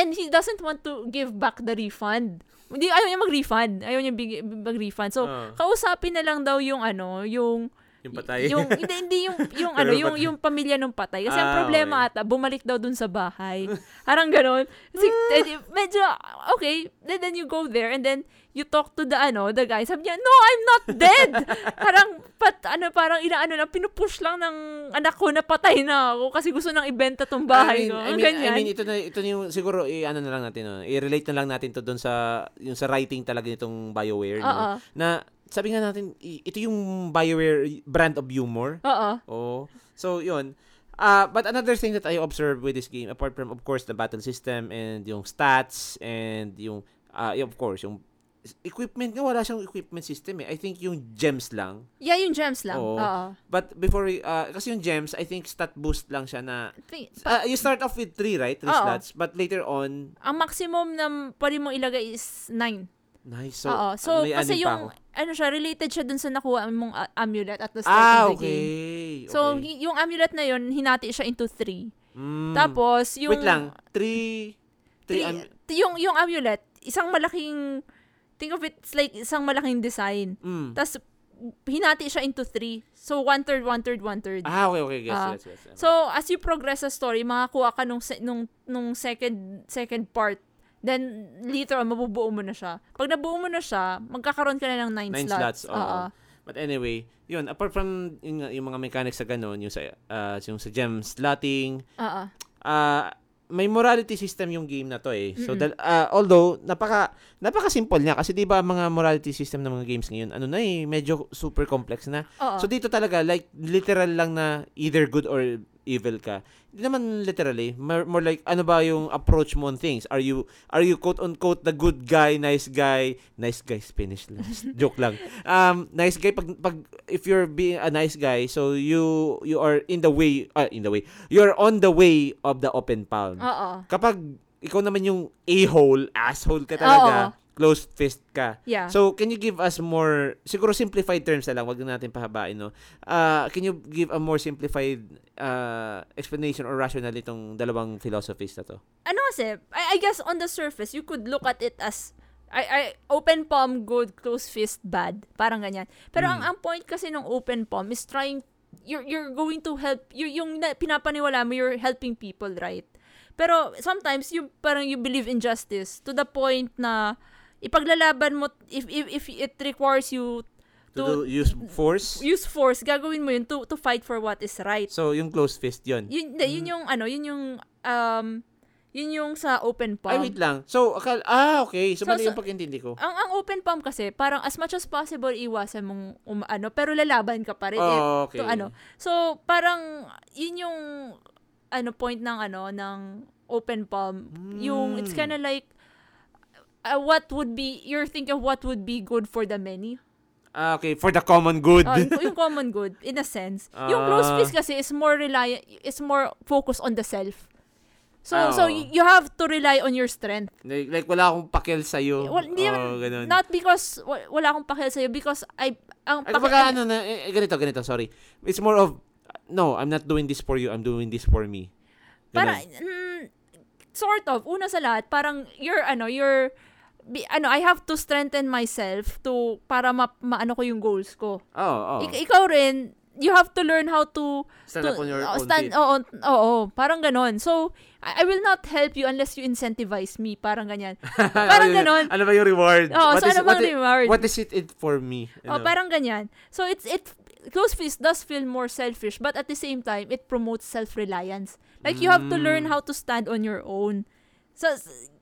[SPEAKER 2] And he doesn't want to give back the refund. Hindi ayaw niya mag-refund. Ayaw niya big- mag-refund. So
[SPEAKER 1] Ah.
[SPEAKER 2] kausapin na lang daw yung ano, yung
[SPEAKER 1] Yung patay.
[SPEAKER 2] yung hindi, hindi yung yung
[SPEAKER 1] Pero
[SPEAKER 2] ano, yung
[SPEAKER 1] patay.
[SPEAKER 2] yung pamilya ng patay. Kasi ang
[SPEAKER 1] Ah,
[SPEAKER 2] problema ata bumalik daw dun sa bahay. Parang ganun. Kasi
[SPEAKER 1] Ah.
[SPEAKER 2] eh, di- medyo okay, then, then you go there and then you talk to the ano, the guy. Sabi niya, "No, I'm not dead." parang pat ano parang inaano lang pinupush lang ng anak ko na patay na ako kasi gusto nang ibenta tong bahay ko.
[SPEAKER 1] I mean, I
[SPEAKER 2] Ang
[SPEAKER 1] mean,
[SPEAKER 2] ganyan.
[SPEAKER 1] I mean, ito na ito na yung siguro i-ano na lang natin no? I-relate na lang natin to doon sa yung sa writing talaga nitong BioWare no?
[SPEAKER 2] Oo.
[SPEAKER 1] Na sabi nga natin i- ito yung BioWare brand of humor.
[SPEAKER 2] Oo.
[SPEAKER 1] Oh. So yun. Uh, but another thing that I observed with this game apart from of course the battle system and yung stats and yung uh, of course yung equipment nga wala siyang equipment system eh. I think yung gems lang.
[SPEAKER 2] Yeah, yung gems lang.
[SPEAKER 1] Oo.
[SPEAKER 2] Oo.
[SPEAKER 1] But before we, uh, kasi yung gems I think stat boost lang siya na
[SPEAKER 2] Thi-
[SPEAKER 1] Uh, you start off with three, right? Three
[SPEAKER 2] Oo.
[SPEAKER 1] slots. But later on,
[SPEAKER 2] Ang maximum na pwede mo ilagay is 9.
[SPEAKER 1] nice. So, ano
[SPEAKER 2] So, Oo. So,
[SPEAKER 1] may
[SPEAKER 2] kasi
[SPEAKER 1] anim pa ako.
[SPEAKER 2] yung, ano siya, related siya dun sa nakuha mong a- amulet at the start
[SPEAKER 1] Ah,
[SPEAKER 2] of the game.
[SPEAKER 1] okay.
[SPEAKER 2] So,
[SPEAKER 1] okay.
[SPEAKER 2] y- yung amulet na yun, hinati siya into three.
[SPEAKER 1] Mm.
[SPEAKER 2] Tapos, yung...
[SPEAKER 1] Wait lang. Three... Three...
[SPEAKER 2] three-
[SPEAKER 1] am-
[SPEAKER 2] t- yung, yung amulet, isang malaking... Think of it it's like isang malaking design.
[SPEAKER 1] mm.
[SPEAKER 2] Tapos, hinati siya into three. So, one-third, one-third, one-third.
[SPEAKER 1] Ah, okay, okay. Yes,
[SPEAKER 2] Ah.
[SPEAKER 1] yes, yes. yes.
[SPEAKER 2] So, as you progress sa story, makakuha ka nung, se- nung, nung second, second part. Then, later on, mabubuo mo na siya. Pag nabuo mo na siya, magkakaroon ka na ng nine,
[SPEAKER 1] Nine slots,
[SPEAKER 2] slots.
[SPEAKER 1] oo. But anyway, yun, apart from yung, yung mga mechanics sa ganun, yung sa, uh, yung sa gem slotting,
[SPEAKER 2] Oo.
[SPEAKER 1] ah, may morality system yung game na to eh. So dal- ah, although napaka napaka simple niya kasi 'di ba ang mga morality system ng mga games ngayon ano na eh medyo super complex na.
[SPEAKER 2] Oo.
[SPEAKER 1] So dito talaga like literal lang na either good or evil ka. Hindi naman literally, more, more like ano ba yung approach mo on things? Are you are you quote unquote the good guy, nice guy? Nice guy Spanish last. Joke lang. Um nice guy pag, pag if you're being a nice guy, so you you are in the way ah, in the way. You're on the way of the open palm.
[SPEAKER 2] Oo.
[SPEAKER 1] Kapag ikaw naman yung a-hole, asshole ka talaga, closed fist ka.
[SPEAKER 2] Yeah.
[SPEAKER 1] So, can you give us more, siguro simplified terms na lang, wag na natin pahabain, no? Uh, can you give a more simplified uh, explanation or rationale itong dalawang philosophies na to?
[SPEAKER 2] ano kasi, I, I guess on the surface, you could look at it as I, I open palm good, close fist bad. Parang ganyan. Pero ang, ang point kasi ng open palm is trying you're you're going to help you yung na, pinapaniwala mo you're helping people, right? Pero sometimes you parang you believe in justice to the point na ipaglalaban mo if if, if it requires you
[SPEAKER 1] To,
[SPEAKER 2] to,
[SPEAKER 1] do- use force?
[SPEAKER 2] use force, gagawin mo yun to to fight for what is right.
[SPEAKER 1] So, yung closed fist, yun.
[SPEAKER 2] Yun, hindi,
[SPEAKER 1] Mm.
[SPEAKER 2] yun yung ano, yun yung um yun yung sa open palm.
[SPEAKER 1] Ay, wait lang. So, akal, ah, okay. So,
[SPEAKER 2] So,
[SPEAKER 1] mali
[SPEAKER 2] so- Ah,
[SPEAKER 1] yung pagkintindi ko.
[SPEAKER 2] Ang ang open palm kasi parang as much as possible iwasan mong um, ano pero lalaban ka pa rin eh,
[SPEAKER 1] Oh, okay.
[SPEAKER 2] to ano. So parang yun yung ano point ng ano ng open palm. Yung it's
[SPEAKER 1] Hmm.
[SPEAKER 2] kind of like uh, what would be you're thinking of what would be good for the many.
[SPEAKER 1] Ah, okay. For the common good.
[SPEAKER 2] Oh, yung, yung common good in a sense. yung
[SPEAKER 1] Ah.
[SPEAKER 2] close fist kasi is more reliant is more focused on the self. So
[SPEAKER 1] Ah, oo.
[SPEAKER 2] so y- you have to rely on your strength.
[SPEAKER 1] like, like, wala akong pakil sa'yo.
[SPEAKER 2] Eh, Well, hindi
[SPEAKER 1] oh,
[SPEAKER 2] naman-
[SPEAKER 1] ganun.
[SPEAKER 2] Not because wa- wala akong pakil sa'yo, because I, ang
[SPEAKER 1] Ay, kumbaga, ano na, eh, eh, ganito, ganito, sorry. It's more of, no, I'm not doing this for you, I'm doing this for me. Ganun.
[SPEAKER 2] para, mm, sort of, una sa lahat, parang, you're, ano, you're, bi- ano, I have to strengthen myself to, para ma, maano ko yung goals ko.
[SPEAKER 1] Oo, oo.
[SPEAKER 2] Ik- ikaw rin, you have to learn how to,
[SPEAKER 1] Stand
[SPEAKER 2] to
[SPEAKER 1] up on your
[SPEAKER 2] oh,
[SPEAKER 1] own
[SPEAKER 2] stand,
[SPEAKER 1] feet.
[SPEAKER 2] oo, oo, parang ganon. So, I, I will not help you unless you incentivize me, parang ganyan. parang ganon.
[SPEAKER 1] Ano ba yung reward?
[SPEAKER 2] Oo, so ano bang
[SPEAKER 1] what i-
[SPEAKER 2] reward?
[SPEAKER 1] What is it, it for me?
[SPEAKER 2] Oh,
[SPEAKER 1] Ano?
[SPEAKER 2] parang ganyan. So it's it close fist does feel more selfish, but at the same time, it promotes self-reliance. Like you have to
[SPEAKER 1] Mm.
[SPEAKER 2] learn how to stand on your own. So s-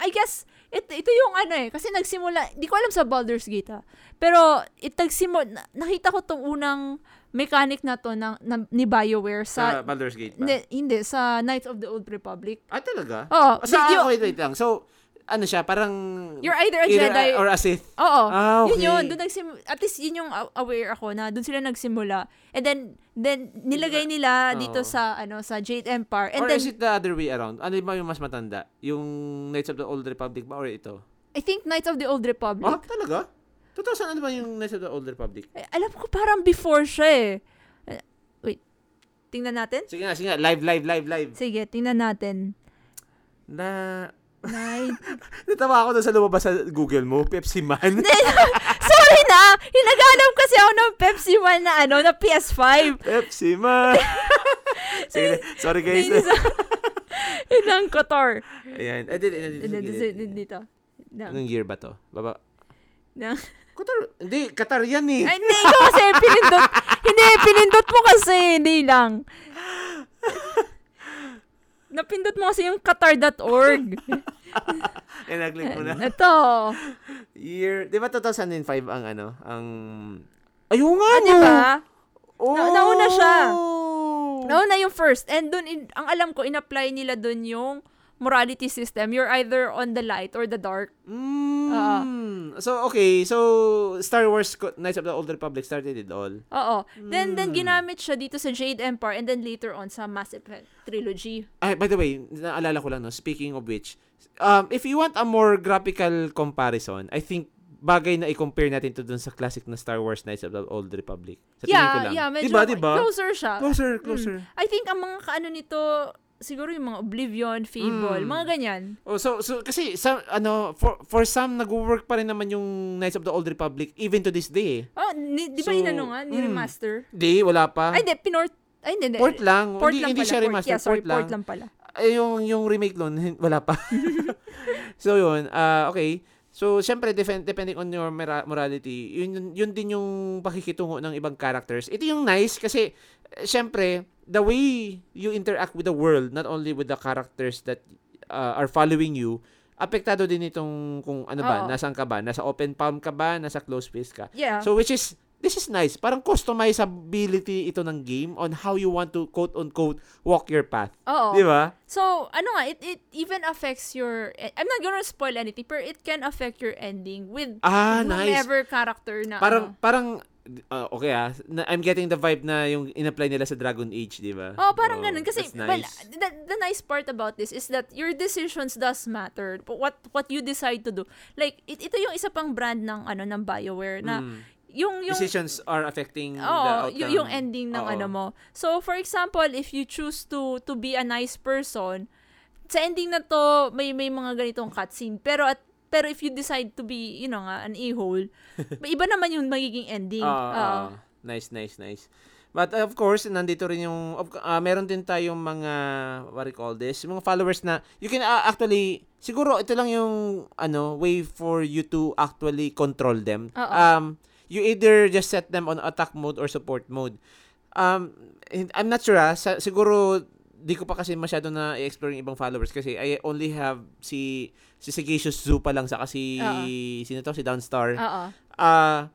[SPEAKER 2] I guess it, ito yung ano eh kasi nagsimula, di ko alam sa Baldur's Gate ah. Pero it nagsimula nakita ko tong unang mechanic na to ng, ng- ni BioWare
[SPEAKER 1] sa
[SPEAKER 2] sa
[SPEAKER 1] Baldur's Gate ba?
[SPEAKER 2] hindi, hindi, sa Knights of the Old Republic.
[SPEAKER 1] Ah, talaga?
[SPEAKER 2] Oo,
[SPEAKER 1] so,
[SPEAKER 2] you-
[SPEAKER 1] ah, wait, wait lang. So, ano siya, parang...
[SPEAKER 2] You're either a Jedi
[SPEAKER 1] or a Sith.
[SPEAKER 2] Oo.
[SPEAKER 1] Ah, okay.
[SPEAKER 2] Oh, Yun yun. Doon nagsim- at least yun yung aw- aware ako na doon sila nagsimula. And then, then nilagay nila dito
[SPEAKER 1] Oo.
[SPEAKER 2] sa, ano, sa Jade Empire. And
[SPEAKER 1] or
[SPEAKER 2] then,
[SPEAKER 1] is it the other way around? Ano ba yung mas matanda? Yung Knights of the Old Republic ba or ito?
[SPEAKER 2] I think Knights of the Old
[SPEAKER 1] Ah,
[SPEAKER 2] Republic.
[SPEAKER 1] talaga? 2000 ano ba yung Knights of the Old Republic?
[SPEAKER 2] Eh, alam ko parang before siya eh. Eh, Wait. Tingnan natin?
[SPEAKER 1] Sige nga, sige nga. Live, live, live, live.
[SPEAKER 2] Sige, tingnan natin.
[SPEAKER 1] Na...
[SPEAKER 2] Knight.
[SPEAKER 1] Natawa ako na sa lumabas sa Google mo, Pepsi Man.
[SPEAKER 2] Sorry na! Hinaganap kasi ako ng Pepsi Man na ano, na PS5.
[SPEAKER 1] Pepsi Man. Sige, sorry guys.
[SPEAKER 2] Yun ang Kotor.
[SPEAKER 1] Ayan. Eh, di- di- di- di- di- di-
[SPEAKER 2] Dito. Na-
[SPEAKER 1] Anong year ba to? Baba.
[SPEAKER 2] na-
[SPEAKER 1] Qatar. Hindi, Qatar yan eh.
[SPEAKER 2] Ay, hindi ko kasi pinindot. hindi, pinindot mo kasi. Hindi lang. Napindot mo kasi yung qatar.org.
[SPEAKER 1] Eh, nag-click mo na.
[SPEAKER 2] Ito.
[SPEAKER 1] Year. Di ba 2005 ang ano? Ang... Ayun nga
[SPEAKER 2] Ah,
[SPEAKER 1] no!
[SPEAKER 2] di ba?
[SPEAKER 1] Oh!
[SPEAKER 2] Na- nauna siya. Nauna yung first. And dun, in- ang alam ko, in-apply nila dun yung morality system. You're either on the light or the dark.
[SPEAKER 1] Mm. So, okay. So, Star Wars co- Knights of the Old Republic started it all.
[SPEAKER 2] Oo.
[SPEAKER 1] Hmm.
[SPEAKER 2] Then, then ginamit siya dito sa Jade Empire and then later on sa Mass Effect Trilogy.
[SPEAKER 1] Ay, by the way, naalala ko lang, no, speaking of which, um, if you want a more graphical comparison, I think bagay na i-compare natin to dun sa classic na Star Wars Knights of the Old Republic. Sa tingin ko
[SPEAKER 2] yeah,
[SPEAKER 1] lang.
[SPEAKER 2] yeah. Medyo
[SPEAKER 1] diba, diba?
[SPEAKER 2] closer siya.
[SPEAKER 1] Closer,
[SPEAKER 2] Mm.
[SPEAKER 1] closer.
[SPEAKER 2] I think ang mga kaano nito, siguro yung mga Oblivion, Fable,
[SPEAKER 1] Mm.
[SPEAKER 2] mga ganyan.
[SPEAKER 1] Oh, so, so kasi sa, ano, for, for some, nag-work pa rin naman yung Knights of the Old Republic even to this day. eh.
[SPEAKER 2] Oh, ni, di
[SPEAKER 1] So,
[SPEAKER 2] ba inano nga, ni
[SPEAKER 1] mm.
[SPEAKER 2] remaster?
[SPEAKER 1] Di, wala pa.
[SPEAKER 2] Ay, di, pinort, ay, hindi, hindi.
[SPEAKER 1] port lang.
[SPEAKER 2] Port
[SPEAKER 1] hindi,
[SPEAKER 2] lang
[SPEAKER 1] hindi
[SPEAKER 2] pala,
[SPEAKER 1] siya
[SPEAKER 2] port.
[SPEAKER 1] remaster,
[SPEAKER 2] Yeah, sorry,
[SPEAKER 1] port lang.
[SPEAKER 2] pala.
[SPEAKER 1] Eh, yung, yung remake nun, wala pa. so, yun. ah okay. So, syempre, defen- depending on your mora- morality, yun, yun- yun din yung pakikitungo ng ibang characters. Ito yung nice kasi, eh, syempre, the way you interact with the world, not only with the characters that ah, are following you, apektado din itong kung ano ba,
[SPEAKER 2] Oo. Ah.
[SPEAKER 1] nasaan ka ba, nasa open palm ka ba, nasa close fist ka.
[SPEAKER 2] Yeah.
[SPEAKER 1] So, which is this is nice. Parang customizability ito ng game on how you want to quote-unquote walk your path.
[SPEAKER 2] Oo.
[SPEAKER 1] Di ba?
[SPEAKER 2] So, ano nga, it, it even affects your... I'm not gonna spoil anything, but it can affect your ending with
[SPEAKER 1] Ah, nice.
[SPEAKER 2] whomever character na
[SPEAKER 1] Parang,
[SPEAKER 2] ano.
[SPEAKER 1] parang, ah, okay ah. Na- I'm getting the vibe na yung in-apply nila sa Dragon Age, di ba?
[SPEAKER 2] Oh, parang
[SPEAKER 1] Oo,
[SPEAKER 2] ganun. Kasi,
[SPEAKER 1] that's nice.
[SPEAKER 2] well, the, the nice part about this is that your decisions does matter. But What what you decide to do. Like, it, ito yung isa pang brand ng, ano, ng BioWare na
[SPEAKER 1] Mm.
[SPEAKER 2] yung, yung
[SPEAKER 1] decisions are affecting the
[SPEAKER 2] Oo,
[SPEAKER 1] outcome.
[SPEAKER 2] y- yung ending ng
[SPEAKER 1] Oo.
[SPEAKER 2] ano mo. So, for example, if you choose to to be a nice person, sa ending na to, may may mga ganitong cutscene. Pero at pero if you decide to be, you know nga, an a-hole, may iba naman yung magiging ending.
[SPEAKER 1] Oo,
[SPEAKER 2] Oo.
[SPEAKER 1] oo. Ah, nice, nice, nice. But uh, of course, nandito rin yung of, ah, meron din tayong mga what do you call this, mga followers na you can ah, actually siguro ito lang yung ano way for you to actually control them.
[SPEAKER 2] Oo.
[SPEAKER 1] Um you either just set them on attack mode or support mode. Um and I'm not sure ah, sa- siguro di ko pa kasi masyado na i-explore yung ibang followers kasi I only have si si Sagacious Zoo pa lang sa kasi
[SPEAKER 2] Oo.
[SPEAKER 1] sino to si Downstar.
[SPEAKER 2] Oo.
[SPEAKER 1] Ah,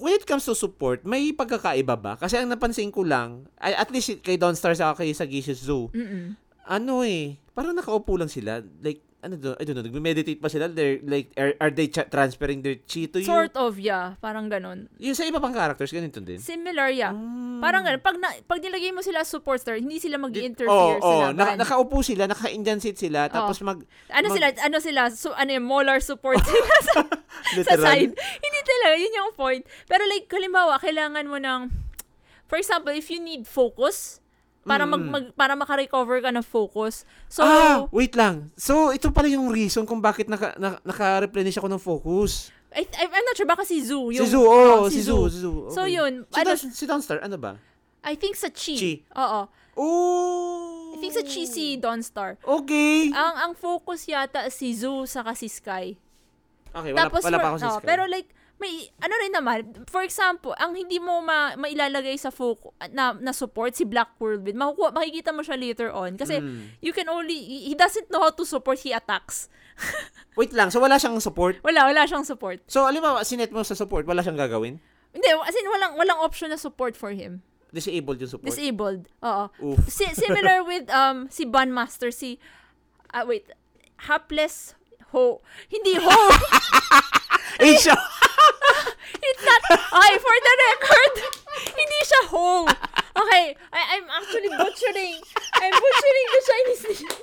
[SPEAKER 1] when it comes to support, may pagkakaiba ba? Kasi ang napansin ko lang, ay, at least kay Dawnstar sa kay Sagicious Zoo,
[SPEAKER 2] Mm-mm.
[SPEAKER 1] ano eh, parang nakaupo lang sila. Like, ano do, I don't know, nagme-meditate pa sila? They're, like, are, are they cha- transferring their chi to you?
[SPEAKER 2] Sort of, yeah. Parang ganun.
[SPEAKER 1] Yung sa iba pang characters, ganito din.
[SPEAKER 2] Similar, yeah.
[SPEAKER 1] Mm.
[SPEAKER 2] Parang ganun. Pag, na, pag nilagay mo sila as supporter, hindi sila mag-interfere
[SPEAKER 1] Oo,
[SPEAKER 2] sa
[SPEAKER 1] oo,
[SPEAKER 2] laban.
[SPEAKER 1] na- Oh, nakaupo sila, naka-Indian seat sila, tapos mag,
[SPEAKER 2] ano
[SPEAKER 1] mag-
[SPEAKER 2] sila, ano sila, so, ano yung molar support sila sa sa
[SPEAKER 1] literal.
[SPEAKER 2] side. Hindi talaga, yun yung point. Pero like, halimbawa, kailangan mo ng, for example, if you need focus, para mag,
[SPEAKER 1] Mm.
[SPEAKER 2] mag para makarecover ka ng focus. So,
[SPEAKER 1] ah, wait lang. So, ito pala yung reason kung bakit naka, na, naka-replenish ako ng focus.
[SPEAKER 2] I, I, I'm not sure, baka si Zoo.
[SPEAKER 1] si Zoo, oh,
[SPEAKER 2] oh,
[SPEAKER 1] si Zoo, si Zoo.
[SPEAKER 2] So
[SPEAKER 1] okay.
[SPEAKER 2] yun,
[SPEAKER 1] Si,
[SPEAKER 2] ano,
[SPEAKER 1] Dawn- si Dawnstar, ano ba?
[SPEAKER 2] I think sa Chi.
[SPEAKER 1] Chi.
[SPEAKER 2] Oo.
[SPEAKER 1] Oh!
[SPEAKER 2] I think sa Chi si Dawnstar.
[SPEAKER 1] Okay.
[SPEAKER 2] Ang ang focus yata si Zoo saka si Sky.
[SPEAKER 1] okay, wala, wala pa
[SPEAKER 2] for-
[SPEAKER 1] ako sa
[SPEAKER 2] oh,
[SPEAKER 1] Sky.
[SPEAKER 2] Pero like, may, ano rin naman, for example, ang hindi mo ma, mailalagay sa focus, na, na support, si Black Whirlwind, makukuha, makikita mo siya later on. Kasi,
[SPEAKER 1] Mm.
[SPEAKER 2] you can only, he- he doesn't know how to support, he attacks.
[SPEAKER 1] Wait lang, so wala siyang support?
[SPEAKER 2] Wala, wala siyang support.
[SPEAKER 1] So, alam mo, sinet mo sa support, wala siyang gagawin?
[SPEAKER 2] Hindi, as in, walang, walang option na support for him.
[SPEAKER 1] Disabled yung support?
[SPEAKER 2] Disabled. Oo.
[SPEAKER 1] Oof.
[SPEAKER 2] Si- similar with um si Bunmaster, si, ah wait, Hapless Ho. Hindi Ho!
[SPEAKER 1] Eh, siya!
[SPEAKER 2] It's not, okay, for the record, hindi siya ho. Okay, I, I'm actually butchering. I'm butchering the Chinese name.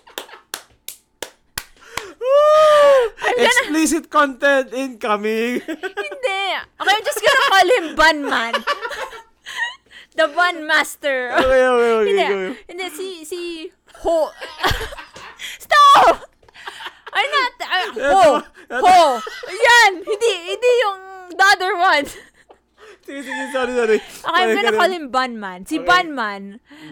[SPEAKER 1] Explicit content incoming!
[SPEAKER 2] Hindi. Okay, I'm just gonna call him Bun Man. the Bun Master.
[SPEAKER 1] okay, okay, okay.
[SPEAKER 2] Hindi,
[SPEAKER 1] okay.
[SPEAKER 2] hindi, si, si, ho. Stop! I'm not, uh, ho.
[SPEAKER 1] That's-
[SPEAKER 2] Ho. Yan, hindi, hindi yung the other one.
[SPEAKER 1] Sige, sige, sorry, sorry.
[SPEAKER 2] Okay, I'm gonna
[SPEAKER 1] ganun.
[SPEAKER 2] call him Bunman. Si
[SPEAKER 1] Okay. Hmm.
[SPEAKER 2] Bunman,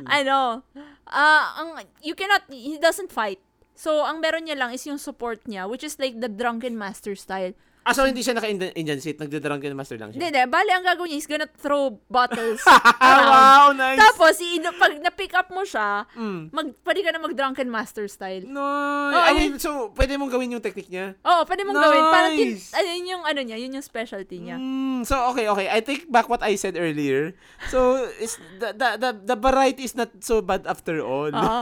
[SPEAKER 2] ano, ah, ang, you cannot, he doesn't fight. So, ang meron niya lang is yung support niya, which is like the Drunken Master style.
[SPEAKER 1] Ah, so hindi siya naka-Indian seat, nagdadrang master lang
[SPEAKER 2] Hindi,
[SPEAKER 1] siya.
[SPEAKER 2] hindi. Bali, ang gagawin niya is gonna throw bottles around.
[SPEAKER 1] Ah, wow, nice!
[SPEAKER 2] Tapos, iino- pag na-pick up mo siya,
[SPEAKER 1] Mm.
[SPEAKER 2] mag, pwede ka na mag-Drunken Master style.
[SPEAKER 1] No,
[SPEAKER 2] Oh,
[SPEAKER 1] I
[SPEAKER 2] ayun.
[SPEAKER 1] mean, so, pwede mong gawin yung technique niya?
[SPEAKER 2] Oo, pwede mong gawin. Parang, tin-
[SPEAKER 1] Nice!
[SPEAKER 2] ayun yung ano niya, yun yung specialty niya.
[SPEAKER 1] Mm, so okay, okay. I take back what I said earlier. So is the the the, the variety is not so bad after all.
[SPEAKER 2] Oo.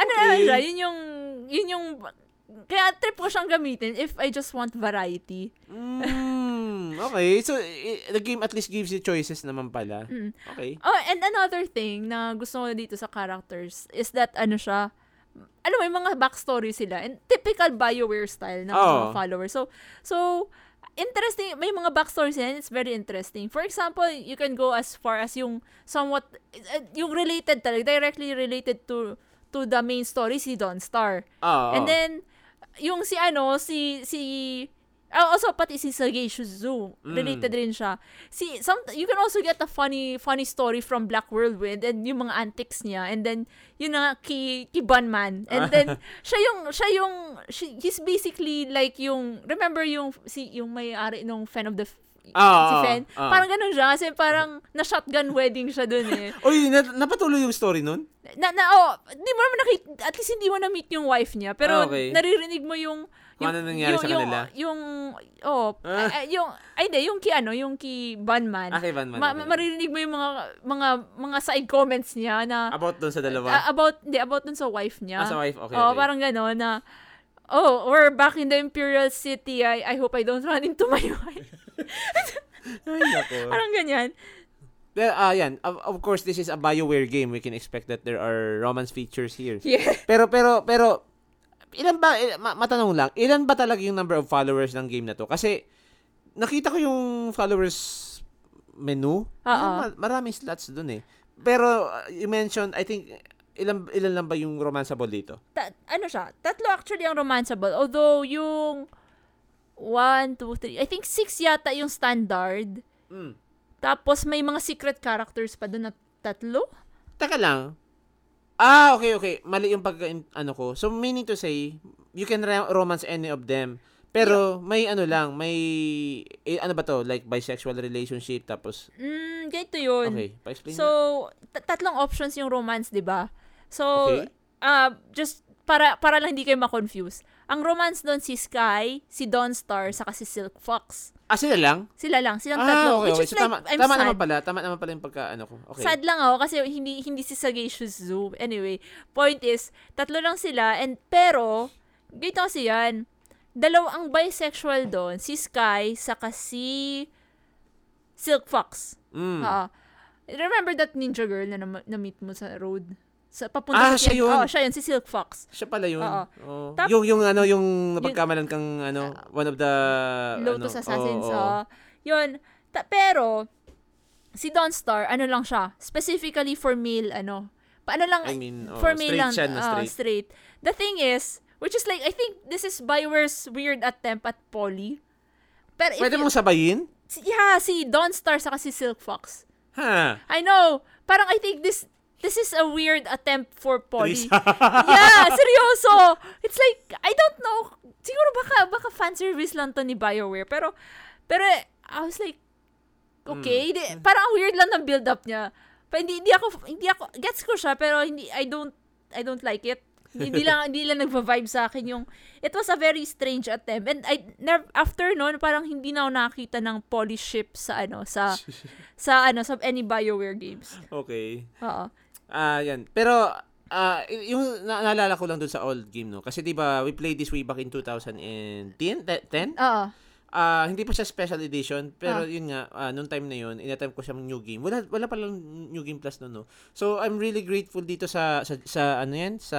[SPEAKER 2] Ano
[SPEAKER 1] Okay.
[SPEAKER 2] naman siya, yun yung, yun yung, kaya trip ko siyang gamitin if I just want variety.
[SPEAKER 1] Mm, okay. So i- the game at least gives you choices naman pala.
[SPEAKER 2] Mm.
[SPEAKER 1] Okay.
[SPEAKER 2] Oh, and another thing na gusto ko dito sa characters is that ano siya, alam mo, yung mga backstory sila. And typical Bioware style ng
[SPEAKER 1] Oo.
[SPEAKER 2] mga followers. So, so, interesting, may mga backstory sila and it's very interesting. For example, you can go as far as yung somewhat, eh, yung related talaga, directly related to to the main story, si Dawnstar.
[SPEAKER 1] Oo.
[SPEAKER 2] And then, yung si ano, si, si, ah, also pati si Sagacious Zoo,
[SPEAKER 1] Mm.
[SPEAKER 2] related rin siya. Si, some, you can also get a funny, funny story from Black Whirlwind and yung mga antics niya. And then, yun na, nga, ki, ki Bunman.
[SPEAKER 1] Ah.
[SPEAKER 2] And then, siya yung, siya yung, she, he's basically like yung, remember yung, si, yung may-ari nung fan of the,
[SPEAKER 1] Ah,
[SPEAKER 2] si
[SPEAKER 1] ah,
[SPEAKER 2] Fen.
[SPEAKER 1] ah.
[SPEAKER 2] Parang ganun siya kasi parang na-shotgun wedding siya dun eh.
[SPEAKER 1] Uy, na- napatuloy yung story nun?
[SPEAKER 2] Na, na, oh, di mo naman nakita, at least hindi mo na-meet yung wife niya,
[SPEAKER 1] Ah,
[SPEAKER 2] pero
[SPEAKER 1] okay.
[SPEAKER 2] naririnig mo yung,
[SPEAKER 1] Kung ano nangyari sa kanila.
[SPEAKER 2] Yung, oh,
[SPEAKER 1] Ah.
[SPEAKER 2] ay, ay, yung, ay hindi, yung kay ano, yung kay Banman.
[SPEAKER 1] Ah, kay Van Man. okay.
[SPEAKER 2] Ma- ma- maririnig mo yung mga, mga, mga side comments niya na,
[SPEAKER 1] About dun sa dalawa?
[SPEAKER 2] a- about, hindi, about dun sa wife niya.
[SPEAKER 1] Ah, sa wife, okay.
[SPEAKER 2] Ah, oh,
[SPEAKER 1] okay.
[SPEAKER 2] parang gano'n na, oh, we're back in the Imperial City, I, I hope I don't run into my wife.
[SPEAKER 1] Ay, nako.
[SPEAKER 2] parang ganyan.
[SPEAKER 1] Pero, ah, yan. Of, of course, this is a Bioware game. We can expect that there are romance features here.
[SPEAKER 2] Yeah.
[SPEAKER 1] Pero, pero, pero, ilan ba, il- ma- matanong lang, ilan ba talaga yung number of followers ng game na to? Kasi, nakita ko yung followers menu.
[SPEAKER 2] Oo.
[SPEAKER 1] Mar- maraming slots dun eh. Pero, uh, you mentioned, I think, ilan, ilan lang ba yung romanceable dito?
[SPEAKER 2] ta- ano siya, tatlo actually ang romanceable. Although, yung 1, 2, 3, I think 6 yata yung standard.
[SPEAKER 1] Mm.
[SPEAKER 2] Tapos, may mga secret characters pa doon na tatlo.
[SPEAKER 1] Taka lang. Ah, okay, okay. Mali yung pagka, ano ko. So, meaning to say, you can ra- romance any of them. Pero, may ano lang, may, eh, ano ba to? Like, bisexual relationship, tapos,
[SPEAKER 2] Mm, ganito yun.
[SPEAKER 1] okay, pa-explain na.
[SPEAKER 2] So, ta- tatlong options yung romance, di ba? So,
[SPEAKER 1] Okay.
[SPEAKER 2] ah, just para para lang hindi kayo ma-confuse. Ang romance doon si Sky, si Dawnstar, saka si Silk Fox.
[SPEAKER 1] Ah, sila lang?
[SPEAKER 2] Sila lang,
[SPEAKER 1] Ah,
[SPEAKER 2] silang tatlo.
[SPEAKER 1] okay, okay.
[SPEAKER 2] Which is
[SPEAKER 1] So,
[SPEAKER 2] like,
[SPEAKER 1] tama,
[SPEAKER 2] I'm
[SPEAKER 1] tama
[SPEAKER 2] sad.
[SPEAKER 1] naman pala. Tama naman pala yung pagka, ano ko. Okay.
[SPEAKER 2] Sad lang ako kasi hindi hindi si Sagacious Zoo. Anyway, point is, tatlo lang sila and pero ganito kasi yan. Dalawa ang bisexual doon, si Sky saka si Silk Fox.
[SPEAKER 1] Mm.
[SPEAKER 2] Oo. Remember that ninja girl na nam- na-meet mo sa road? Sa papunta
[SPEAKER 1] Ah,
[SPEAKER 2] sa
[SPEAKER 1] siya yun.
[SPEAKER 2] Oh, siya yun, si Silk Fox.
[SPEAKER 1] Siya pala yun.
[SPEAKER 2] Oo.
[SPEAKER 1] Oo.
[SPEAKER 2] Tap- Uh,
[SPEAKER 1] yung, yung ano, yung napagkamalan kang, ano, one of the,
[SPEAKER 2] Lotus
[SPEAKER 1] ano,
[SPEAKER 2] Assassins.
[SPEAKER 1] oo, oo.
[SPEAKER 2] oo. Yun. Ta- pero, si Dawnstar, ano lang siya, specifically for male, ano, paano lang,
[SPEAKER 1] I mean, oo,
[SPEAKER 2] for me
[SPEAKER 1] Oh, straight
[SPEAKER 2] lang,
[SPEAKER 1] siya na
[SPEAKER 2] oo,
[SPEAKER 1] straight.
[SPEAKER 2] straight. The thing is, which is like, I think this is Bioware's weird attempt at poly. Pero if
[SPEAKER 1] Pwede
[SPEAKER 2] you-
[SPEAKER 1] mong sabayin?
[SPEAKER 2] si- yeah, si Dawnstar saka si Silk Fox.
[SPEAKER 1] Ha?
[SPEAKER 2] I know, parang I think this this is a weird attempt for poly.
[SPEAKER 1] Teresa.
[SPEAKER 2] yeah, seryoso. It's like, I don't know. Siguro baka, baka fan service lang to ni Bioware. Pero, pero eh, I was like, okay. di- parang ang weird lang ng build-up niya. Pa, hindi, hindi ako, hindi ako, gets ko siya, pero hindi, I don't, I don't like it. Hindi, hindi lang, hindi lang nagva-vibe sa akin yung, it was a very strange attempt. And I, nev- after noon, parang hindi na ako nakakita ng poly ship sa ano, sa, sa ano, sa any Bioware games.
[SPEAKER 1] Okay.
[SPEAKER 2] Oo.
[SPEAKER 1] Ah, yan. Pero, ah, y- yung na- naalala ko lang dun sa old game, no? Kasi di ba we played this way back in 2010? 10?
[SPEAKER 2] Oo.
[SPEAKER 1] Ah, hindi pa siya special edition, pero
[SPEAKER 2] Ah.
[SPEAKER 1] yun nga, ah, nung time na yun, inattempt ko siyang new game. Wala wala pa lang new game plus noon, no. So, I'm really grateful dito sa sa, sa ano yan, sa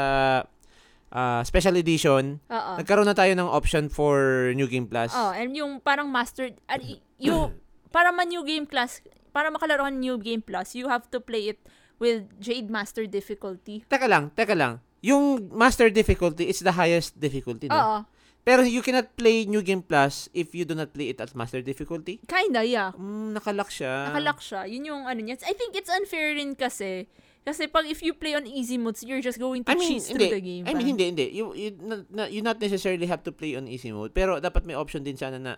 [SPEAKER 1] ah, special edition.
[SPEAKER 2] Oo.
[SPEAKER 1] Nagkaroon na tayo ng option for new game plus.
[SPEAKER 2] Ah. Oh, and yung parang mastered at y- you para man new game class, para makalaro ka ng new game plus, you have to play it with Jade Master difficulty.
[SPEAKER 1] Teka lang, teka lang. Yung master difficulty is the highest difficulty, no?
[SPEAKER 2] Oo.
[SPEAKER 1] Pero you cannot play new game plus if you do not play it at master difficulty.
[SPEAKER 2] Kinda, yeah.
[SPEAKER 1] Mm, nakalock siya.
[SPEAKER 2] Nakalock siya. Yun yung ano niya. I think it's unfair rin kasi. Kasi pag if you play on easy modes, you're just going to
[SPEAKER 1] I mean,
[SPEAKER 2] cheat through
[SPEAKER 1] hindi.
[SPEAKER 2] the game.
[SPEAKER 1] I mean,
[SPEAKER 2] parang-
[SPEAKER 1] hindi, hindi. You, you, not, not- you not necessarily have to play on easy mode. Pero dapat may option din sana na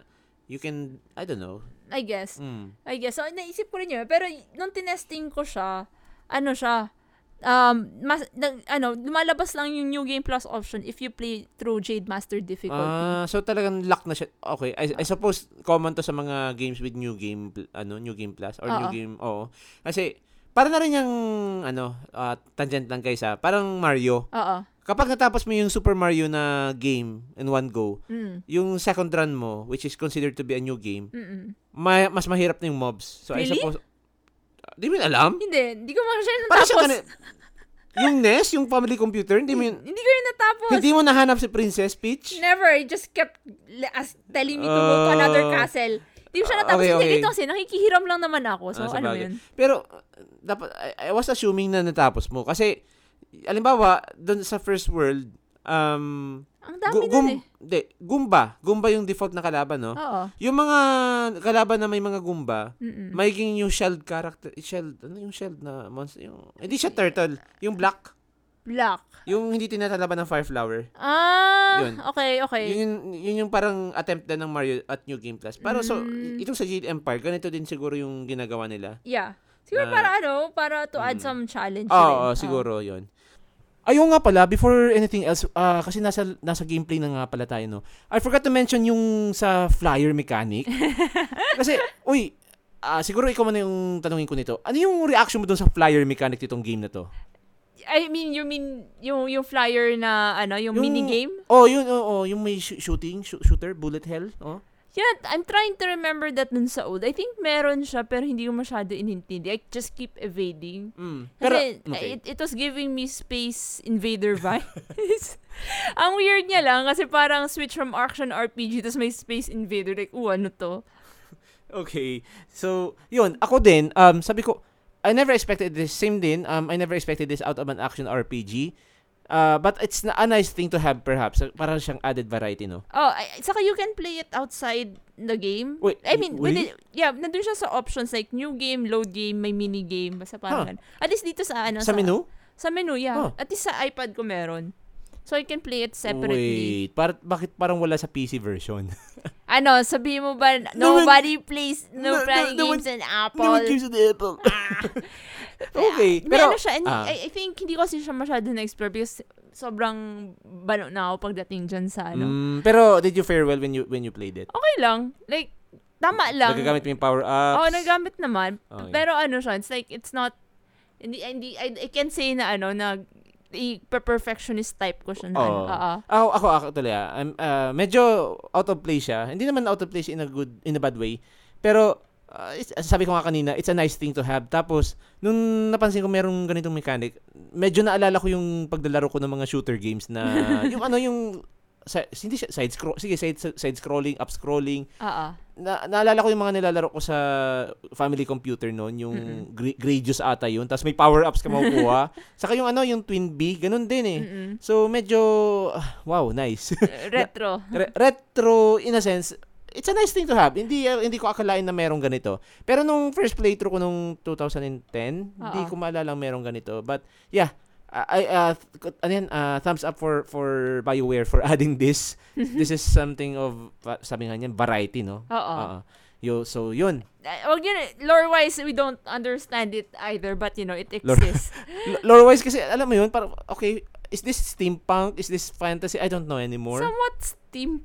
[SPEAKER 1] you can, I don't know.
[SPEAKER 2] I guess.
[SPEAKER 1] Mm.
[SPEAKER 2] I guess. So, naisip ko rin yun. Pero, y- nung tinesting ko siya, ano siya, um, mas, nag, ano, lumalabas lang yung New Game Plus option if you play through Jade Master difficulty.
[SPEAKER 1] Ah, so talagang lock na siya. Okay, I, I suppose common to sa mga games with new game, pl- ano, new game plus or new
[SPEAKER 2] Oo.
[SPEAKER 1] game, oo. Kasi, para na rin yung, ano, ah, tangent lang guys ha, parang Mario.
[SPEAKER 2] Oo.
[SPEAKER 1] Kapag natapos mo yung Super Mario na game in one go,
[SPEAKER 2] Mm.
[SPEAKER 1] yung second run mo, which is considered to be a new game,
[SPEAKER 2] Mm-mm.
[SPEAKER 1] ma- mas mahirap na yung mobs. So,
[SPEAKER 2] Really?
[SPEAKER 1] I suppose, Ah, di mo yun alam?
[SPEAKER 2] Hindi, hindi ko makasya yung
[SPEAKER 1] Para
[SPEAKER 2] natapos.
[SPEAKER 1] siya kani- yung NES, yung family computer, hindi mo yun-
[SPEAKER 2] Hindi ko yung natapos.
[SPEAKER 1] hindi mo nahanap si Princess Peach?
[SPEAKER 2] Never. It just kept le- as telling me to go to another
[SPEAKER 1] Oh.
[SPEAKER 2] castle. Hindi ko siya
[SPEAKER 1] Ah,
[SPEAKER 2] natapos.
[SPEAKER 1] okay,
[SPEAKER 2] Hindi,
[SPEAKER 1] okay.
[SPEAKER 2] ganito kasi nakikihiram lang naman ako.
[SPEAKER 1] Ah,
[SPEAKER 2] So,
[SPEAKER 1] sa
[SPEAKER 2] ano
[SPEAKER 1] bagay.
[SPEAKER 2] yun?
[SPEAKER 1] Pero uh, dapat I, I was assuming na natapos mo kasi alimbawa doon sa first world um
[SPEAKER 2] Ang dami
[SPEAKER 1] gu-
[SPEAKER 2] nun
[SPEAKER 1] gum-
[SPEAKER 2] eh. Ah.
[SPEAKER 1] di, Goomba. Goomba yung default na kalaban, no?
[SPEAKER 2] Oo.
[SPEAKER 1] Yung mga kalaban na may mga Goomba,
[SPEAKER 2] Mm-mm. ah.
[SPEAKER 1] magiging yung shelled character, shelled, ano yung shelled na monster? Yung, hindi siya turtle, yung black.
[SPEAKER 2] Black.
[SPEAKER 1] Yung hindi tinatalaban ng Fireflower.
[SPEAKER 2] Ah,
[SPEAKER 1] Yun.
[SPEAKER 2] okay, okay.
[SPEAKER 1] Yun, yung- yun yung parang attempt na ng Mario at New Game Plus. Para so,
[SPEAKER 2] Mm.
[SPEAKER 1] itong sa Jade Empire, ganito din siguro yung ginagawa nila.
[SPEAKER 2] Yeah. Siguro
[SPEAKER 1] Na-
[SPEAKER 2] para ano, para to
[SPEAKER 1] Ah.
[SPEAKER 2] add
[SPEAKER 1] Mm.
[SPEAKER 2] some challenge.
[SPEAKER 1] Oo,
[SPEAKER 2] rin.
[SPEAKER 1] oo, siguro yun. Ayun nga pala, before anything else, ah, kasi nasa, nasa gameplay na nga pala tayo, no? I forgot to mention yung sa flyer mechanic. kasi, uy, ah, siguro ikaw man yung tanungin ko nito. Ano yung reaction mo dun sa flyer mechanic nitong game na to?
[SPEAKER 2] Ah. I mean, you mean yung yung flyer na ano, yung,
[SPEAKER 1] Yung-
[SPEAKER 2] mini game?
[SPEAKER 1] Oh, yun, oh, oh yung may shoo- shooting, shoo- shooter, bullet hell, oh.
[SPEAKER 2] Yeah, I'm trying to remember that dun sa old. I think meron siya pero hindi ko masyado inintindi. I just keep evading.
[SPEAKER 1] Mm. Pero,
[SPEAKER 2] Kasi eh,
[SPEAKER 1] okay.
[SPEAKER 2] it, it was giving me space invader vibes. Ang weird niya lang kasi parang switch from action RPG tapos may space invader. Like, oh, ano to?
[SPEAKER 1] Okay. So, yun. Ako din, um, sabi ko, I never expected this. Same din. Um, I never expected this out of an action RPG. Uh, but it's na- a nice thing to have perhaps. Parang siyang added variety, no?
[SPEAKER 2] Oh, ay, saka you can play it outside the game.
[SPEAKER 1] Wait,
[SPEAKER 2] I mean,
[SPEAKER 1] will
[SPEAKER 2] within- yeah, nandun siya sa options like new game, load game, may mini game, basta parang
[SPEAKER 1] Huh.
[SPEAKER 2] ganun. At least dito sa ano
[SPEAKER 1] Sa menu?
[SPEAKER 2] Sa menu,
[SPEAKER 1] Huh.
[SPEAKER 2] yeah. At least sa iPad ko meron. So I can play it separately.
[SPEAKER 1] Wait. Par- bakit parang wala sa PC version?
[SPEAKER 2] Ano, sabi mo ba
[SPEAKER 1] No one-
[SPEAKER 2] nobody plays no,
[SPEAKER 1] No- no-
[SPEAKER 2] playing
[SPEAKER 1] no one-
[SPEAKER 2] games in
[SPEAKER 1] No one
[SPEAKER 2] Apple?
[SPEAKER 1] gives you the Apple. okay.
[SPEAKER 2] Ah. May
[SPEAKER 1] Pero,
[SPEAKER 2] ano siya, and
[SPEAKER 1] ah.
[SPEAKER 2] I, I think hindi ko kasi siya masyado na-explore because sobrang bano na ako pagdating dyan sa ano.
[SPEAKER 1] Mm, pero did you fare well when you when you played it?
[SPEAKER 2] Okay lang. Like, tama lang.
[SPEAKER 1] Nagagamit mo yung power-ups?
[SPEAKER 2] Oo, nagamit naman.
[SPEAKER 1] Okay.
[SPEAKER 2] Pero ano siya, it's like, it's not, hindi, hindi, I, I can't say na ano, na i- perfectionist type ko siya na ano.
[SPEAKER 1] Oo.
[SPEAKER 2] Oo.
[SPEAKER 1] Ako, ako, ako tuloy ah. I'm, ah, medyo out of place siya. Hindi naman out of place in a good, in a bad way. Pero, ah, it's- sabi ko nga kanina, it's a nice thing to have. Tapos, nung napansin ko merong ganitong mechanic, medyo naalala ko yung paglalaro ko ng mga shooter games na, yung ano, yung, si- hindi siya, side scroll, sige, side, side scrolling, up scrolling.
[SPEAKER 2] Oo.
[SPEAKER 1] Na, naalala ko yung mga nilalaro ko sa family computer noon, yung
[SPEAKER 2] Mm-mm.
[SPEAKER 1] Gra- Gradius ata yun. Tapos may power-ups ka makukuha. Saka yung ano, yung Twin B, ganun din eh.
[SPEAKER 2] Mm-mm.
[SPEAKER 1] So medyo ah, wow, nice.
[SPEAKER 2] Retro.
[SPEAKER 1] Re- retro in a sense, it's a nice thing to have. Hindi ah, hindi ko akalain na merong ganito. Pero nung first playthrough ko nung 2010, hindi
[SPEAKER 2] Oo.
[SPEAKER 1] ko maalala merong ganito. But yeah, I uh, ano yan, ah, thumbs up for for BioWare for adding this. this is something of ah, sabi nga niyan, variety, no?
[SPEAKER 2] Oo.
[SPEAKER 1] Oo. Yo, so yun.
[SPEAKER 2] Uh, wag yun, lore-wise, we don't understand it either, but you know, it
[SPEAKER 1] Lore-
[SPEAKER 2] exists.
[SPEAKER 1] L- lore-wise kasi alam mo yun, parang okay, is this steampunk? Is this fantasy? I don't know anymore.
[SPEAKER 2] Somewhat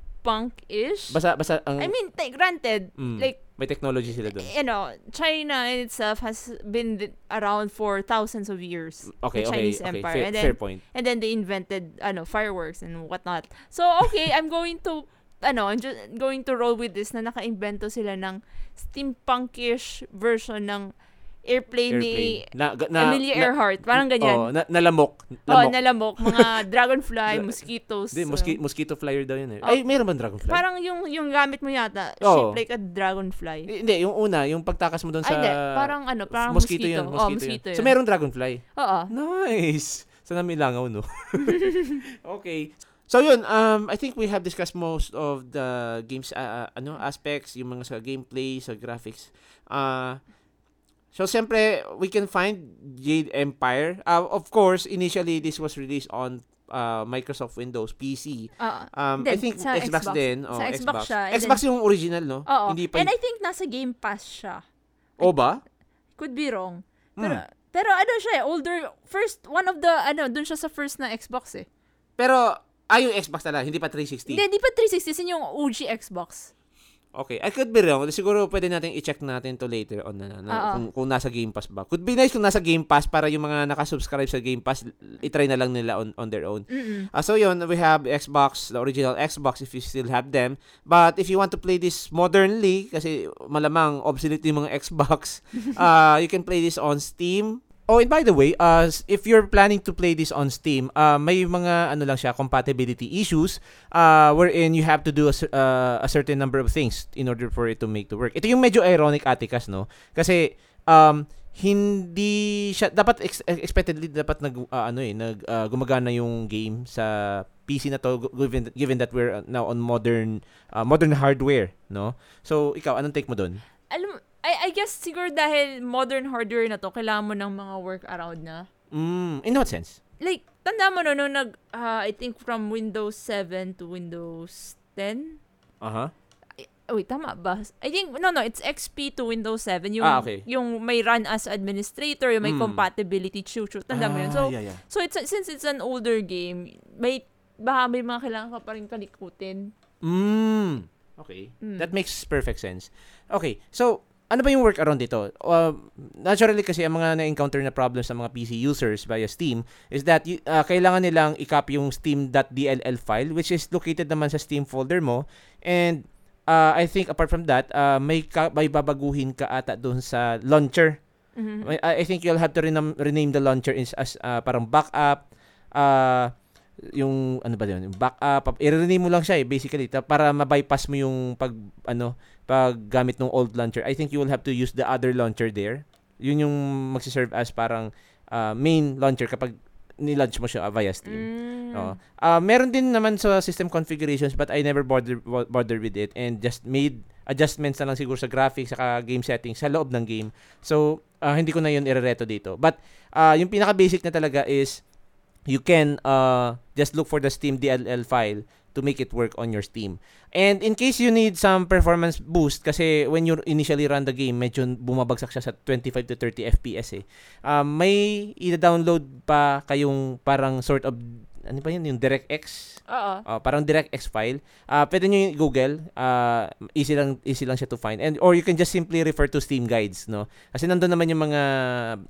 [SPEAKER 2] steampunk-ish.
[SPEAKER 1] Basta basta ang
[SPEAKER 2] I mean, te- granted,
[SPEAKER 1] mm,
[SPEAKER 2] like, eh,
[SPEAKER 1] may technology sila doon.
[SPEAKER 2] you know, China in itself has been th- around for thousands of years.
[SPEAKER 1] Okay,
[SPEAKER 2] the
[SPEAKER 1] okay,
[SPEAKER 2] Chinese
[SPEAKER 1] okay.
[SPEAKER 2] Empire.
[SPEAKER 1] Fair,
[SPEAKER 2] and then,
[SPEAKER 1] fair point.
[SPEAKER 2] and then they invented, ano, fireworks and whatnot. So, okay, I'm going to, ano, I'm just going to roll with this na naka-invento sila ng steampunkish version ng
[SPEAKER 1] Airplane.
[SPEAKER 2] airplane, ni
[SPEAKER 1] Na, ga- na,
[SPEAKER 2] Amelia
[SPEAKER 1] na-
[SPEAKER 2] Earhart. Parang ganyan.
[SPEAKER 1] Oh, na, nalamok.
[SPEAKER 2] Oo,
[SPEAKER 1] Lamok.
[SPEAKER 2] na lamok. Mga dragonfly,
[SPEAKER 1] Dra-
[SPEAKER 2] mosquitoes.
[SPEAKER 1] Hindi,
[SPEAKER 2] so-
[SPEAKER 1] mosqui- mosquito flyer daw yun eh.
[SPEAKER 2] Oh.
[SPEAKER 1] Ay, meron ba dragonfly?
[SPEAKER 2] Parang yung yung gamit mo yata,
[SPEAKER 1] Oo.
[SPEAKER 2] shaped like a dragonfly.
[SPEAKER 1] Eh, hindi, yung una, yung pagtakas mo doon
[SPEAKER 2] Ay,
[SPEAKER 1] sa...
[SPEAKER 2] Ah, hindi. Parang ano, parang
[SPEAKER 1] mosquito,
[SPEAKER 2] mosquito.
[SPEAKER 1] yun.
[SPEAKER 2] Oo,
[SPEAKER 1] Mosquito, yun. So, meron dragonfly.
[SPEAKER 2] Oo.
[SPEAKER 1] Nice! Sana may langaw, no? okay. So yun, um, I think we have discussed most of the games uh, uh, ano aspects, yung mga sa gameplay, sa graphics. Uh, so siyempre, we can find Jade Empire. Uh, of course, initially this was released on uh, Microsoft Windows PC.
[SPEAKER 2] Oo.
[SPEAKER 1] Um,
[SPEAKER 2] Then,
[SPEAKER 1] I think
[SPEAKER 2] sa
[SPEAKER 1] Xbox,
[SPEAKER 2] Xbox.
[SPEAKER 1] din. Oh,
[SPEAKER 2] Sa Xbox
[SPEAKER 1] Xbox.
[SPEAKER 2] siya, and
[SPEAKER 1] Xbox yung original, no?
[SPEAKER 2] Oo.
[SPEAKER 1] Hindi pa.
[SPEAKER 2] And I think nasa Game Pass siya.
[SPEAKER 1] o ba?
[SPEAKER 2] Could be wrong.
[SPEAKER 1] Hmm.
[SPEAKER 2] Pero, pero ano siya eh, older, first, one of the, ano, dun siya sa first na Xbox eh.
[SPEAKER 1] Pero, ah, yung Xbox talaga, hindi pa 360.
[SPEAKER 2] Hindi, di pa 360, yun yung OG Xbox.
[SPEAKER 1] Okay, I could be wrong. Siguro pwede natin i-check natin to later on na, na-
[SPEAKER 2] Oo.
[SPEAKER 1] kung, kung nasa Game Pass ba. Could be nice kung nasa Game Pass para yung mga nakasubscribe sa Game Pass, itry na lang nila on, on their own.
[SPEAKER 2] Mm-mm.
[SPEAKER 1] Ah, so yun, we have Xbox, the original Xbox if you still have them. But if you want to play this modernly, kasi malamang obsolete yung mga Xbox, uh, you can play this on Steam. Oh, and by the way, uh, s- if you're planning to play this on Steam, uh, may mga ano lang siya, compatibility issues uh, wherein you have to do a, cer- uh, a certain number of things in order for it to make to work. Ito yung medyo ironic, Atikas, no? Kasi um, hindi siya dapat ex- expectedly dapat nag ah, ano eh nag ah, gumagana yung game sa PC na to gu- given given that we're uh, now on modern ah, modern hardware no so ikaw anong take mo doon
[SPEAKER 2] Alam, mo, I, I guess siguro dahil modern hardware na to, kailangan mo ng mga workaround na.
[SPEAKER 1] mm in what sense
[SPEAKER 2] Like, Tanda mo no, nung nag, ah, I think from Windows 7 to Windows 10?
[SPEAKER 1] Aha.
[SPEAKER 2] Oh, wait, tama ba? I think, no, no, it's XP to Windows 7. Yung,
[SPEAKER 1] Ah, okay.
[SPEAKER 2] yung may run as administrator, yung may
[SPEAKER 1] Mm.
[SPEAKER 2] compatibility chuchu. Tanda mo yun. So,
[SPEAKER 1] Ah, yeah, yeah.
[SPEAKER 2] so it's, a- since it's an older game, may, baka may mga kailangan ka pa rin kalikutin.
[SPEAKER 1] Mm. Okay.
[SPEAKER 2] Mm.
[SPEAKER 1] That makes perfect sense. Okay. So, ano ba yung workaround dito? Uh, naturally kasi ang mga na-encounter na problems sa mga PC users via Steam is that y- uh, kailangan nilang i-copy yung steam.dll file which is located naman sa Steam folder mo and uh, I think apart from that, uh, may, ka- may babaguhin ka ata doon sa launcher
[SPEAKER 2] Mhm.
[SPEAKER 1] I- I, I think you'll have to renam, rename the launcher is as ah, parang backup ah yung ano ba yun yung backup pap- i-rename mo lang siya eh basically ta- para ma-bypass mo yung pag ano paggamit ng old launcher I think you will have to use the other launcher there yun yung magsiserve as parang ah, main launcher kapag nilaunch mo siya ah, via Steam
[SPEAKER 2] Mm.
[SPEAKER 1] Oo. Ah, meron din naman sa system configurations but I never bother bo- bother with it and just made adjustments na lang siguro sa graphics saka game settings sa loob ng game. So, ah, hindi ko na 'yun irereto dito. But ah, yung pinaka basic na talaga is you can uh, just look for the Steam DLL file to make it work on your Steam. And in case you need some performance boost kasi when you initially run the game medyo bumabagsak siya sa 25 to 30 FPS eh. Ah, may i-download pa kayong parang sort of ano pa yun, yung DirectX?
[SPEAKER 2] Oo.
[SPEAKER 1] Ah, parang DirectX file. ah pwede nyo yung Google. ah easy, lang, easy lang siya to find. And, or you can just simply refer to Steam guides, no? Kasi nandun naman yung mga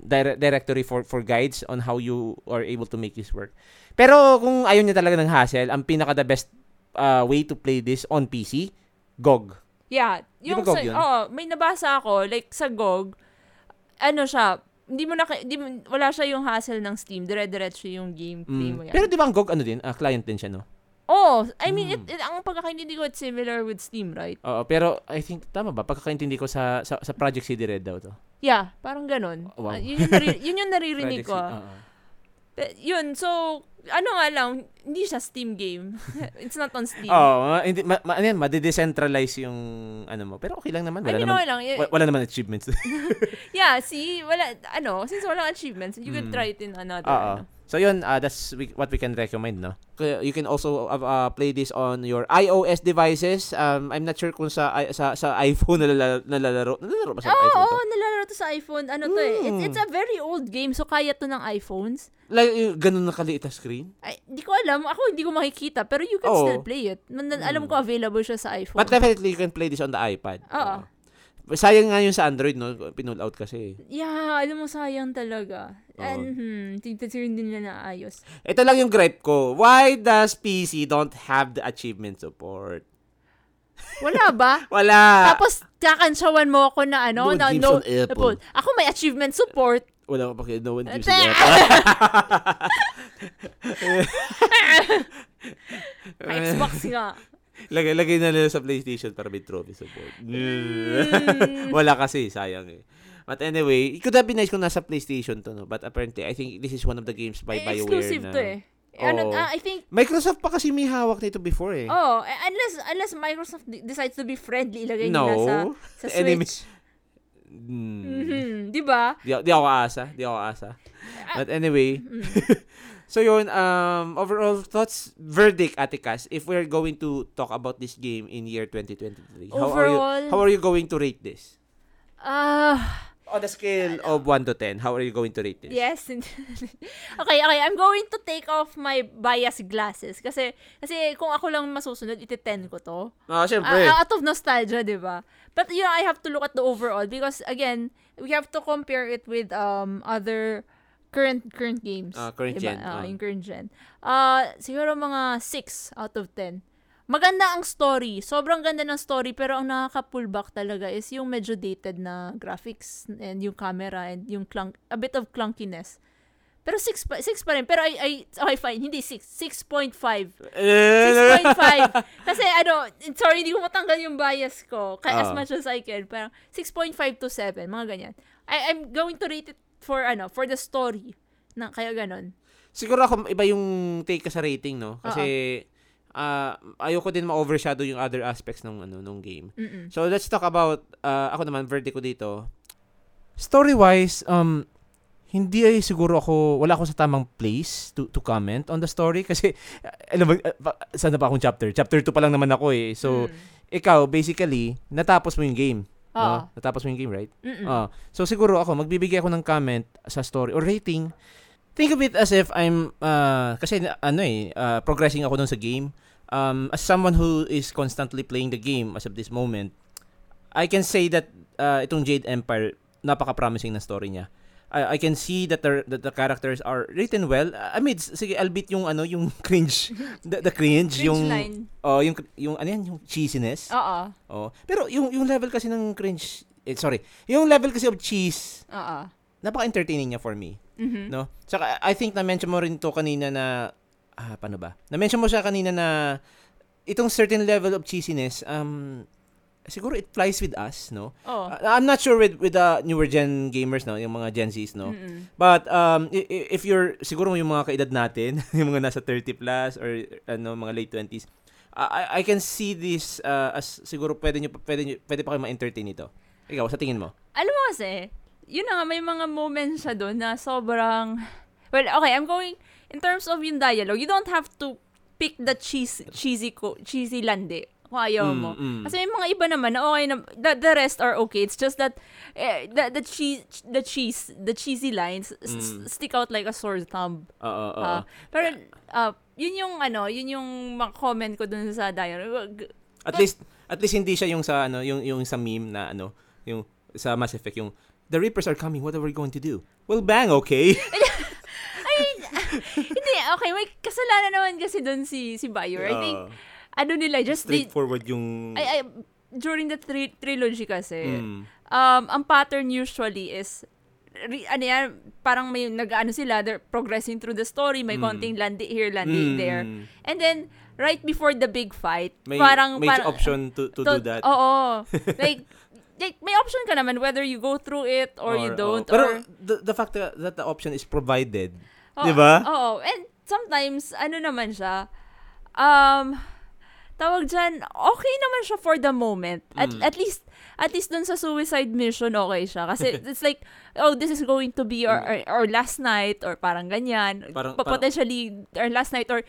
[SPEAKER 1] dire- directory for, for guides on how you are able to make this work. Pero kung ayaw niya talaga ng hassle, ang pinaka the best ah, way to play this on PC, GOG.
[SPEAKER 2] Yeah.
[SPEAKER 1] Di
[SPEAKER 2] Yung
[SPEAKER 1] ba
[SPEAKER 2] sa,
[SPEAKER 1] GOG yun?
[SPEAKER 2] oo, may nabasa ako, like sa GOG, ano siya, hindi mo na, di, mo- wala siya yung hassle ng Steam. Dire-diretso yung gameplay mo
[SPEAKER 1] Mm.
[SPEAKER 2] yan.
[SPEAKER 1] Pero di ba ang GOG ano din? ah, client din siya, no?
[SPEAKER 2] oh, I mean,
[SPEAKER 1] Mm.
[SPEAKER 2] it, it- ang pagkakaintindi ko, it's similar with Steam, right?
[SPEAKER 1] Oo, pero I think, tama ba? Pagkakaintindi ko sa, sa, sa Project CD Red daw to.
[SPEAKER 2] Yeah, parang ganun.
[SPEAKER 1] Oh, Wow.
[SPEAKER 2] Ah, yun, yung nari- yun yung naririnig
[SPEAKER 1] Project C-
[SPEAKER 2] ko. ah.
[SPEAKER 1] oo.
[SPEAKER 2] Pe- Yun, so, ano nga lang, hindi siya Steam game. it's not on Steam.
[SPEAKER 1] Oo, ma- hindi ma, ma, ano yan, madidecentralize yung ano mo. Pero okay lang naman, wala
[SPEAKER 2] I mean,
[SPEAKER 1] naman.
[SPEAKER 2] okay lang. y-
[SPEAKER 1] wa- wala naman achievements.
[SPEAKER 2] Yeah, see, wala, ano, since walang achievements, you can
[SPEAKER 1] Mm.
[SPEAKER 2] try it in another,
[SPEAKER 1] Oo.
[SPEAKER 2] ano.
[SPEAKER 1] So yun, ah, that's we- what we can recommend, no. Kaya You can also uh, uh, play this on your iOS devices. Um I'm not sure kung sa i- sa sa iPhone nalalaro nalalaro, nalalaro ba sa
[SPEAKER 2] Oo,
[SPEAKER 1] iPhone
[SPEAKER 2] oo,
[SPEAKER 1] to?
[SPEAKER 2] nalalaro to sa iPhone. Ano to eh. It's,
[SPEAKER 1] Mm.
[SPEAKER 2] it's a very old game, so kaya to ng iPhones.
[SPEAKER 1] Like yung ganun na kaliit na screen.
[SPEAKER 2] Ay, di ko alam. Ako hindi ko makikita, pero you can
[SPEAKER 1] Oo. Hmm.
[SPEAKER 2] still play it. Man- Alam ko available siya sa iPhone.
[SPEAKER 1] But definitely you can play this on the iPad.
[SPEAKER 2] Oo.
[SPEAKER 1] Oo. Sayang nga yun sa Android, no. Pinull out kasi.
[SPEAKER 2] yeah, alam mo, sayang talaga.
[SPEAKER 1] Oo.
[SPEAKER 2] And, hmm, tingnan yun din nila naayos.
[SPEAKER 1] Ito lang yung gripe ko. Why does PC don't have the achievement support?
[SPEAKER 2] Wala ba?
[SPEAKER 1] Wala.
[SPEAKER 2] Tapos, kakansyawan mo ako na ano,
[SPEAKER 1] No one
[SPEAKER 2] na
[SPEAKER 1] gives
[SPEAKER 2] no,
[SPEAKER 1] an apple.
[SPEAKER 2] apple. Ako may achievement support.
[SPEAKER 1] Wala ko pa kaya. No one gives a
[SPEAKER 2] Ate! Xbox nga.
[SPEAKER 1] lagay, lagay na nila sa PlayStation para may trophy support.
[SPEAKER 2] Mm.
[SPEAKER 1] Wala kasi, sayang eh. But anyway, it could have been nice kung nasa PlayStation to, no? But apparently, I think this is one of the games by
[SPEAKER 2] Eh,
[SPEAKER 1] BioWare
[SPEAKER 2] exclusive
[SPEAKER 1] na...
[SPEAKER 2] to eh. Eh, Ano,
[SPEAKER 1] Oo.
[SPEAKER 2] ah, I think,
[SPEAKER 1] Microsoft pa kasi may hawak nito before eh.
[SPEAKER 2] oh, eh, unless unless Microsoft de- decides to be friendly, ilagay nila sa
[SPEAKER 1] no.
[SPEAKER 2] sa
[SPEAKER 1] Enemy-
[SPEAKER 2] Switch.
[SPEAKER 1] Mm.
[SPEAKER 2] Mhm, 'Di ba?
[SPEAKER 1] Di, di ako asa. Di ako asa.
[SPEAKER 2] Ah.
[SPEAKER 1] But anyway,
[SPEAKER 2] Mm.
[SPEAKER 1] so yun, um, overall thoughts, verdict, Ate Cass, if we're going to talk about this game in year 2023, how are, you,
[SPEAKER 2] Overall-
[SPEAKER 1] how are you going to rate this?
[SPEAKER 2] Ah,
[SPEAKER 1] On the scale of 1 to 10, how are you going to rate this?
[SPEAKER 2] yes. okay, okay, I'm going to take off my bias glasses kasi kasi kung ako lang masusunod, ite-10 ko 'to.
[SPEAKER 1] Ah, syempre.
[SPEAKER 2] Ah, out of nostalgia, 'di ba? But you know, I have to look at the overall because again, we have to compare it with um other current current games.
[SPEAKER 1] Ah, current gen,
[SPEAKER 2] Diba? Ah,
[SPEAKER 1] ah.
[SPEAKER 2] yung current gen. Ah, siguro mga 6 out of 10. Maganda ang story. Sobrang ganda ng story pero ang nakaka-pullback talaga is yung medyo dated na graphics and yung camera and yung clunk a bit of clunkiness. Pero 6 pa, 6 pa rin. Pero I, I, okay, fine. Hindi 6. 6.5. 6.5. Kasi ano, sorry, hindi ko matanggal yung bias ko. Kaya
[SPEAKER 1] Ah.
[SPEAKER 2] as much as I can. Parang 6.5 to 7, mga ganyan. I, I'm going to rate it for ano, for the story. Na, kaya ganon.
[SPEAKER 1] Siguro ako, iba yung take ka sa rating, no? Kasi, ah ayoko din ma-overshadow yung other aspects ng, ano, ng game.
[SPEAKER 2] Mm-mm.
[SPEAKER 1] So, uh, let's talk about, ah, ako naman, verdict ko dito. Story-wise, um, hindi ay siguro ako, wala ako sa tamang place to, to comment on the story kasi, alam mo, ah, pa- saan na pa akong chapter? Chapter 2 pa lang naman ako eh. So,
[SPEAKER 2] Hmm.
[SPEAKER 1] ikaw, basically, natapos mo yung game.
[SPEAKER 2] Oo.
[SPEAKER 1] No? Natapos mo yung game, right?
[SPEAKER 2] Mm-mm.
[SPEAKER 1] Ah. so, siguro ako, magbibigay ako ng comment sa story or rating. Think of it as if I'm, ah, kasi na- ano eh, ah, progressing ako dun sa game. Um, as someone who is constantly playing the game as of this moment, I can say that ah, itong Jade Empire, napaka-promising na story niya. I, I can see that the, that the characters are written well. I mean, s- sige, albeit yung ano, yung cringe, the, the cringe,
[SPEAKER 2] Cringe
[SPEAKER 1] yung,
[SPEAKER 2] line.
[SPEAKER 1] oh, yung, yung, ano yan, yung cheesiness.
[SPEAKER 2] Oo.
[SPEAKER 1] Oh. Pero yung yung level kasi ng cringe, eh, sorry. Yung level kasi of cheese,
[SPEAKER 2] Oo.
[SPEAKER 1] napaka-entertaining niya for me,
[SPEAKER 2] Mhm.
[SPEAKER 1] no? Tsaka I think na-mention mo rin to kanina na ah, paano ba? Na-mention mo siya kanina na itong certain level of cheesiness, um siguro it flies with us, no?
[SPEAKER 2] Oo.
[SPEAKER 1] Ah, I'm not sure with with the newer gen gamers, no, yung mga Gen Zs, no.
[SPEAKER 2] Mm-mm.
[SPEAKER 1] But um i- i- if you're siguro yung mga kaedad natin, yung mga nasa 30 plus or ano mga late 20s, I I can see this uh, as siguro pwede niyo pwede niyo, pwede pa kayo ma-entertain ito. Ikaw, sa tingin mo?
[SPEAKER 2] Alam mo kasi, yun na nga, may mga moments siya doon na sobrang... Well, okay, I'm going... In terms of yung dialogue, you don't have to pick the cheese, cheesy, ko, cheesy landi kung ayaw
[SPEAKER 1] Mm,
[SPEAKER 2] mo.
[SPEAKER 1] mm.
[SPEAKER 2] Kasi may mga iba naman na okay na, the, the rest are okay. It's just that eh, the, the cheese, the cheese, the cheesy lines s- s-
[SPEAKER 1] Mm.
[SPEAKER 2] stick out like a sore thumb.
[SPEAKER 1] Oo, oo.
[SPEAKER 2] Ah, pero ah, yun yung ano, yun yung mga comment ko dun sa dialogue.
[SPEAKER 1] At least at least hindi siya yung sa ano, yung yung sa meme na ano, yung sa Mass Effect yung The Reapers are coming. What are we going to do? Well, bang, okay.
[SPEAKER 2] Hindi, okay, may kasalanan naman kasi doon si si Bayer. I think
[SPEAKER 1] Oo.
[SPEAKER 2] ano nila just they,
[SPEAKER 1] Uh, straightforward yung
[SPEAKER 2] I, I, during the tri- trilogy kasi,
[SPEAKER 1] Mm.
[SPEAKER 2] um ang pattern usually is re- ano yan, parang may nag-ano sila, they're progressing through the story, may konting landi here, landi
[SPEAKER 1] Mm.
[SPEAKER 2] there. And then right before the big fight,
[SPEAKER 1] May,
[SPEAKER 2] parang
[SPEAKER 1] may
[SPEAKER 2] parang
[SPEAKER 1] option to, to, do that.
[SPEAKER 2] Oo. like like may option ka naman whether you go through it or, you don't
[SPEAKER 1] oh. Pero
[SPEAKER 2] or
[SPEAKER 1] the, the fact that, that the option is provided.
[SPEAKER 2] Oo,
[SPEAKER 1] Di ba?
[SPEAKER 2] Oo. And sometimes, ano naman siya, um, tawag dyan, okay naman siya for the moment. At,
[SPEAKER 1] Mm.
[SPEAKER 2] at least, at least dun sa suicide mission, okay siya. Kasi it's like, oh, this is going to be our, our, our last night or parang ganyan.
[SPEAKER 1] Mm. Parang-
[SPEAKER 2] Pa-
[SPEAKER 1] parang-
[SPEAKER 2] Potentially, our last night or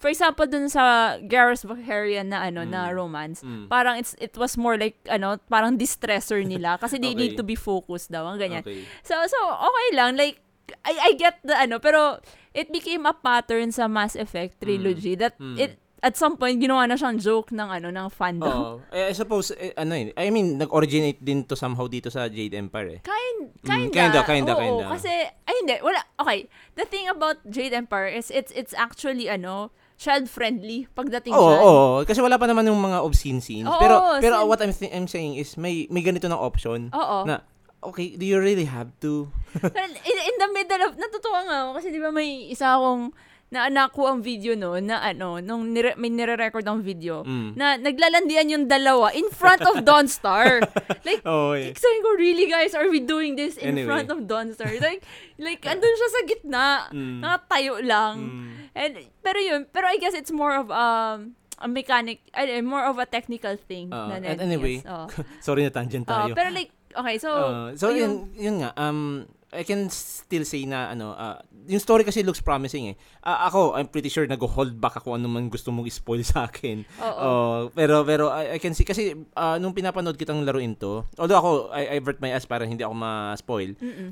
[SPEAKER 2] For example, dun sa Garrus Valerian na ano na
[SPEAKER 1] Mm.
[SPEAKER 2] romance,
[SPEAKER 1] Mm.
[SPEAKER 2] parang it's it was more like ano, parang distressor nila kasi they need
[SPEAKER 1] Okay.
[SPEAKER 2] to be focused daw, ang ganyan.
[SPEAKER 1] Okay.
[SPEAKER 2] So, so okay lang. Like, I, I get the ano, pero it became a pattern sa Mass Effect trilogy that
[SPEAKER 1] Mm.
[SPEAKER 2] it at some point ginawa na siyang joke ng ano ng fandom.
[SPEAKER 1] Oo. Eh, I suppose, eh, ano yun, I mean, nag-originate din to somehow dito sa Jade Empire eh.
[SPEAKER 2] Kind,
[SPEAKER 1] Mm,
[SPEAKER 2] kinda,
[SPEAKER 1] kinda, kinda,
[SPEAKER 2] oo,
[SPEAKER 1] kinda.
[SPEAKER 2] Kasi, ay hindi, wala, okay. The thing about Jade Empire is it's it's actually, ano, child-friendly pagdating
[SPEAKER 1] Oo,
[SPEAKER 2] dyan.
[SPEAKER 1] oo. kasi wala pa naman yung mga obscene scenes.
[SPEAKER 2] Oo,
[SPEAKER 1] pero
[SPEAKER 2] oo, Oh.
[SPEAKER 1] pero
[SPEAKER 2] sin-
[SPEAKER 1] what I'm, thi- I'm saying is, may, may ganito ng option
[SPEAKER 2] Oo.
[SPEAKER 1] na, okay, do you really have to?
[SPEAKER 2] Well, in, in the middle of, natutuwa nga ako kasi di ba may isa akong na nakuha ang video no na ano nung nire, may nire-record ang video
[SPEAKER 1] Mm.
[SPEAKER 2] na naglalandian yung dalawa in front of Dawnstar. like
[SPEAKER 1] Oo, eh.
[SPEAKER 2] sabi ko, really guys, are we doing this in
[SPEAKER 1] Anyway.
[SPEAKER 2] front of Dawnstar? Like, like andun siya sa gitna,
[SPEAKER 1] Mm.
[SPEAKER 2] nakatayo lang.
[SPEAKER 1] Mm.
[SPEAKER 2] And, pero yun, pero I guess it's more of um, a mechanic, ay, eh, more of a technical thing.
[SPEAKER 1] Oo.
[SPEAKER 2] na
[SPEAKER 1] Uh, And
[SPEAKER 2] NES.
[SPEAKER 1] anyway,
[SPEAKER 2] Oo.
[SPEAKER 1] Sorry na tangent
[SPEAKER 2] Oo,
[SPEAKER 1] tayo.
[SPEAKER 2] Oh. Uh, pero like, Ah, okay, so,
[SPEAKER 1] Uh, so
[SPEAKER 2] ayun.
[SPEAKER 1] yun, yun nga um I can still say na ano uh, yung story kasi looks promising eh. Ah, ako I'm pretty sure nag-hold back ako ano man gusto mong spoil sa akin.
[SPEAKER 2] Oo.
[SPEAKER 1] Oh, pero pero I, I can see kasi ah, nung pinapanood kitang laruin to, although ako I, I avert my ass para hindi ako ma-spoil.
[SPEAKER 2] Mm-mm.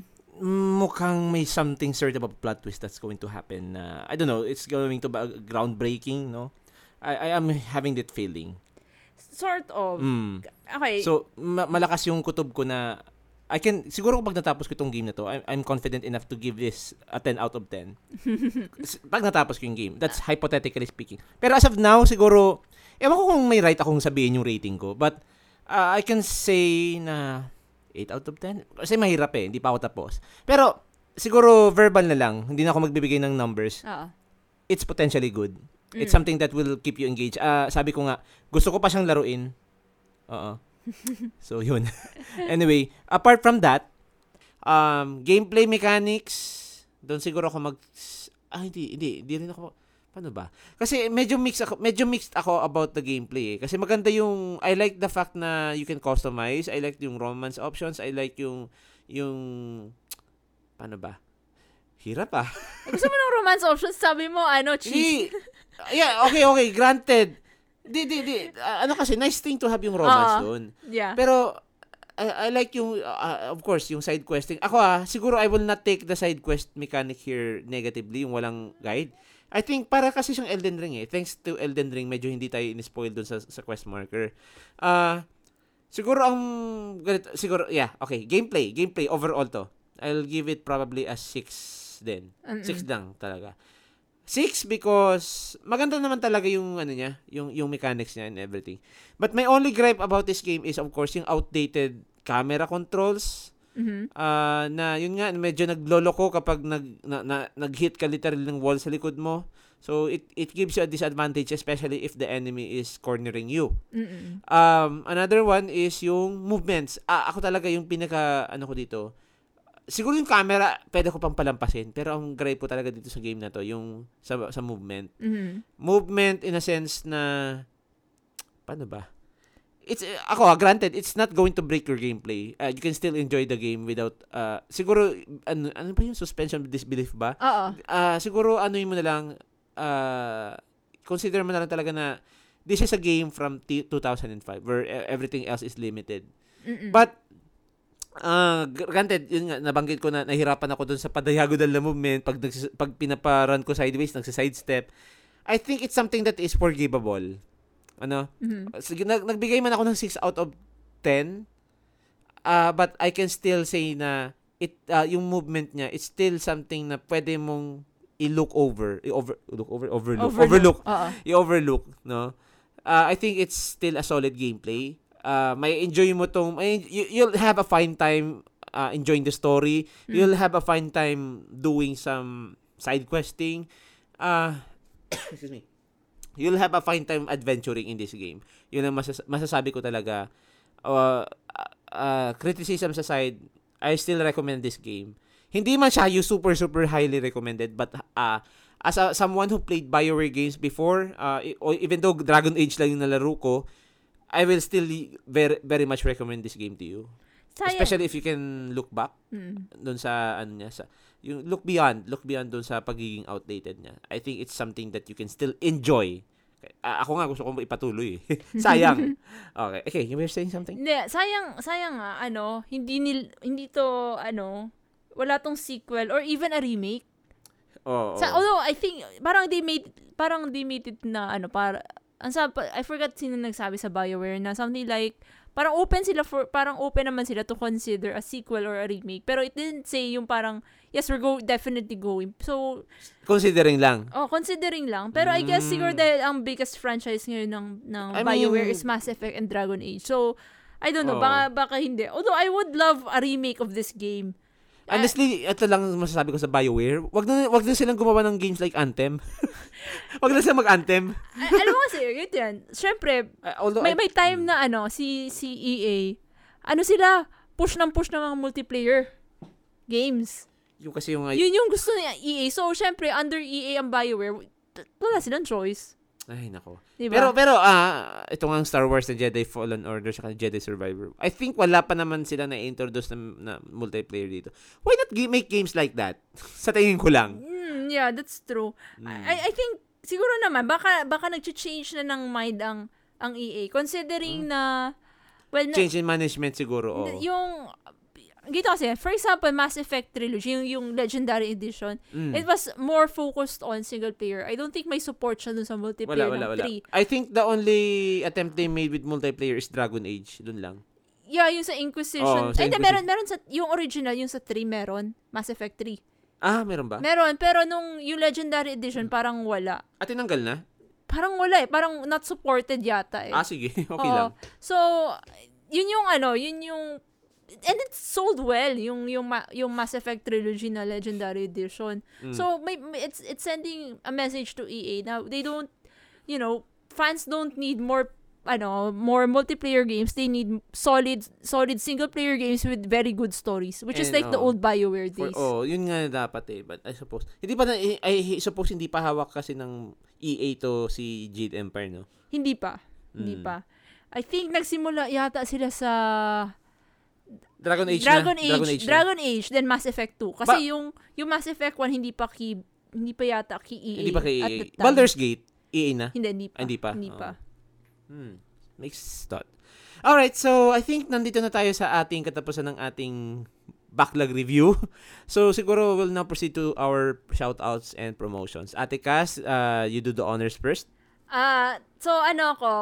[SPEAKER 1] Mukhang may something certain about plot twist that's going to happen. na I don't know, it's going to be groundbreaking, no? I I am having that feeling.
[SPEAKER 2] Sort of.
[SPEAKER 1] Mm.
[SPEAKER 2] Okay.
[SPEAKER 1] So, ma- malakas yung kutob ko na I can, siguro kapag natapos ko itong game na to, I'm, I'm confident enough to give this a 10 out of 10. S- Pag natapos ko yung game. That's hypothetically speaking. Pero as of now, siguro, ewan ko kung may right akong sabihin yung rating ko. But, uh, I can say na 8 out of 10. Kasi mahirap eh, hindi pa ako tapos. Pero, siguro verbal na lang. Hindi na ako magbibigay ng numbers
[SPEAKER 2] Oo.
[SPEAKER 1] it's potentially good.
[SPEAKER 2] Mm.
[SPEAKER 1] It's something that will keep you engaged. Ah, sabi ko nga, gusto ko pa siyang laruin. Oo. so, yun. anyway, apart from that, um, gameplay mechanics, doon siguro ako mag... Ah, hindi, hindi, hindi rin ako... Paano ba? Kasi medyo mixed ako, medyo mixed ako about the gameplay eh. Kasi maganda yung I like the fact na you can customize. I like yung romance options. I like yung yung paano ba? Hirap ah.
[SPEAKER 2] Gusto mo ng romance options, sabi mo, ano, cheat.
[SPEAKER 1] Hindi. Yeah, okay, okay. Granted. Di, di, di. Ah, ano kasi, nice thing to have yung romance
[SPEAKER 2] Oo.
[SPEAKER 1] doon.
[SPEAKER 2] Yeah.
[SPEAKER 1] Pero, I, I like yung, ah, of course, yung side questing. Ako ah, siguro I will not take the side quest mechanic here negatively, yung walang guide. I think para kasi siyang Elden Ring eh. Thanks to Elden Ring, medyo hindi tayo in-spoil dun sa, sa quest marker. Ah, siguro ang, ganito- siguro, yeah, okay. Gameplay, gameplay, overall to. I'll give it probably a 6 din.
[SPEAKER 2] Mm-mm.
[SPEAKER 1] Six lang talaga. Six because maganda naman talaga yung ano niya, yung yung mechanics niya and everything. But my only gripe about this game is of course yung outdated camera controls.
[SPEAKER 2] Mhm.
[SPEAKER 1] Ah, na yun nga medyo nagloloko kapag nag na, na, nag-hit ka literally ng wall sa likod mo. So it it gives you a disadvantage especially if the enemy is cornering you.
[SPEAKER 2] Mm-mm.
[SPEAKER 1] Um, another one is yung movements. Ah, ako talaga yung pinaka, ano ko dito, siguro yung camera, pwede ko pang palampasin. Pero ang gripe ko talaga dito sa game na to, yung sa, sa movement.
[SPEAKER 2] Mhm.
[SPEAKER 1] Movement in a sense na, paano ba? It's, eh, ako, ah, granted, it's not going to break your gameplay. Ah, you can still enjoy the game without, ah, siguro, ano, ano ba yung suspension of disbelief ba?
[SPEAKER 2] Oo.
[SPEAKER 1] ah siguro ano mo na lang ah, consider mo na lang talaga na this is a game from t- 2005 where e- everything else is limited.
[SPEAKER 2] Mm-mm.
[SPEAKER 1] But ah gr- granted, yun nga, nabanggit ko na nahirapan ako dun sa padiagonal na movement pag, nagsis- pag pinaparan ko sideways, nagsa-sidestep. I think it's something that is forgivable. Ano?
[SPEAKER 2] Mhm.
[SPEAKER 1] Sige, nag- nagbigay man ako ng 6 out of 10. ah but I can still say na it ah, yung movement niya, it's still something na pwede mong i-look over, i-over look over overlook, overlook,
[SPEAKER 2] Oo.
[SPEAKER 1] i-overlook, no? Ah, I think it's still a solid gameplay. Ah, may enjoy mo tong may, you, you'll have a fine time ah, enjoying the story.
[SPEAKER 2] Mm.
[SPEAKER 1] You'll have a fine time doing some side questing. Ah, excuse me. You'll have a fine time adventuring in this game. Yun ang masas- masasabi ko talaga. Uh, uh, criticism aside, I still recommend this game. Hindi man siya yung super super highly recommended but uh, as a, someone who played BioWare games before, uh, i- o even though Dragon Age lang yung nalaro ko, I will still very very much recommend this game to you.
[SPEAKER 2] Mm. Sayang.
[SPEAKER 1] Especially if you can look back
[SPEAKER 2] Mm.
[SPEAKER 1] doon sa ano niya sa yung look beyond, look beyond doon sa pagiging outdated niya. I think it's something that you can still enjoy. Ah, ako nga gusto kong ipatuloy. eh. Sayang. Okay. Okay, you were saying something?
[SPEAKER 2] Hindi, sayang, sayang nga, ano, hindi nil, hindi to, ano, wala tong sequel or even a remake.
[SPEAKER 1] Oo.
[SPEAKER 2] Sa, although, I think, parang they made, parang they made it na, ano, para, ang sab- I forgot sino nagsabi sa BioWare na something like, parang open sila for, parang open naman sila to consider a sequel or a remake. Pero it didn't say yung parang, yes, we're go, definitely going. So,
[SPEAKER 1] Considering lang.
[SPEAKER 2] oh, considering lang. Pero I guess
[SPEAKER 1] Mm.
[SPEAKER 2] siguro dahil ang biggest franchise ngayon ng, ng
[SPEAKER 1] I mean-
[SPEAKER 2] BioWare
[SPEAKER 1] Oh.
[SPEAKER 2] is Mass Effect and Dragon Age. So, I don't know,
[SPEAKER 1] Oo.
[SPEAKER 2] baka, baka hindi. Although, I would love a remake of this game.
[SPEAKER 1] Eh.
[SPEAKER 2] Ah,
[SPEAKER 1] Honestly, ito lang ang masasabi ko sa BioWare. Wag na wag na silang gumawa ng games like Anthem. wag na silang mag-Anthem.
[SPEAKER 2] a- alam mo kasi, ganito yan. Siyempre,
[SPEAKER 1] Uh, although
[SPEAKER 2] may,
[SPEAKER 1] I-
[SPEAKER 2] may time na ano, si, si EA, ano sila, push ng push ng mga multiplayer games.
[SPEAKER 1] yung kasi yung
[SPEAKER 2] Yun yung gusto ni EA. So, syempre, under EA ang Bioware, t- wala silang choice.
[SPEAKER 1] ay nako.
[SPEAKER 2] Diba?
[SPEAKER 1] Pero pero ah ito nga ang Star Wars na Jedi Fallen Order sa Jedi Survivor. I think wala pa naman sila na introduce na, na multiplayer dito. Why not gi- make games like that? sa tingin ko lang.
[SPEAKER 2] Mm, yeah, that's true.
[SPEAKER 1] Mm.
[SPEAKER 2] I, I think, siguro naman, baka, baka nag-change na ng mind ang, ang EA. Considering na, well, na-
[SPEAKER 1] Mm. Change in management siguro. oh. oo.
[SPEAKER 2] yung, gito kasi, for example, Mass Effect Trilogy, yung, yung Legendary Edition,
[SPEAKER 1] Mm.
[SPEAKER 2] It was more focused on single player. I don't think may support siya dun sa multiplayer
[SPEAKER 1] Wala, wala,
[SPEAKER 2] ng
[SPEAKER 1] wala.
[SPEAKER 2] three.
[SPEAKER 1] I think the only attempt they made with multiplayer is Dragon Age. Dun lang.
[SPEAKER 2] Yeah, yung sa
[SPEAKER 1] Oo,
[SPEAKER 2] Inquisition.
[SPEAKER 1] sa
[SPEAKER 2] Ay, di,
[SPEAKER 1] Inquisi-
[SPEAKER 2] meron, meron sa, yung original, yung sa 3 meron. Mass Effect 3.
[SPEAKER 1] Ah, meron ba?
[SPEAKER 2] Meron, pero nung yung Legendary Edition, parang wala.
[SPEAKER 1] At Ah, tinanggal na?
[SPEAKER 2] Parang wala eh. Parang not supported yata eh.
[SPEAKER 1] Ah,
[SPEAKER 2] Oh,
[SPEAKER 1] sige. Okay
[SPEAKER 2] Oo.
[SPEAKER 1] lang.
[SPEAKER 2] So, yun yung ano, yun yung and it sold well yung yung ma- yung Mass Effect trilogy na Legendary Edition.
[SPEAKER 1] Mm.
[SPEAKER 2] So may, may- it's it's sending a message to EA now they don't you know fans don't need more ano more multiplayer games they need solid solid single player games with very good stories which is
[SPEAKER 1] And,
[SPEAKER 2] like the
[SPEAKER 1] oh,
[SPEAKER 2] old BioWare
[SPEAKER 1] For,
[SPEAKER 2] days.
[SPEAKER 1] oh, yun nga dapat eh. But I suppose, hindi pa na, I, I suppose hindi pa hawak kasi ng EA to si Jade Empire, no?
[SPEAKER 2] Hindi pa.
[SPEAKER 1] Mm.
[SPEAKER 2] Hindi pa. I think nagsimula yata sila sa
[SPEAKER 1] Dragon Age
[SPEAKER 2] Dragon
[SPEAKER 1] na.
[SPEAKER 2] Age, Dragon Age,
[SPEAKER 1] na.
[SPEAKER 2] then Mass Effect 2. Kasi
[SPEAKER 1] Ba-
[SPEAKER 2] yung yung Mass Effect 1 hindi pa ki hindi pa yata ki EA.
[SPEAKER 1] Hindi pa kay
[SPEAKER 2] at
[SPEAKER 1] EA.
[SPEAKER 2] the time.
[SPEAKER 1] Baldur's Gate, EA na.
[SPEAKER 2] hindi, hindi pa.
[SPEAKER 1] Ah, hindi pa.
[SPEAKER 2] Hindi
[SPEAKER 1] Oo.
[SPEAKER 2] pa.
[SPEAKER 1] Hmm. Makes thought. Alright, so I think nandito na tayo sa ating katapusan ng ating backlog review. So siguro we'll now proceed to our shoutouts and promotions. Ate Cass, uh, you do the honors first.
[SPEAKER 2] Ah, so ano ko,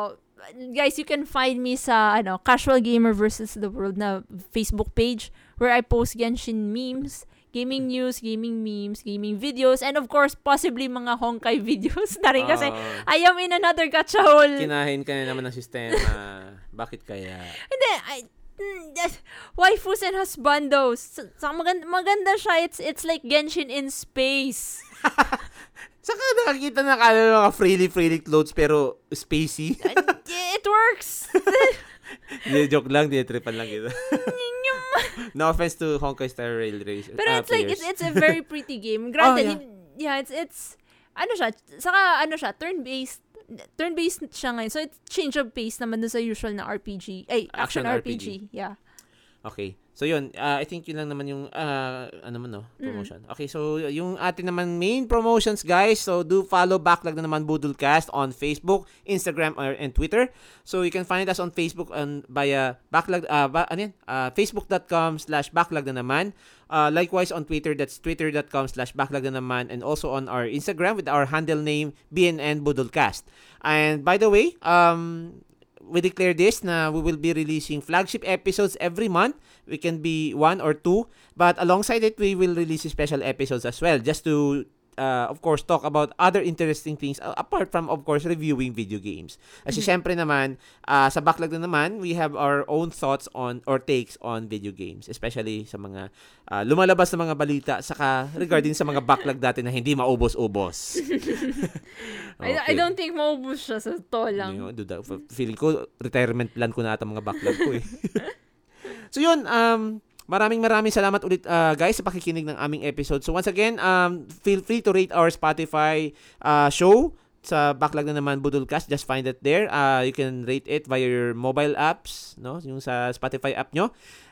[SPEAKER 2] guys, you can find me sa ano, Casual Gamer versus the World na Facebook page where I post Genshin memes, gaming news, gaming memes, gaming videos, and of course, possibly mga Honkai videos na rin kasi
[SPEAKER 1] Ah,
[SPEAKER 2] I am in another gacha hole.
[SPEAKER 1] kinahin ka na naman ng sistema. Bakit kaya?
[SPEAKER 2] Hindi, I, mm, eh, waifus and husbandos. So, so maganda, maganda siya. It's, it's like Genshin in space.
[SPEAKER 1] Saka nakakita na ka ng mga freely-freely clothes pero spacey.
[SPEAKER 2] And it works.
[SPEAKER 1] Hindi, joke lang, dinitripan lang kita. no offense to Honkai Star Rail Race.
[SPEAKER 2] Pero
[SPEAKER 1] ah,
[SPEAKER 2] it's like
[SPEAKER 1] players.
[SPEAKER 2] it's it's a very pretty game. Granted,
[SPEAKER 1] yeah.
[SPEAKER 2] hin- yeah. it's it's ano siya, saka ano siya, turn-based turn-based siya ngayon. So it's change of pace naman dun sa usual na RPG. Ay,
[SPEAKER 1] Action
[SPEAKER 2] action,
[SPEAKER 1] RPG.
[SPEAKER 2] RPG. Yeah.
[SPEAKER 1] Okay. So yun, ah, I think yun lang naman yung ah, ano man no,
[SPEAKER 2] Mm.
[SPEAKER 1] promotion. Okay, so yung atin naman main promotions guys. So do follow Backlog na naman Budulcast on Facebook, Instagram or and Twitter. So you can find us on Facebook on via Backlog ah, ba, ano yan? Ah, facebook.com slash Backlog na naman. Ah, likewise on Twitter, that's twitter.com slash Backlog na naman and also on our Instagram with our handle name BNN Budulcast. And by the way, um we declare this na we will be releasing flagship episodes every month. We can be one or two, but alongside it, we will release special episodes as well, just to, uh, of course, talk about other interesting things uh, apart from, of course, reviewing video games.
[SPEAKER 2] Mm-hmm.
[SPEAKER 1] Kasi syempre naman, uh, sa backlog na naman, we have our own thoughts on or takes on video games, especially sa mga uh, lumalabas na mga balita, saka regarding sa mga backlog dati na hindi maubos-ubos.
[SPEAKER 2] I, I
[SPEAKER 1] Okay.
[SPEAKER 2] don't think maubos siya sa to lang.
[SPEAKER 1] Ano Yun, duda, f- feeling ko, retirement plan ko na ata mga backlog ko eh. so yun, um, maraming maraming salamat ulit uh, guys sa pakikinig ng aming episode. So once again, um, feel free to rate our Spotify uh, show sa backlog na naman Budulcast just find it there uh, you can rate it via your mobile apps no yung sa Spotify app nyo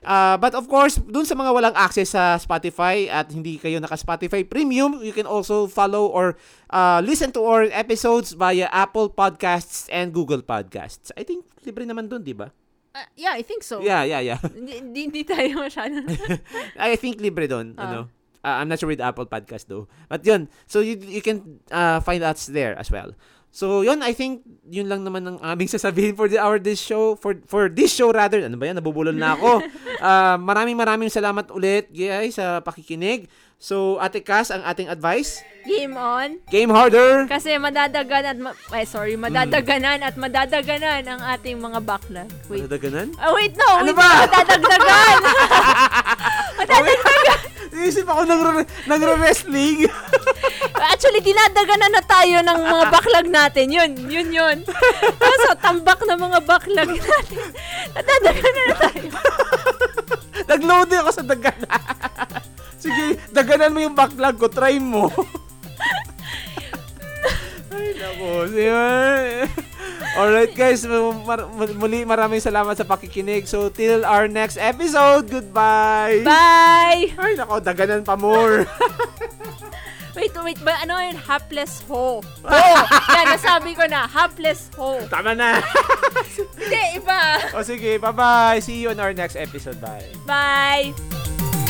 [SPEAKER 1] Uh, but of course, dun sa mga walang access sa Spotify at hindi kayo naka-Spotify Premium, you can also follow or uh, listen to our episodes via Apple Podcasts and Google Podcasts. I think libre naman dun, di ba?
[SPEAKER 2] Ah, yeah, I think so.
[SPEAKER 1] Yeah, yeah, yeah.
[SPEAKER 2] Hindi, hindi- hindi tayo masyado.
[SPEAKER 1] I think libre dun,
[SPEAKER 2] Ah.
[SPEAKER 1] ano. Uh, I'm not sure with Apple Podcast though. But yun, so you, you can uh, find us there as well. So yun, I think yun lang naman ang aming sasabihin for the our this show for for this show rather. Ano ba yan? Nabubulol na ako. Ah, maraming maraming salamat ulit guys sa pakikinig. So Ate Cass, ang ating advice,
[SPEAKER 2] Game on.
[SPEAKER 1] game harder.
[SPEAKER 2] Kasi madadagan at ma- ay sorry, madadaganan at madadaganan ang ating mga backlog.
[SPEAKER 1] Ano
[SPEAKER 2] Wait.
[SPEAKER 1] Madadaganan?
[SPEAKER 2] Ah, wait, no.
[SPEAKER 1] Ano
[SPEAKER 2] wait,
[SPEAKER 1] ba?
[SPEAKER 2] Madadagdagan.
[SPEAKER 1] Iisip ako nagro- nagro-wrestling.
[SPEAKER 2] Actually, dinadaganan na tayo ng mga backlog natin. Yun, yun, yun. Kaso, tambak na mga backlog natin. Nadadaganan na tayo.
[SPEAKER 1] Nag-loading ako sa daganan. Sige, daganan mo yung backlog ko. Try mo. Ay, nako. Sige. Alright guys, mar- muli maraming salamat sa pakikinig. So, till our next episode, goodbye!
[SPEAKER 2] Bye!
[SPEAKER 1] Ay, nako, daganan pa more.
[SPEAKER 2] Wait, wait. Ba, ano yun? Hapless ho. Ho! Yan, nasabi ko na. Hapless ho.
[SPEAKER 1] Tama na.
[SPEAKER 2] Hindi, iba.
[SPEAKER 1] o sige, bye-bye. See you on our next episode. Bye.
[SPEAKER 2] Bye!